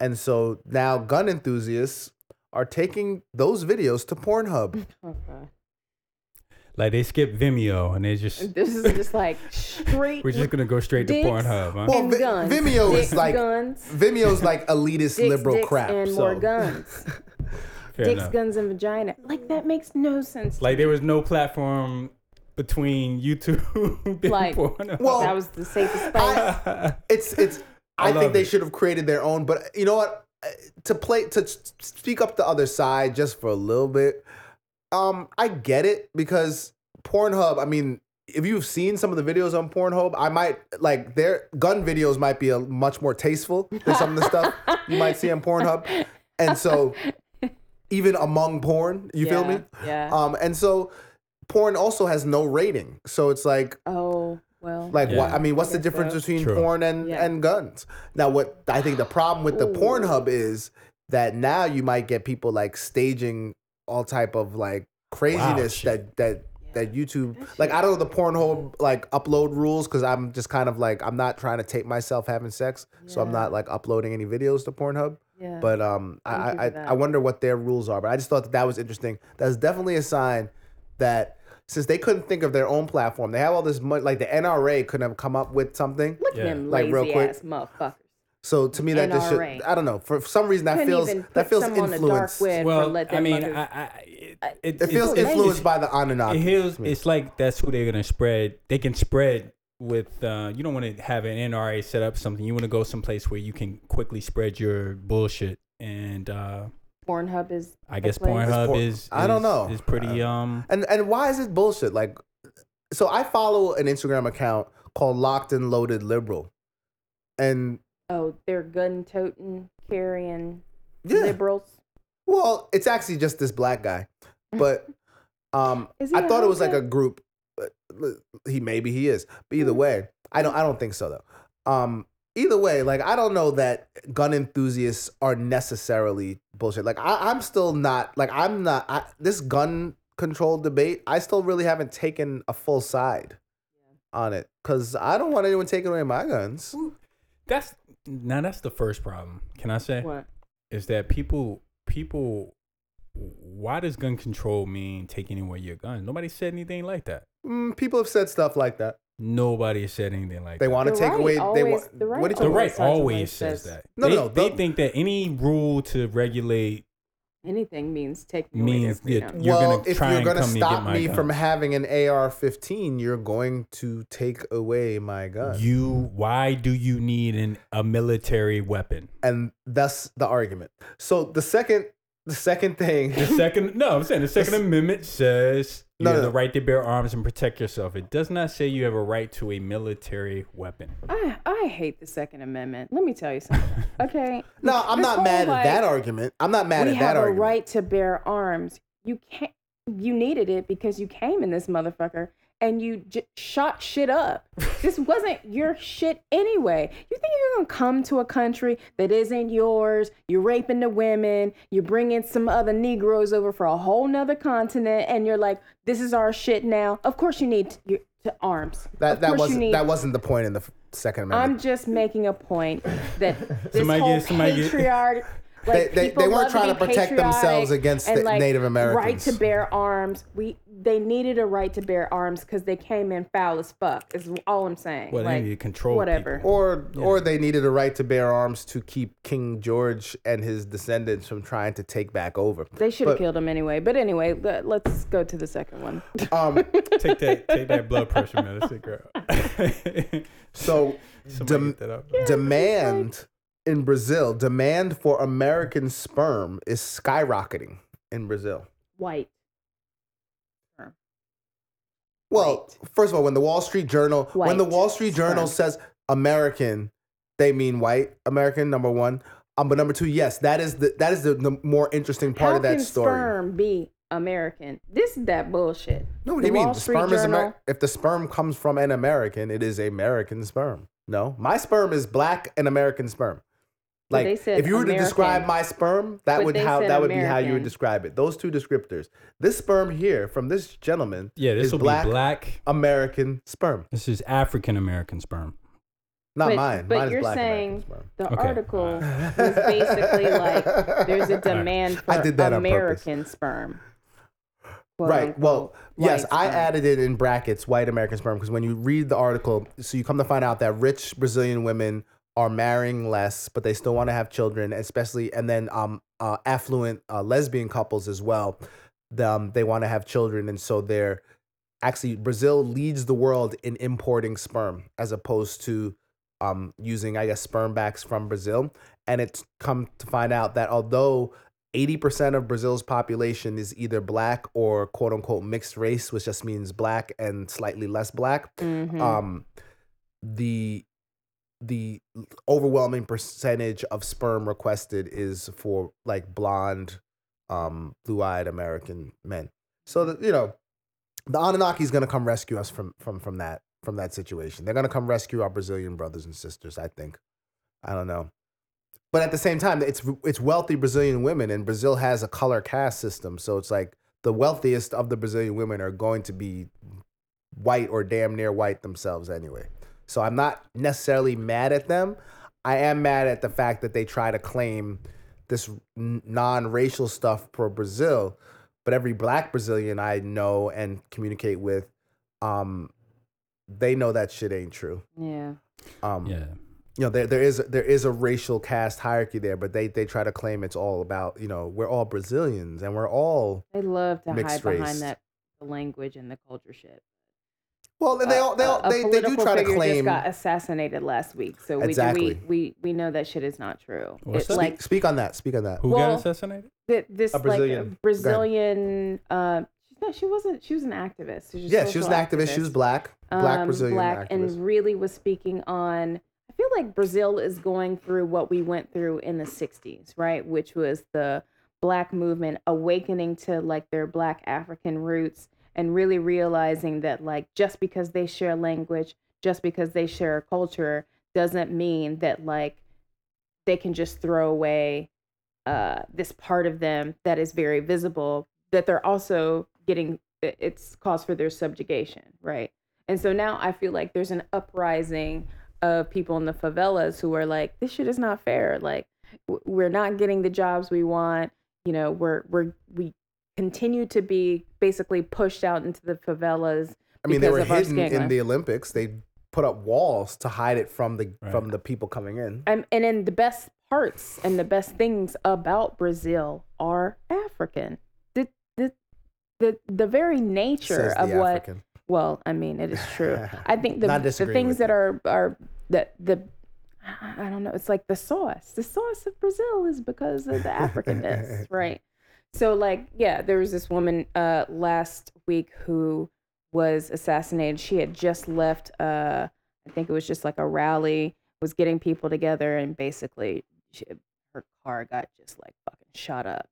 Speaker 4: and so now gun enthusiasts are taking those videos to
Speaker 5: [LAUGHS]
Speaker 4: Pornhub.
Speaker 5: Oh, God.
Speaker 1: like they skip Vimeo and they just
Speaker 5: This is just like straight.
Speaker 1: we're just gonna go straight to
Speaker 5: dicks.
Speaker 1: Pornhub. Huh?
Speaker 4: Well,
Speaker 5: and
Speaker 4: Vi-
Speaker 5: guns.
Speaker 4: Vimeo is
Speaker 5: Dicks,
Speaker 4: like-
Speaker 5: guns,
Speaker 4: Vimeo's like elitist
Speaker 5: dicks,
Speaker 4: liberal
Speaker 5: dicks,
Speaker 4: crap.
Speaker 5: and
Speaker 4: so. [LAUGHS]
Speaker 5: more guns.
Speaker 1: Fair
Speaker 5: dicks,
Speaker 1: enough.
Speaker 5: guns, and vagina. Like that makes no sense. to
Speaker 1: Like there was no platform between [LAUGHS] YouTube and
Speaker 5: Like-
Speaker 1: Pornhub.
Speaker 5: me.
Speaker 4: Well,
Speaker 5: that was the safest thing.
Speaker 1: [LAUGHS]
Speaker 4: It's it's.
Speaker 1: I
Speaker 4: I,
Speaker 1: love
Speaker 4: think they
Speaker 1: it.
Speaker 4: should have created their own. But you know what? Uh, To play to s- speak up the other side just for a little bit. Um, I get it because Pornhub. I mean, if you've seen some of the videos on Pornhub, I might like their gun videos might be a, much more tasteful than some of the stuff you might see on Pornhub, and so even among porn, you feel me?
Speaker 5: Yeah.
Speaker 4: Um, and so porn also has no rating, so it's like
Speaker 5: oh well.
Speaker 4: like what?
Speaker 1: Yeah.
Speaker 4: I mean, what's the difference between
Speaker 1: True.
Speaker 4: porn and,
Speaker 5: Yeah.
Speaker 4: and guns? Now, what I think the problem with the
Speaker 5: Ooh.
Speaker 4: Pornhub is that now you might get people like staging all type of like craziness
Speaker 1: Wow,
Speaker 4: that that that YouTube like I don't know the Pornhub like upload rules because I'm just kind of like I'm not trying to tape myself having sex, so I'm
Speaker 5: Yeah.
Speaker 4: not like uploading any videos to Pornhub.
Speaker 5: Yeah.
Speaker 4: But um, I
Speaker 5: Thank you
Speaker 4: I,
Speaker 5: for
Speaker 4: I
Speaker 5: that.
Speaker 4: I wonder what their rules are. But I just thought that that was interesting. That's definitely a sign that since they couldn't think of their own platform, they have all this money. Like the NRA couldn't have come up with something.
Speaker 5: Look
Speaker 1: Yeah.
Speaker 5: at them
Speaker 4: Like,
Speaker 5: lazy
Speaker 4: real quick.
Speaker 5: ass motherfuckers.
Speaker 4: So to me, that just should,
Speaker 5: NRA.
Speaker 4: I don't know. For some reason, that
Speaker 5: Couldn't
Speaker 4: feels
Speaker 5: even
Speaker 4: that
Speaker 5: put
Speaker 4: feels
Speaker 5: someone on the dark
Speaker 4: influenced.
Speaker 5: web.
Speaker 4: It
Speaker 5: for
Speaker 1: Well,
Speaker 5: let
Speaker 1: I
Speaker 5: them
Speaker 1: mean,
Speaker 5: fuckers-
Speaker 1: I, I, it,
Speaker 4: feels
Speaker 1: it's-
Speaker 4: influenced by the Anunnaki.
Speaker 1: It feels
Speaker 4: to me.
Speaker 1: it's like that's who they're gonna spread. They can spread with uh, you don't want to have an NRA set up something. You want to go someplace where you can quickly spread your bullshit. And uh,
Speaker 5: Pornhub is.
Speaker 1: I
Speaker 5: a
Speaker 1: guess
Speaker 5: place.
Speaker 1: Pornhub
Speaker 4: por-
Speaker 1: is,
Speaker 4: I don't
Speaker 1: is-
Speaker 4: know.
Speaker 1: is pretty um
Speaker 4: And and why is it bullshit? Like, so I follow an Instagram account called Locked and Loaded Liberal, and
Speaker 5: Oh, they're gun toting, carrying
Speaker 4: yeah,
Speaker 5: liberals.
Speaker 4: well, it's actually just this black
Speaker 5: [LAUGHS]
Speaker 4: guy, but um,
Speaker 5: Is he
Speaker 4: I
Speaker 5: a
Speaker 4: thought it was like a
Speaker 5: hooker?
Speaker 4: group. but He maybe he is, but
Speaker 5: Hmm.
Speaker 4: either way, I don't. I don't think so though. Um, either way, like I don't know that gun enthusiasts are necessarily bullshit. Like I, I'm still not. Like I'm not. I, this gun control debate, I still really haven't taken a full side on it because I don't want anyone taking away my guns.
Speaker 1: that's now that's the first problem. Can I say?
Speaker 5: What?
Speaker 1: is that people people why does gun control mean taking away your gun? Nobody said anything like that.
Speaker 4: Mm, people have said stuff like that.
Speaker 1: Nobody said anything like
Speaker 4: They
Speaker 1: that.
Speaker 4: want to
Speaker 5: The
Speaker 4: take
Speaker 5: right
Speaker 4: away. they
Speaker 5: always-
Speaker 4: want.
Speaker 5: the right
Speaker 4: what did
Speaker 1: the
Speaker 4: you?
Speaker 5: always-
Speaker 1: right
Speaker 5: says what
Speaker 1: always
Speaker 5: it
Speaker 1: says
Speaker 5: says.
Speaker 1: that.
Speaker 4: No,
Speaker 1: they,
Speaker 4: no,
Speaker 1: they
Speaker 4: the-
Speaker 1: think that any rule to regulate
Speaker 5: Anything means taking
Speaker 1: Means
Speaker 5: away their
Speaker 1: that
Speaker 5: freedom.
Speaker 1: You're
Speaker 4: well,
Speaker 1: gonna
Speaker 4: if
Speaker 1: try
Speaker 4: you're
Speaker 1: and
Speaker 4: gonna
Speaker 1: come and get
Speaker 4: stop
Speaker 1: my
Speaker 4: me
Speaker 1: gun.
Speaker 4: from having an AR-15, you're going to take away my gun,
Speaker 1: you why do you need an a military weapon?
Speaker 4: and that's the argument. So the second, the second thing, [LAUGHS]
Speaker 1: The second no, I'm saying the second amendment says you
Speaker 4: No,
Speaker 1: have
Speaker 4: no,
Speaker 1: the
Speaker 4: no.
Speaker 1: right to bear arms and protect yourself. It does not say you have a right to a military weapon.
Speaker 5: I, I hate the Second Amendment. Let me tell
Speaker 1: [LAUGHS]
Speaker 5: you something. Okay.
Speaker 4: no, I'm
Speaker 5: This
Speaker 4: not
Speaker 5: whole,
Speaker 4: mad at
Speaker 5: like,
Speaker 4: that argument. I'm not mad
Speaker 5: we
Speaker 4: at
Speaker 5: have
Speaker 4: that
Speaker 5: a
Speaker 4: argument.
Speaker 5: right to bear arms. You can't. You needed it because you came in this motherfucker and you j- shot
Speaker 4: [LAUGHS]
Speaker 5: shit up. this wasn't your shit anyway. You think you're gonna come to a country that isn't yours? You're raping the women. You're bringing some other Negroes over for a whole nother continent, and you're like, "This is our shit now." Of course, you need to, you, to arms.
Speaker 4: That
Speaker 5: Of
Speaker 4: that
Speaker 5: course you
Speaker 4: wasn't
Speaker 5: need-
Speaker 4: that wasn't the point in the f- Second Amendment.
Speaker 5: I'm just making a point
Speaker 1: [LAUGHS]
Speaker 5: that this
Speaker 1: Somebody
Speaker 5: whole
Speaker 1: get- somebody get- [LAUGHS]
Speaker 5: patriarch.
Speaker 4: They-
Speaker 5: Like
Speaker 4: they-
Speaker 5: people
Speaker 4: they weren't
Speaker 5: love
Speaker 4: trying to
Speaker 5: be
Speaker 4: protect themselves
Speaker 5: patriotic
Speaker 4: against
Speaker 5: and,
Speaker 4: the
Speaker 5: like,
Speaker 4: Native
Speaker 5: Right
Speaker 4: Americans.
Speaker 5: to bear arms. We they needed a right to bear arms because they came in foul as fuck. Is all I'm saying.
Speaker 1: Well, they
Speaker 5: like
Speaker 1: need to control
Speaker 5: whatever.
Speaker 4: or or they needed a right to bear arms to keep King George and his descendants from trying to take back over.
Speaker 5: They should have
Speaker 4: But-
Speaker 5: killed him anyway. But anyway, let, let's go to the second one. [LAUGHS]
Speaker 4: Um,
Speaker 1: Take that take that blood pressure medicine, girl. [LAUGHS]
Speaker 4: so
Speaker 1: Somebody
Speaker 4: dem-
Speaker 1: get that up.
Speaker 4: demand in Brazil, demand for American sperm is skyrocketing in Brazil.
Speaker 5: White.
Speaker 4: Well, first of all, when the Wall Street Journal when the
Speaker 5: White
Speaker 4: Wall Street Journal
Speaker 5: sperm.
Speaker 4: says American, they mean white American. Number one, um, but number two, yes, that is the that is the, the more interesting part
Speaker 5: How
Speaker 4: of that
Speaker 5: can
Speaker 4: story.
Speaker 5: sperm be American? This is that bullshit.
Speaker 4: No, what do
Speaker 5: The
Speaker 4: you mean?
Speaker 5: Wall
Speaker 4: The
Speaker 5: Street
Speaker 4: sperm is
Speaker 5: Journal-
Speaker 4: Amer- if the sperm comes from an American, it is American sperm. No, my sperm is black and American sperm.
Speaker 5: But
Speaker 4: Like
Speaker 5: they said
Speaker 4: if you were to describe
Speaker 5: American.
Speaker 4: my sperm, that
Speaker 5: But
Speaker 4: would
Speaker 5: they
Speaker 4: how
Speaker 5: said
Speaker 4: that would be how you would
Speaker 5: American.
Speaker 4: describe it. Those two descriptors. This sperm here from this gentleman
Speaker 1: Yeah, this
Speaker 4: is
Speaker 1: will
Speaker 4: black,
Speaker 1: be black.
Speaker 4: American sperm.
Speaker 1: This is African American sperm.
Speaker 4: Not
Speaker 5: But-
Speaker 4: mine.
Speaker 5: But
Speaker 4: mine
Speaker 5: you're
Speaker 4: is black
Speaker 5: saying
Speaker 4: American
Speaker 5: the
Speaker 1: Okay. Uh,
Speaker 5: article
Speaker 4: sperm.
Speaker 5: was
Speaker 4: [LAUGHS]
Speaker 5: basically like there's a demand for
Speaker 4: I did that on purpose.
Speaker 5: American sperm. quote
Speaker 4: right. well,
Speaker 5: unquote,
Speaker 4: yes,
Speaker 5: white
Speaker 4: I
Speaker 5: sperm.
Speaker 4: added it in brackets white American sperm because when you read the article, so you come to find out that rich Brazilian women are marrying less, but they still want to have children, especially and then um uh, affluent uh, lesbian couples as well. The, um, they want to have children, and so they're actually Brazil leads the world in importing sperm as opposed to um, using, I guess, sperm backs from Brazil. And it's come to find out that although 80% of Brazil's population is either black or quote unquote mixed race, which just means black and slightly less black,
Speaker 5: Mhm.
Speaker 4: um, the the overwhelming percentage of sperm requested is for like blonde, um, blue-eyed American men. So that you know, the Anunnaki is going to come rescue us from from from that from that situation. They're going to come rescue our Brazilian brothers and sisters. I think. I don't know, but at the same time, it's it's wealthy Brazilian women, and Brazil has a color caste system, so it's like the wealthiest of the Brazilian women are going to be white or damn near white themselves anyway. So I'm not necessarily mad at them. I am mad at the fact that they try to claim this n- non-racial stuff for Brazil, but every black Brazilian I know and communicate with um they know that shit ain't true.
Speaker 5: Mm-hmm. Yeah.
Speaker 4: Um
Speaker 1: Yeah.
Speaker 4: you know there, there is there is a racial caste hierarchy there but they they try to claim it's all about you know we're all brazilians and we're all
Speaker 5: They love to hide
Speaker 4: Mixed race.
Speaker 5: behind that language and the culture shit.
Speaker 4: well and they
Speaker 5: a-
Speaker 4: all they
Speaker 5: a-
Speaker 4: all,
Speaker 5: a
Speaker 4: they, they do
Speaker 5: political
Speaker 4: try to
Speaker 5: figure
Speaker 4: claim
Speaker 5: Just got assassinated last week, so we,
Speaker 4: Exactly.
Speaker 5: do- we we we know that shit is not true.
Speaker 1: What's
Speaker 5: it's
Speaker 1: that?
Speaker 5: like
Speaker 4: speak on that speak on that
Speaker 1: Who
Speaker 5: Well-
Speaker 1: got assassinated?
Speaker 5: th- this
Speaker 4: A Brazilian. Go
Speaker 5: like
Speaker 4: ahead.
Speaker 5: a Brazilian. Uh, no, she wasn't. She was an activist. She was a
Speaker 4: yeah she was an
Speaker 5: social
Speaker 4: activist she was black black
Speaker 5: um,
Speaker 4: brazilian
Speaker 5: black
Speaker 4: activist
Speaker 5: and really was speaking on i feel like brazil is going through what we went through in the 60s right which was the black movement awakening to like their black african roots and really realizing that like just because they share language just because they share a culture doesn't mean that like they can just throw away uh, this part of them that is very visible that they're also getting it- it's cause for their subjugation right and so now i feel like there's an uprising of people in the favelas who are like this shit is not fair like w- we're not getting the jobs we want you know we're we're we continue to be basically pushed out into the favelas
Speaker 4: i mean they
Speaker 5: because
Speaker 4: were
Speaker 5: of our
Speaker 4: hidden
Speaker 5: skin
Speaker 4: in
Speaker 5: color.
Speaker 4: the olympics they put up walls to hide it from the
Speaker 1: Right.
Speaker 4: from the people coming in
Speaker 5: and, and then the best parts and the best things about Brazil are African. The the the, the very nature
Speaker 4: says the
Speaker 5: of what
Speaker 4: African.
Speaker 5: well, I mean, it is true.
Speaker 4: [LAUGHS]
Speaker 5: I think the,
Speaker 4: Not
Speaker 5: the
Speaker 4: disagreeing
Speaker 5: things
Speaker 4: with
Speaker 5: that
Speaker 4: you.
Speaker 5: are are that the I don't know. It's like the sauce. The sauce of Brazil is because of
Speaker 4: [LAUGHS]
Speaker 5: the Africanness, right? So, like, yeah, there was this woman uh, last week who was assassinated. She had just left. Uh, I think it was just like a rally. Was getting people together, and basically, she, her car got just like fucking shot up.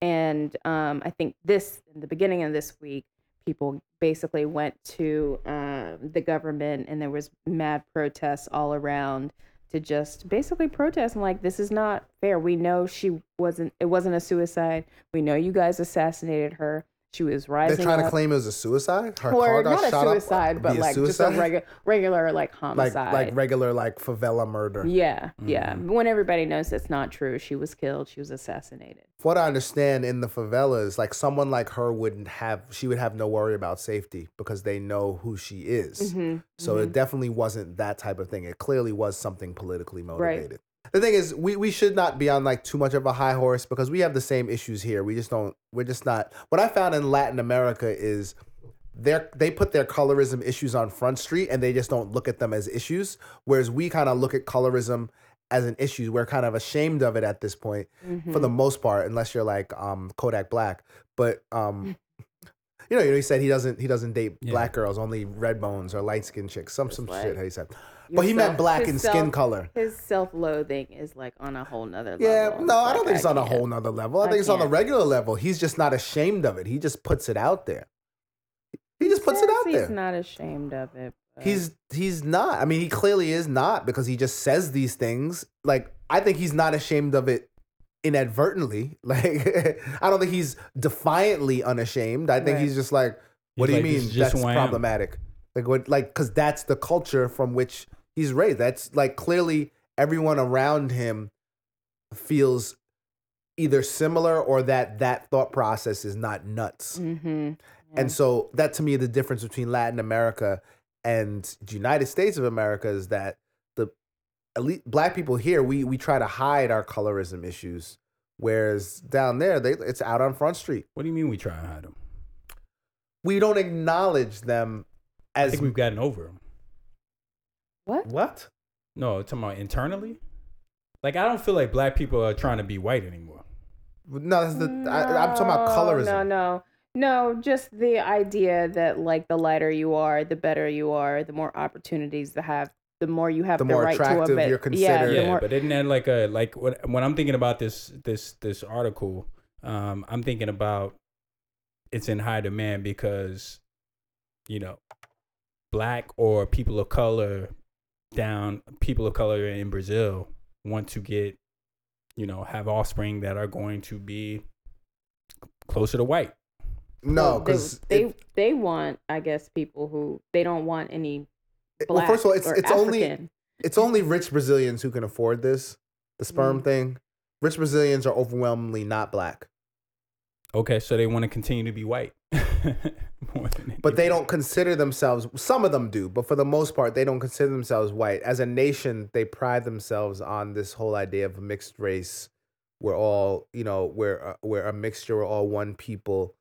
Speaker 5: And um, I think this in the beginning of this week, people basically went to um, the government and there was mad protests all around to just basically protest and like this is not fair we know she wasn't it wasn't a suicide we know you guys assassinated her she was
Speaker 4: they're
Speaker 5: rising
Speaker 4: trying to
Speaker 5: up.
Speaker 4: claim it was a suicide her car
Speaker 5: or
Speaker 4: got
Speaker 5: not a
Speaker 4: shot up,
Speaker 5: suicide but
Speaker 4: be a
Speaker 5: like just
Speaker 4: suicide?
Speaker 5: a regular regular like
Speaker 4: [LAUGHS] like Mm.
Speaker 5: homicide
Speaker 4: like regular like favela murder
Speaker 5: yeah yeah when everybody knows that's not true she was killed she was assassinated
Speaker 4: from what I understand in the favelas, like someone like her wouldn't have, she would have no worry about safety because they know who she is. So it definitely wasn't that type of thing. It clearly was something politically motivated. The thing is, we, we should not be on like too much of a high horse because we have the same issues here. We just don't, we're just not. What I found in Latin America is they're, they put their colorism issues on front street and they just don't look at them as issues. Whereas we kind of look at colorism as an issue. We're kind of ashamed of it at this point
Speaker 5: Mm-hmm.
Speaker 4: for the most part, unless you're like um, Kodak Black. But um, [LAUGHS] you know, you know, he said he doesn't he doesn't date
Speaker 1: Yeah.
Speaker 4: black girls, only red bones or light skinned chicks. Some some
Speaker 5: like
Speaker 4: shit how he said. But he meant
Speaker 5: Yourself-
Speaker 4: black in skin
Speaker 5: yourself-
Speaker 4: color.
Speaker 5: his self-loathing is like on a whole nother
Speaker 4: Yeah,
Speaker 5: level
Speaker 4: no, I don't
Speaker 5: Like,
Speaker 4: think it's on a
Speaker 5: can't.
Speaker 4: whole nother level. I,
Speaker 5: I
Speaker 4: think it's on a
Speaker 5: can't.
Speaker 4: regular level. He's just not ashamed of it. He just puts it out there. He just puts it
Speaker 5: says
Speaker 4: out
Speaker 5: he's
Speaker 4: there.
Speaker 5: not ashamed of it. but-
Speaker 4: He's he's not. I mean, he clearly is not because he just says these things. Like I think he's not ashamed of it inadvertently. [LAUGHS] Like I don't think he's defiantly unashamed. I think
Speaker 5: Right.
Speaker 4: he's just like, what
Speaker 1: He's
Speaker 4: do
Speaker 1: like,
Speaker 4: you
Speaker 1: "This
Speaker 4: mean
Speaker 1: is just
Speaker 4: that's
Speaker 1: who I am."
Speaker 4: problematic? Like what? Like because that's the culture from which he's raised. That's like clearly everyone around him feels either similar or that that thought process is not nuts.
Speaker 5: Mhm.
Speaker 4: And so that to me the difference between Latin America and the United States of America is that the elite black people here we we try to hide our colorism issues whereas down there they it's out on front street.
Speaker 1: What do you mean we try and hide them?
Speaker 4: We don't acknowledge them
Speaker 1: I
Speaker 4: as
Speaker 1: think we've gotten over them.
Speaker 5: What?
Speaker 4: what?
Speaker 1: No, talking about internally. Like I don't feel like black people are trying to be white anymore.
Speaker 4: No, that's the I, I'm talking about
Speaker 5: No,
Speaker 4: colorism.
Speaker 5: No, no. No, just the idea that like the lighter you are, the better you are, the more opportunities to have, the more you have
Speaker 4: The
Speaker 5: the,
Speaker 4: more
Speaker 5: right to
Speaker 4: attractive
Speaker 5: a bit.
Speaker 4: you're
Speaker 5: Yeah,
Speaker 4: considered.
Speaker 5: the
Speaker 1: yeah,
Speaker 5: more,
Speaker 1: but isn't that like a like when, when I'm thinking about this this this article, um, I'm thinking about it's in high demand because you know black or people of color down people of color in Brazil want to get you know have offspring that are going to be closer to white
Speaker 4: No,
Speaker 5: Well, they-
Speaker 4: because
Speaker 5: they, they want, I guess, people who they don't want any black
Speaker 4: well, first of all, it's
Speaker 5: or
Speaker 4: it's only
Speaker 5: African.
Speaker 4: it's only rich Brazilians who can afford this. The
Speaker 5: Mm.
Speaker 4: sperm thing. Rich Brazilians are overwhelmingly not black,
Speaker 1: Okay, so they want to continue to be white. [LAUGHS] More than
Speaker 4: but they don't consider themselves. Some of them do, but for the most part, they don't consider themselves white. As a nation, they pride themselves on this whole idea of mixed race. We're all, you know, we're uh, we're a mixture. We're all one people.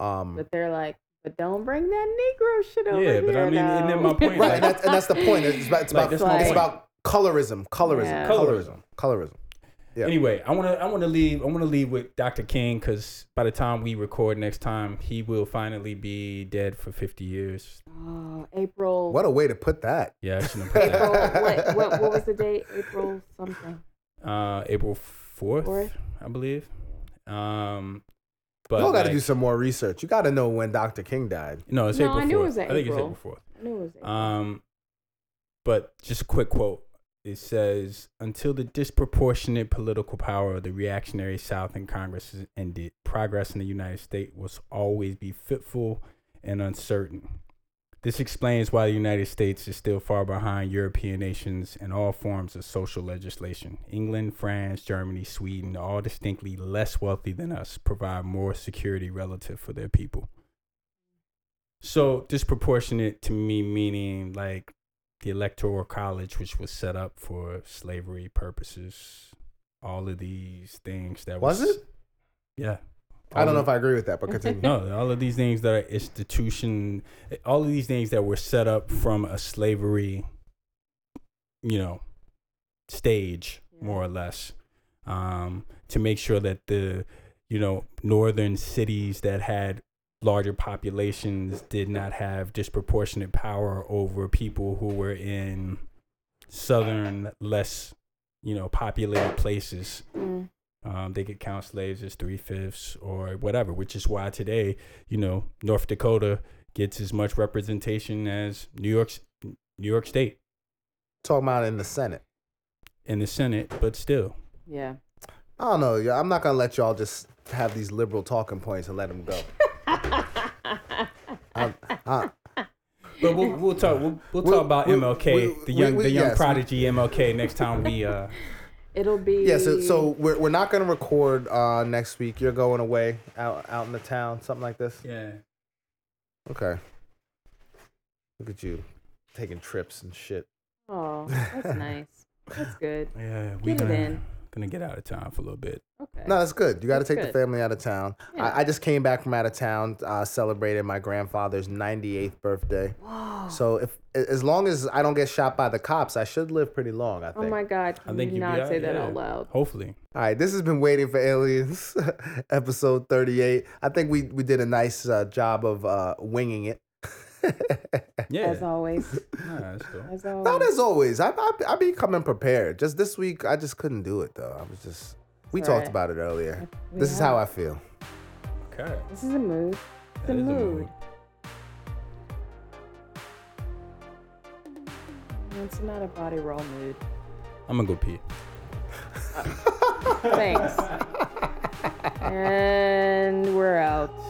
Speaker 4: Um,
Speaker 5: But they're like, but don't bring that Negro shit over
Speaker 1: Yeah,
Speaker 5: here.
Speaker 1: but I mean,
Speaker 5: though."
Speaker 1: isn't that my point?
Speaker 4: [LAUGHS] right, and that's, and that's the point. It's about it's
Speaker 1: Like,
Speaker 4: about,
Speaker 1: that's
Speaker 5: my
Speaker 4: it's
Speaker 5: point.
Speaker 4: about colorism, colorism,
Speaker 5: Yeah.
Speaker 4: colorism, colorism. Yeah.
Speaker 1: Anyway, I want to I want to leave I want to leave with Dr. King because by the time we record next time, he will finally be dead for fifty years.
Speaker 5: Oh, April.
Speaker 4: What a way to put that.
Speaker 1: Yeah, I shouldn't have put
Speaker 5: [LAUGHS]
Speaker 4: [LAUGHS]
Speaker 5: April
Speaker 1: that.
Speaker 5: what, what, what was the date? April something.
Speaker 1: Uh, April fourth,
Speaker 5: Fourth.
Speaker 1: I believe. Um, but
Speaker 4: you all got to
Speaker 1: like-
Speaker 4: do some more research. You got to know when Dr. King died.
Speaker 1: No, it's
Speaker 5: No,
Speaker 1: April
Speaker 5: I knew it
Speaker 1: 4th.
Speaker 5: was
Speaker 1: I think it's
Speaker 5: April.
Speaker 1: April fourth.
Speaker 5: I knew it was April.
Speaker 1: Um, but just a quick quote. It says, "Until the disproportionate political power of the reactionary South in Congress is ended, progress in the United States will always be fitful and uncertain. This explains why the United States is still far behind European nations in all forms of social legislation. England, France, Germany, Sweden, all distinctly less wealthy than us, provide more security relative for their people." So disproportionate to me meaning like the electoral college, which was set up for slavery purposes. All of these things that
Speaker 4: Was it?
Speaker 1: Yeah.
Speaker 4: I
Speaker 1: Um,
Speaker 4: don't know if I agree with that, but continue.
Speaker 5: [LAUGHS]
Speaker 1: No, all of these things that are institution, all of these things that were set up from a slavery, you know, stage more or less, um, to make sure that the, you know, northern cities that had larger populations did not have disproportionate power over people who were in southern, less, you know, populated places.
Speaker 5: Mm.
Speaker 1: Um, they could count slaves as three fifths or whatever, which is why today, you know, North Dakota gets as much representation as New York's New York State
Speaker 4: Talking about in the Senate.
Speaker 1: in the Senate, but still.
Speaker 5: yeah.
Speaker 4: I don't know. y'all. I'm not gonna let y'all just have these liberal talking points and let them go. I'm- I-
Speaker 1: But we'll, we'll talk. We'll, we'll
Speaker 4: We'll-
Speaker 1: talk about
Speaker 4: we'll-
Speaker 1: MLK,
Speaker 4: we-
Speaker 1: the
Speaker 4: we-
Speaker 1: young,
Speaker 4: we-
Speaker 1: the young
Speaker 4: yes.
Speaker 1: prodigy MLK. Next time we, uh, [LAUGHS]
Speaker 5: It'll be.
Speaker 4: yeah. So, so we're, we're not gonna record uh, next week. You're going away out out in the town, something like this.
Speaker 1: yeah,
Speaker 4: Okay. Look at you, taking trips and shit.
Speaker 5: Oh,
Speaker 4: [LAUGHS]
Speaker 5: that's nice. That's good.
Speaker 1: yeah, we're
Speaker 5: Get it
Speaker 1: gonna,
Speaker 5: in.
Speaker 1: gonna get out of town for a little bit.
Speaker 5: Okay.
Speaker 4: No, that's good. You got to
Speaker 5: That's
Speaker 4: take the
Speaker 5: good.
Speaker 4: family out of town.
Speaker 5: Yeah.
Speaker 4: I, I just came back from out of town, uh, celebrating my grandfather's 98th birthday.
Speaker 5: Whoa.
Speaker 4: So if a- as long as I don't get shot by the cops, I should live pretty long. I
Speaker 5: Oh
Speaker 4: think.
Speaker 5: my God!
Speaker 1: I
Speaker 5: Can
Speaker 1: think
Speaker 5: you
Speaker 1: you'd
Speaker 5: not
Speaker 1: be out,
Speaker 5: say that
Speaker 1: yeah.
Speaker 5: out loud?
Speaker 1: Hopefully,
Speaker 4: All right, this has been waiting for aliens, [LAUGHS] episode 38. I think we we did a nice uh, job of uh, winging it.
Speaker 1: yeah.
Speaker 5: As always,
Speaker 1: Nah, that's cool.
Speaker 4: [LAUGHS]
Speaker 5: as always.
Speaker 4: Not as always. I, I I be coming prepared. Just this week, I just couldn't do it though. I was just. We talked
Speaker 5: Right.
Speaker 4: about it earlier.
Speaker 5: We
Speaker 4: this is
Speaker 5: have.
Speaker 4: how I feel.
Speaker 1: Okay,
Speaker 5: This is a mood. It's a
Speaker 1: that is a
Speaker 5: mood.
Speaker 1: mood.
Speaker 5: It's not a body roll mood.
Speaker 1: I'm gonna go pee.
Speaker 4: [LAUGHS]
Speaker 5: Thanks. and we're out.